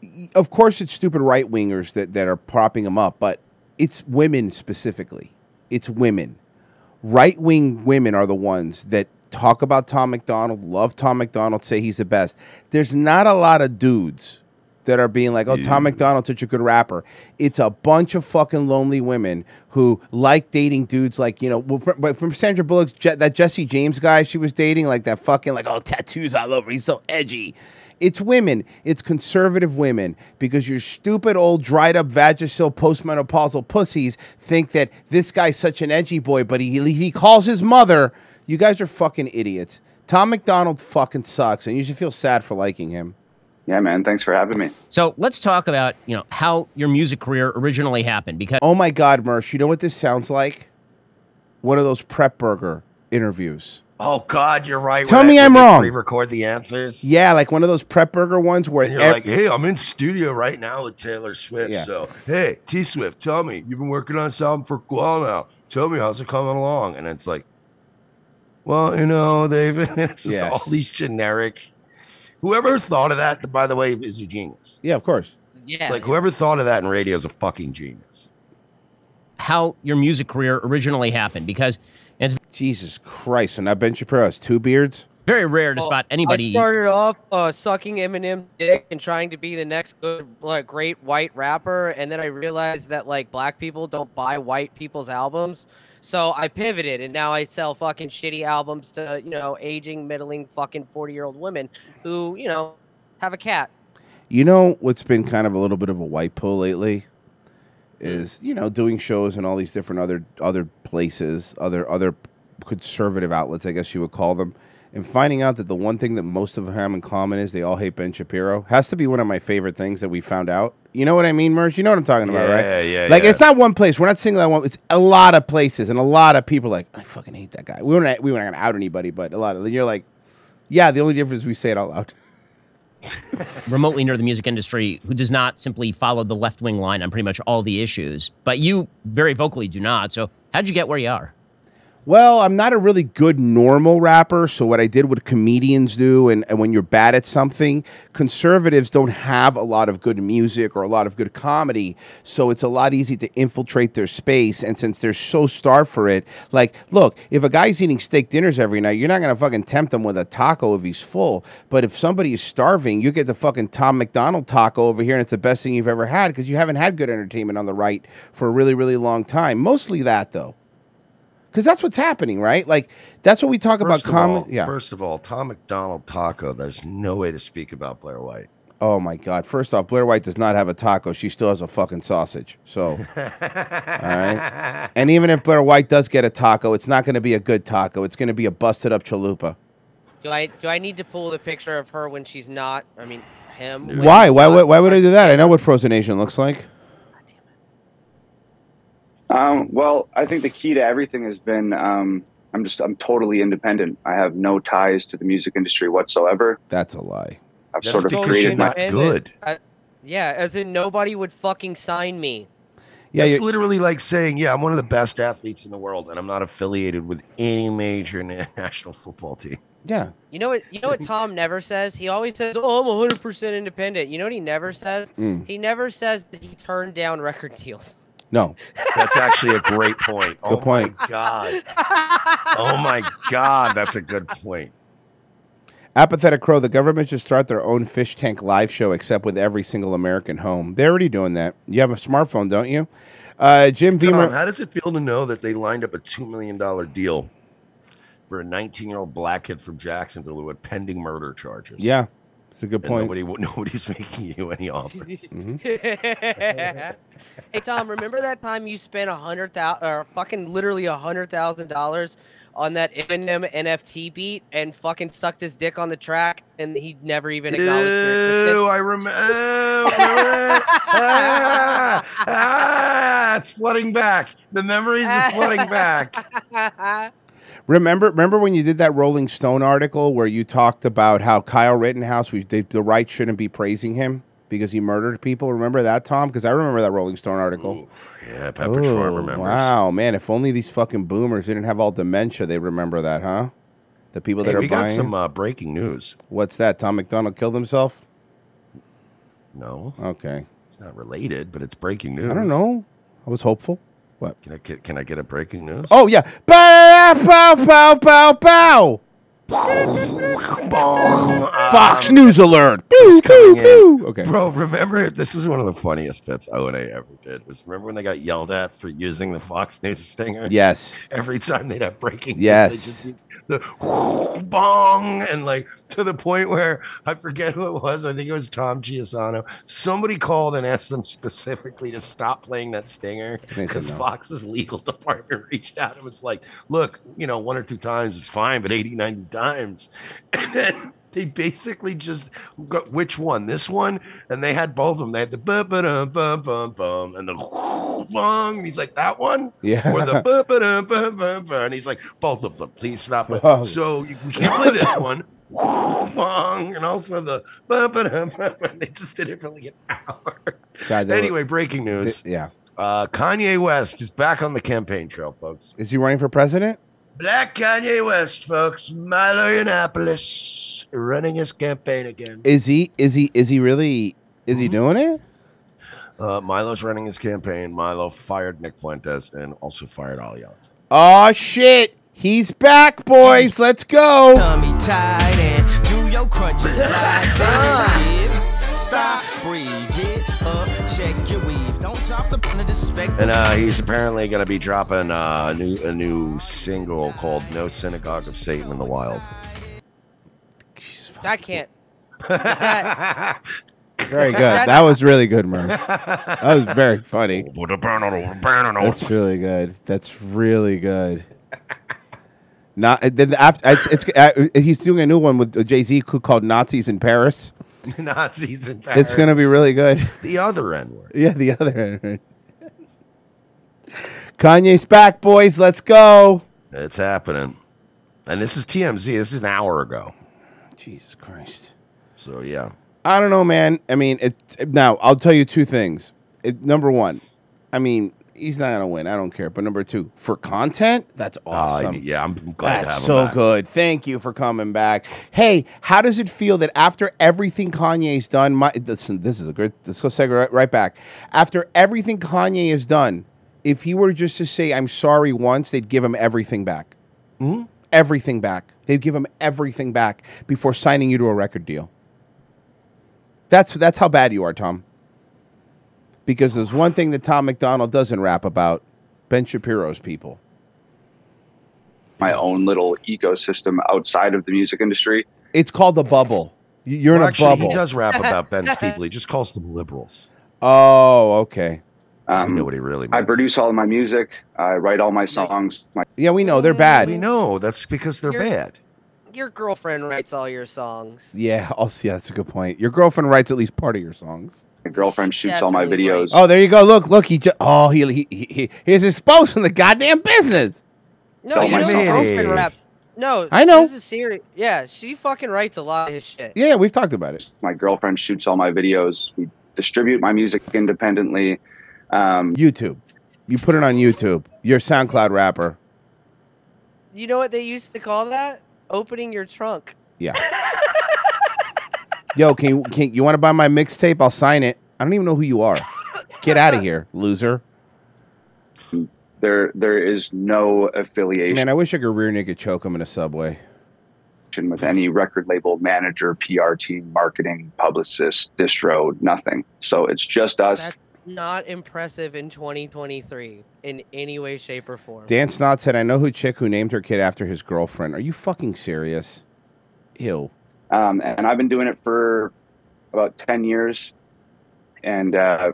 Y- Of course, it's stupid right wingers that that are propping him up, but it's women specifically. It's women. Right wing women are the ones that talk about Tom McDonald, love Tom McDonald, say he's the best. There's not a lot of dudes that are being like, oh, Tom McDonald's such a good rapper. It's a bunch of fucking lonely women who like dating dudes like, you know, well, fr- but from Sandra Bullock's, Je- that Jesse James guy she was dating, like that fucking, like, oh, tattoos all over. He's so edgy. It's women. It's conservative women because your stupid old dried up Vagisil postmenopausal pussies think that this guy's such an edgy boy, but he, he calls his mother. You guys are fucking idiots. Tom McDonald fucking sucks, and you should feel sad for liking him.
Yeah, man. Thanks for having me.
So let's talk about you know how your music career originally happened because
Oh my God, Mersh, you know what this sounds like? One of those prep burger interviews.
Oh God, you're right.
Tell
when
me
I-
I'm
when they
wrong.
Pre-record the answers.
Yeah, like one of those prep burger ones where
And you're
ev-
like, hey, I'm in studio right now with Taylor Swift.
Yeah.
So, hey, T Swift, tell me, you've been working on this album for a while now. Tell me, how's it coming along? And it's like, well, you
Oh,
know, they've it's just
Yes.
all these generic. Whoever thought of that, by the way, is a genius.
Yeah, of course.
Yeah.
Like whoever thought of that in radio is a fucking genius.
how your music career originally happened because it's
Jesus Christ, and now Ben Shapiro has two beards.
very rare to spot
I
anybody.
started off uh, sucking Eminem dick and trying to be the next good, like, great white rapper, and then I realized that like black people don't buy white people's albums, so I pivoted, and now I sell fucking shitty albums to you know aging, middling, fucking forty-year-old women who you know have a cat.
You know what's been kind of a little bit of a white pull lately is you know doing shows in all these different other other places, other other conservative outlets, I guess you would call them, and finding out that the one thing that most of them have in common is they all hate Ben Shapiro has to be one of my favorite things that we found out. You know what I mean, Merch? You know what I'm talking about, right?
Yeah, yeah,
Like
yeah.
it's not one place. We're not singling out one. It's a lot of places and a lot of people. are Like I fucking hate that guy. We weren't we weren't gonna out anybody, but a lot of. Then you're like, yeah. The only difference is we say it out loud.
remotely near the music industry who does not simply follow the left wing line on pretty much all the issues, but you very vocally do not. So, how'd you get where you are?
Well, I'm not a really good normal rapper. So, what I did, what comedians do, and, and when you're bad at something, conservatives don't have a lot of good music or a lot of good comedy. So, it's a lot easy to infiltrate their space. And since they're so starved for it, like, look, if a guy's eating steak dinners every night, you're not going to fucking tempt him with a taco if he's full. But if somebody is starving, you get the fucking Tom McDonald taco over here, and it's the best thing you've ever had because you haven't had good entertainment on the right for a really, really long time. Mostly that, though. Because that's what's happening, right? Like that's what we talk
First
about.
of
Common,
all-
yeah.
First of all, Tom McDonald Taco. There's no way to speak about Blair White.
oh my God! First off, Blair White does not have a taco. She still has a fucking sausage. So, all right. And even if Blair White does get a taco, it's not going to be a good taco. It's going to be a busted up chalupa.
Do I do I need to pull the picture of her when she's not? I mean, him. when
Why?
he's
Why?
not?
Why, why would I do that? I know what frozen Asian looks like.
Um, well, I think the key to everything has been um, I'm just I'm totally independent. I have no ties to the music industry whatsoever.
That's a lie.
I've
That's
sort of
because
created
you're
my
not good.
I- yeah, as in nobody would fucking sign me.
Yeah,
it's
you-
literally like saying, "Yeah, I'm one of the best athletes in the world, and I'm not affiliated with any major na- national football team."
Yeah,
You know what? You know what Tom never says. He always says, "Oh, I'm 100 percent independent." You know what he never says?
Mm.
He never says that he turned down record deals.
No.
That's actually a great point. oh
point.
My God. Oh my God, that's a good point.
Apathetic Crow, the government should start their own fish tank live show, except with every single American home. They're already doing that. You have a smartphone, don't you? Uh, Jim
Tom,
Beamer.
how does it feel to know that they lined up a two million dollar deal for a nineteen year old black kid from Jacksonville with pending murder charges?
yeah, it's a good
And
point. Mm-hmm.
Nobody, nobody's making you any offers.
hey Tom, remember that time you spent a hundred thousand or fucking literally a hundred thousand dollars on that Eminem NFT beat and fucking sucked his dick on the track and he never even acknowledged it.
Ew, I remember. ah, ah, it's flooding back. The memories are flooding back.
Remember, remember when you did that Rolling Stone article where you talked about how Kyle Rittenhouse, we did, the right shouldn't be praising him because he murdered people. Remember that, Tom? Because I remember that Rolling Stone article.
yeah, Pepperidge Farm remembers.
Wow, man! If only these fucking boomers didn't have all dementia, they remember that, huh? The people that
Hey,
are
we got
buying.
some, uh, breaking news.
What's that? Tom McDonald killed himself.
No.
Okay.
It's not related, but it's breaking news.
I don't know. I was hopeful. What?
Can I get, can I get a breaking news?
Oh yeah! Bow, bow, bow, bow, bow. Oh,
Um,
Fox News alert! Pew, pew, pew. Okay.
Bro, remember this was one of the funniest bits O and A ever did. Was remember when they got yelled at for using the Fox News stinger?
Yes.
Every time they'd have breaking news,
Yes.
they just did the bong and like to the point where I forget who it was. I think it was Tom Giasano. Somebody called and asked them specifically to stop playing that stinger
They said
because
no.
Fox's legal department reached out and was like, look, you know, one or two times is fine, but 80, 90 times. And then they basically just got which one? This one? And they had both of them. They had the bum bum bum bum bum and the bong. And he's like, that one?
Yeah.
Or the bum bum bum bum bum. And he's like, both of them. Please stop it.
Wow.
So you, we can't play this one. Bong. And also the bum bum bum. They just did it for like an hour.
God, they were-
anyway, breaking news.
Th- yeah.
Uh, Kanye West is back on the campaign trail, folks.
Is he running for president?
Black Kanye West, folks. Milo Yiannopoulos running his campaign again.
Is he? Is he? Is he really? Is
Mm-hmm.
he doing it?
Uh, Milo's running his campaign. Milo fired Nick Fuentes and also fired Ali Allen.
Oh shit! He's back, boys. Let's go.
Do your crunches like this, kid. Stop, breathe, get up, check your weave. Don't drop the pen of disrespect.
And uh, he's apparently going to be dropping uh, a new a new single called "No Synagogue of Satan in the Wild."
I can't. That-
Very good. That was really good, Merv. That was very funny.
Oh,
That's really good. That's really good. Not and then after it's, it's uh, he's doing a new one with Jay Z called Nazis in Paris.
Nazis in Paris.
It's gonna be really good.
The other N word.
Yeah, the other end. Kanye's back, boys. Let's go.
It's happening. And this is TMZ. This is an hour ago.
Jesus Christ.
So yeah.
I don't know, man. I mean, it, now I'll tell you two things. It, number one, I mean, he's not gonna win. I don't care. But number two, for content, that's awesome.
Ah, yeah, I'm glad to
That's
have him
so
back.
good. Thank you for coming back. Hey, how does it feel that after everything Kanye's done, my listen, this is a good. Let's go segue right, right back. After everything Kanye has done, if he were just to say "I'm sorry" once, they'd give him everything back.
Hmm?
Everything back. They'd give him everything back before signing you to a record deal. That's that's how bad you are, Tom. Because there's one thing that Tom McDonald doesn't rap about: Ben Shapiro's people.
my own little ecosystem outside of the music industry.
It's called the bubble. You- You're
Well,
in a
actually, he
bubble.
does rap about
Ben's people. He just calls them liberals.
Oh, okay.
Um,
know what he really
I produce all of my music. I write all my songs. My
yeah, we know they're bad.
We
know that's because
they're
You're- bad. Your girlfriend writes all your songs.
Yeah, I'll see. That's a good point. Your girlfriend writes at least part of your songs.
My girlfriend shoots all my videos.
Oh, there you go. Look, look. He just. Oh, he he, he he he's exposing the goddamn business.
No, you know your girlfriend raps. No,
I know.
This is serious. Yeah, she fucking writes a lot of his shit.
Yeah, we've talked about it.
My girlfriend shoots all my videos. We distribute my music independently. Um,
YouTube. You put it on YouTube. You're a SoundCloud rapper.
You know what they used to call that? Opening your trunk.
Yeah. Yo, can you can you want to buy my mixtape? I'll sign it. I don't even know who you are. Get out of here, loser.
There, there is no affiliation
Man, I wish I could rear naked choke him in a subway.
with any record label, manager, PR team, marketing, publicist, distro, nothing. So it's just us.
That's not impressive in 2023 in any way, shape, or form.
Dan Snot said, I know who chick who named her kid after his girlfriend. Are you fucking serious? Ew.
Um, and I've been doing it for about 10 years. And, uh,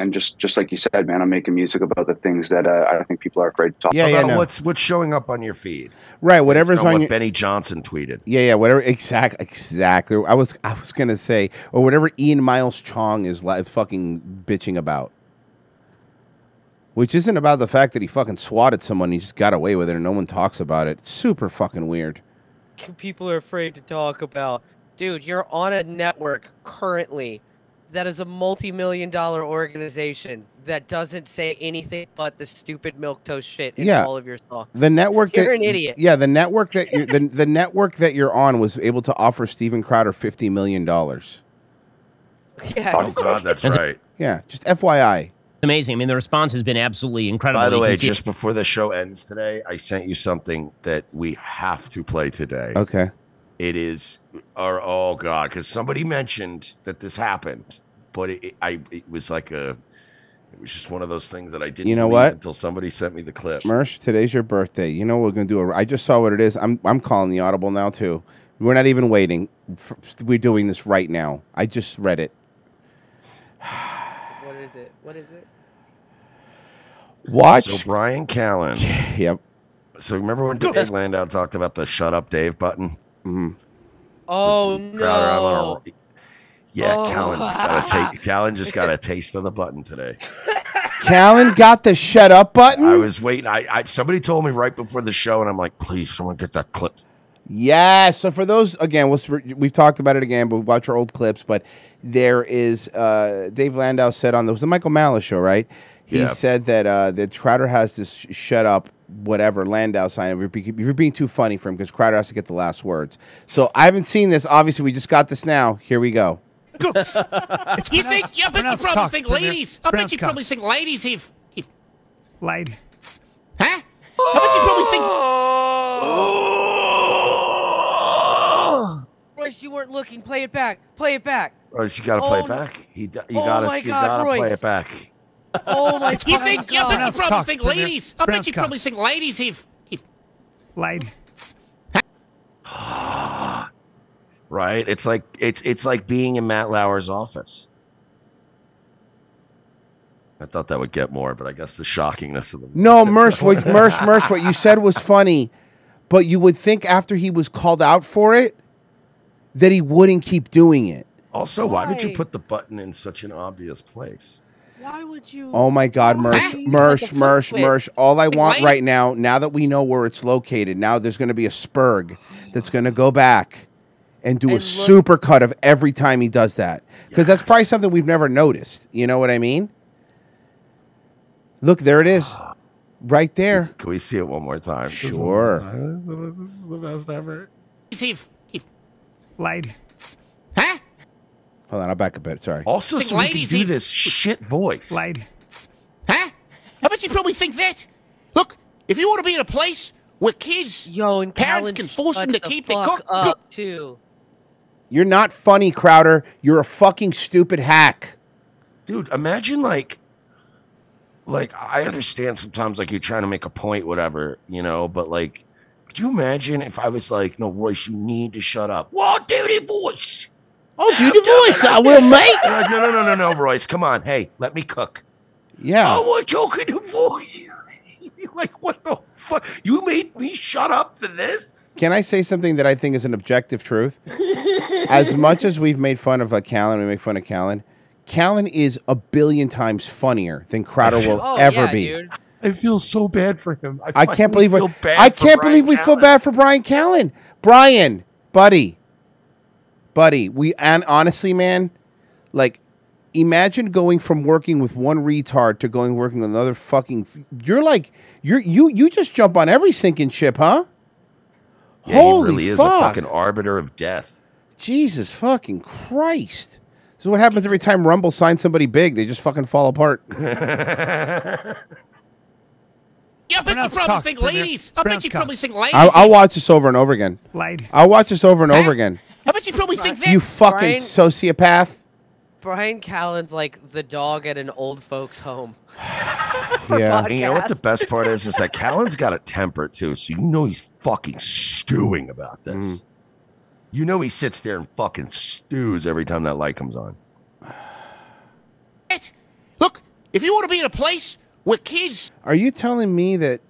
and just, just like you said, man, I'm making music about the things that uh, I think people are afraid to talk
Yeah,
about.
yeah, no.
What's what's showing up on your feed?
Right, whatever's
It's not
on
what
your-
Benny Johnson tweeted.
Yeah, yeah, whatever. Exact, exactly. I was, I was gonna say, or whatever Ian Miles Chong is li- fucking bitching about, which isn't about the fact that he fucking swatted someone. He just got away with it, and no one talks about it. It's super fucking weird.
people are afraid to talk about. Dude, you're on a network currently that is a multi-million dollar organization that doesn't say anything but the stupid milk toast shit in
yeah,
all of your songs.
The network
You're
that,
an idiot.
Yeah, the network that you the, the network that you're on was able to offer Steven Crowder fifty million dollars.
Yeah.
Oh God, that's right.
Yeah, just FYI.
Amazing. I mean, the response has been absolutely incredible.
By the
You can
way,
see-
just before the show ends today, I sent you something that we have to play today.
Okay.
It is our oh god, because somebody mentioned that this happened, but it, it- I it was like a it was just one of those things that I didn't
You know
believe
what?
until somebody sent me the clip.
Mersh, today's your birthday. You know we're gonna do. A, I just saw what it is. I'm I'm calling the audible now too. We're not even waiting. F- We're doing this right now. I just read it.
What is it? What is it?
Watch.
So Brian Callen.
yep.
So remember when Dave Landau talked about the "Shut Up, Dave" button?
Mm-hmm.
Oh
Crowder, I'm on a
no.
roll. Yeah,
Oh.
Callan just got a take. Callan just got a taste of the button today.
Callan got the shut up button.
I was waiting. I, I somebody told me right before the show, and I'm like, please, someone get that clip.
Yeah. So for those again, we'll, we've talked about it again, but watch our old clips. But there is uh, Dave Landau said on the was the Michael Malice show, right? He
Yeah.
said that uh, that Crowder has this sh- shut up whatever Landau sign. If you're, if you're being too funny for him, because Crowder has to get the last words. So I haven't seen this. Obviously, we just got this now. Here we go.
Gooks. you think? I bet you
pronounced
probably
cocks,
think
Premier.
ladies. I bet
Pronounced
you probably
cocks.
think ladies have, have
Lady.
huh? I bet you probably think.
Royce, you weren't looking. Play it back. Play it back.
Oh, you got to play
Oh,
it
no.
back. He d- you
Oh
got to
my
you
God,
got to play
Royce.
it back.
Oh my you
God.
think? I bet
Pronounced
you probably
cocks,
think
Premier.
ladies. I bet
Pronounced
you probably
cocks.
think ladies have, have
Lady.
Right? It's like it's it's like being in Matt Lauer's office. I thought that would get more, but I guess the shockingness of the
No, Mersh, what, Mersh, Mersh, what you said was funny, but you would think after he was called out for it that he wouldn't keep doing it.
Also, why? would you
Why?
put the button in such an obvious place?
Why would you?
Oh my God, Mersh, Mersh, Mersh, Mersh. All I want right now, now that we know where it's located, now there's going to be a spurg that's going to go back and do a super cut of every time he does that. Because that's probably something we've never noticed. You know what I mean? Look, there it is.
Ah.
Right there.
Can we see it one more time?
Sure.
This is the best ever.
have, have
Lady.
Hold on, I'll back a bit. Sorry.
Also,
Think so we can ladies do eat-
this shit voice.
Lady.
Huh? I bet you probably think that. Look, if you want to be in a place where kids,
Yo, and
parents
Callan
can force them to
shut the
keep their
fuck
cock
up too.
You're not funny, Crowder. You're a fucking stupid hack.
dude imagine like like i understand sometimes like you're trying to make a point whatever you know but like could you imagine if i was like no royce you need to shut up what duty voice
oh duty voice i will mate
like, no no no no no royce come on hey let me cook Oh,
yeah
i want you to voice You'd be like what the fuck you made me shut up for this
Can I say something that I think is an objective truth? as much as we've made fun of uh, Callan, we make fun of Callan. Callan is a billion times funnier than Crowder
Oh,
will
Oh,
ever be.
i feel so bad for him
I can't
finally
believe we,
feel bad
I
for Brian
can't believe we feel
Callen.
bad for Brian Callen. Brian, buddy, buddy, we and honestly, man, like, imagine going from working with one retard to going working with another fucking. f- You're like you're you you just jump on every sinking ship, huh?
yeah,
Holy
he really is a
fuck.
fucking arbiter of death
Jesus fucking Christ. This is what happens every time Rumble signs somebody big. They just fucking fall apart.
Yeah, I bet you
Pronounced
probably
cocks,
think
brother.
ladies. I bet
Pronounced
you probably think ladies.
I'll, I'll watch this over and over again.
Lied.
I'll watch this over and over again.
I bet you probably think
You fucking
Brian-
sociopath.
Brian Callen's like the dog at an old folks' home.
And you know what the best part is? Is that Callan's got a temper too, so you know he's fucking stewing about this.
Mm.
You know he sits there and fucking stews every time that light comes on.
It. Look, if you want to be in a place where kids
Are you telling me that,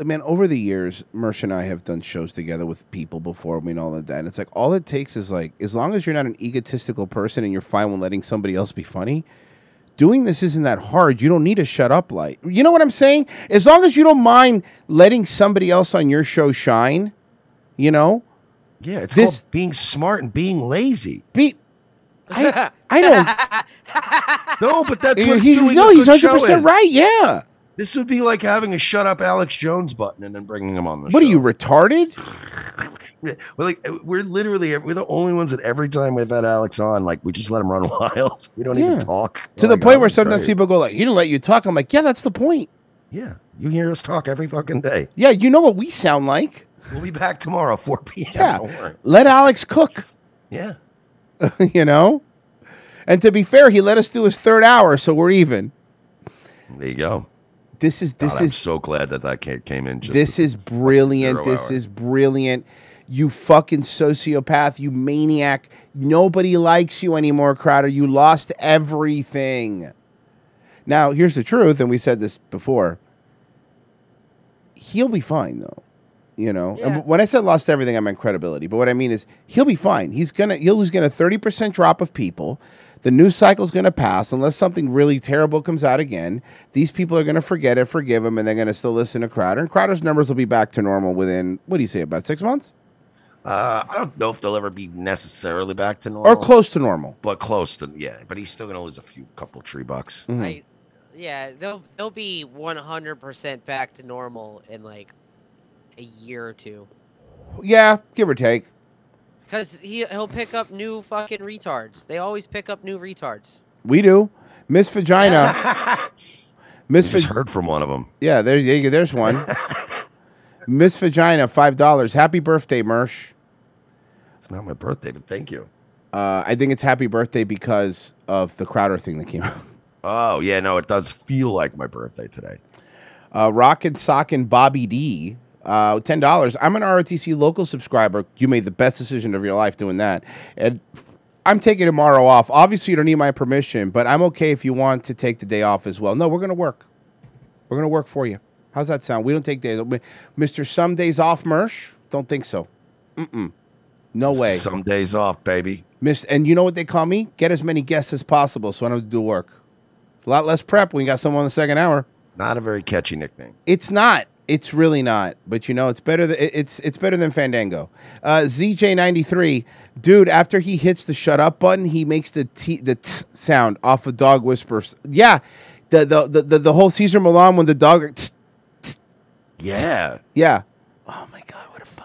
I mean, over the years, Mersh and I have done shows together with people before. I mean, all of that. And it's like, all it takes is like, as long as you're not an egotistical person and you're fine with letting somebody else be funny, doing this isn't that hard. You don't need a shut up light. You know what I'm saying? As long as you don't mind letting somebody else on your show shine, you know?
Yeah, it's
This-
called being smart and being lazy.
Be, I, I don't.
no, but that's
Yeah,
what
he's-
doing
no,
a
he's
good show
100%
is.
right, yeah.
This would be like having a shut up Alex Jones button and then bringing him on the
What are you, retarded?
Yeah, We're like we're literally we're the only ones that every time we've had Alex on, like we just let him run wild. We don't even
Yeah.
talk
To
Like,
the point
oh,
where
it's
sometimes
great.
people go like, "He didn't let you talk." I'm like, "Yeah, that's the point."
Yeah, you hear us talk every fucking day.
Yeah, you know what we sound like.
We'll be back tomorrow, four p.m.
Yeah,
Don't worry.
let Alex cook.
Yeah.
you know, and to be fair, he let us do his third hour, so we're even.
There you go.
This is this
God, I'm
is
so glad that that ca- came in. Just
this is
zero
brilliant. This
hour.
is brilliant. You fucking sociopath. You maniac. Nobody likes you anymore, Crowder. You lost everything. Now here's the truth, and we said this before. He'll be fine though. You know, And
Yeah.
when I said lost everything, I meant credibility. But what I mean is he'll be fine. He's gonna he'll lose gonna thirty percent drop of people. The news cycle's gonna pass unless something really terrible comes out again. These people are gonna forget it, forgive him, and they're gonna still listen to Crowder. And Crowder's numbers will be back to normal within what do you say about six months
Uh, I don't know if they'll ever be necessarily back to normal
or close to normal.
but close to yeah. But he's still gonna lose a few couple tree bucks.
Mhm.
Yeah, they'll they'll be 100% back to normal in like a year or two.
Yeah, give or take.
Cause he he'll pick up new fucking retards. They always pick up new retards.
We do. Miss Vagina. Miss
We just
Vag-
heard from one of them.
Yeah, there, there you go. There's one. Miss Vagina, five dollars. Happy birthday, Mersh.
It's not my birthday, but thank you.
Uh, I think it's happy birthday because of the Crowder thing that came out.
Oh yeah, no, it does feel like my birthday today.
Uh, Rock and Sock and Bobby D. Uh, ten dollars. I'm an ROTC local subscriber. You made the best decision of your life doing that, and I'm taking tomorrow off. Obviously, you don't need my permission, but I'm okay if you want to take the day off as well. No, we're gonna work. We're gonna work for you. How's that sound? We don't take days, Mister. Some days off, Mersh. Don't think so. Mm-mm. No way.
Some days off, baby.
Miss, and you know what they call me? Get as many guests as possible so I don't have to do work. A lot less prep when you got someone in the second hour.
Not a very catchy nickname.
It's not. It's really not. But you know, it's better. Th- it- it's it's better than Fandango. Uh, ZJ93, dude. After he hits the shut up button, he makes the t the t sound off of dog whispers. Yeah, the the the, the, the whole Caesar Milan when the dog. Tss,
Yeah.
yeah. Oh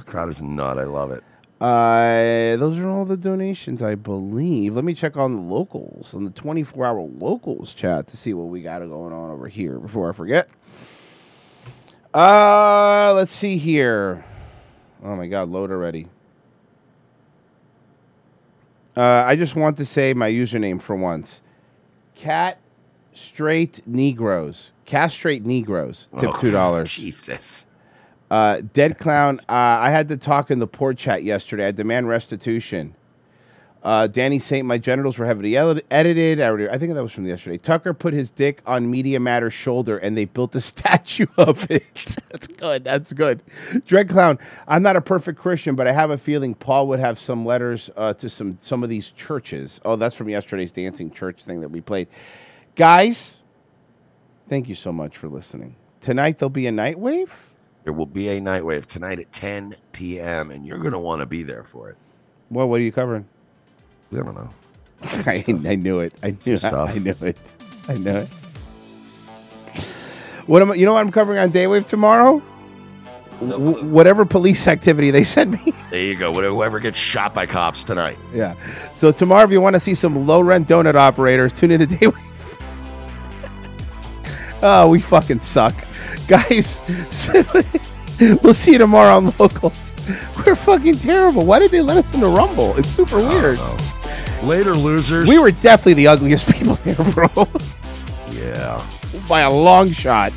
Crowder's a nut. I love it.
Uh, those are all the donations, I believe. Let me check on the locals, on the 24 hour locals chat to see what we got going on over here before I forget. Uh, let's see here. Oh my God, load already. Uh, I just want to say my username for once. Cat straight Negroes. Castrate Negroes. Tip
Oh,
two dollars.
Jesus.
Uh, Dead Clown, uh, I had to talk in the port chat yesterday. I demand restitution. Uh, Danny Saint, my genitals were heavily edi- edited. I, already- I think that was from yesterday. Tucker put his dick on Media Matter's shoulder and they built a statue of it. That's good. That's good. Dread Clown, I'm not a perfect Christian, but I have a feeling Paul would have some letters uh, to some, some of these churches. Oh, that's from yesterday's dancing church thing that we played. Guys, thank you so much for listening. Tonight there'll be a night wave.
There will be a night wave tonight at 10 p.m. and you're gonna want to be there for it.
Well, what are you covering?
We don't know.
I, I knew it. I knew
Stuff.
I, I knew it. I knew it. What am I, you know what I'm covering on Daywave tomorrow? W- whatever police activity they send me.
There you go. Whoever gets shot by cops tonight.
yeah. So tomorrow, if you want to see some low rent donut operators, tune in to Daywave. Oh, we fucking suck. Guys, we'll see you tomorrow on Locals. We're fucking terrible. Why did they let us in the Rumble? It's super weird.
Later, losers.
We were definitely the ugliest people here, bro.
Yeah.
By a long shot.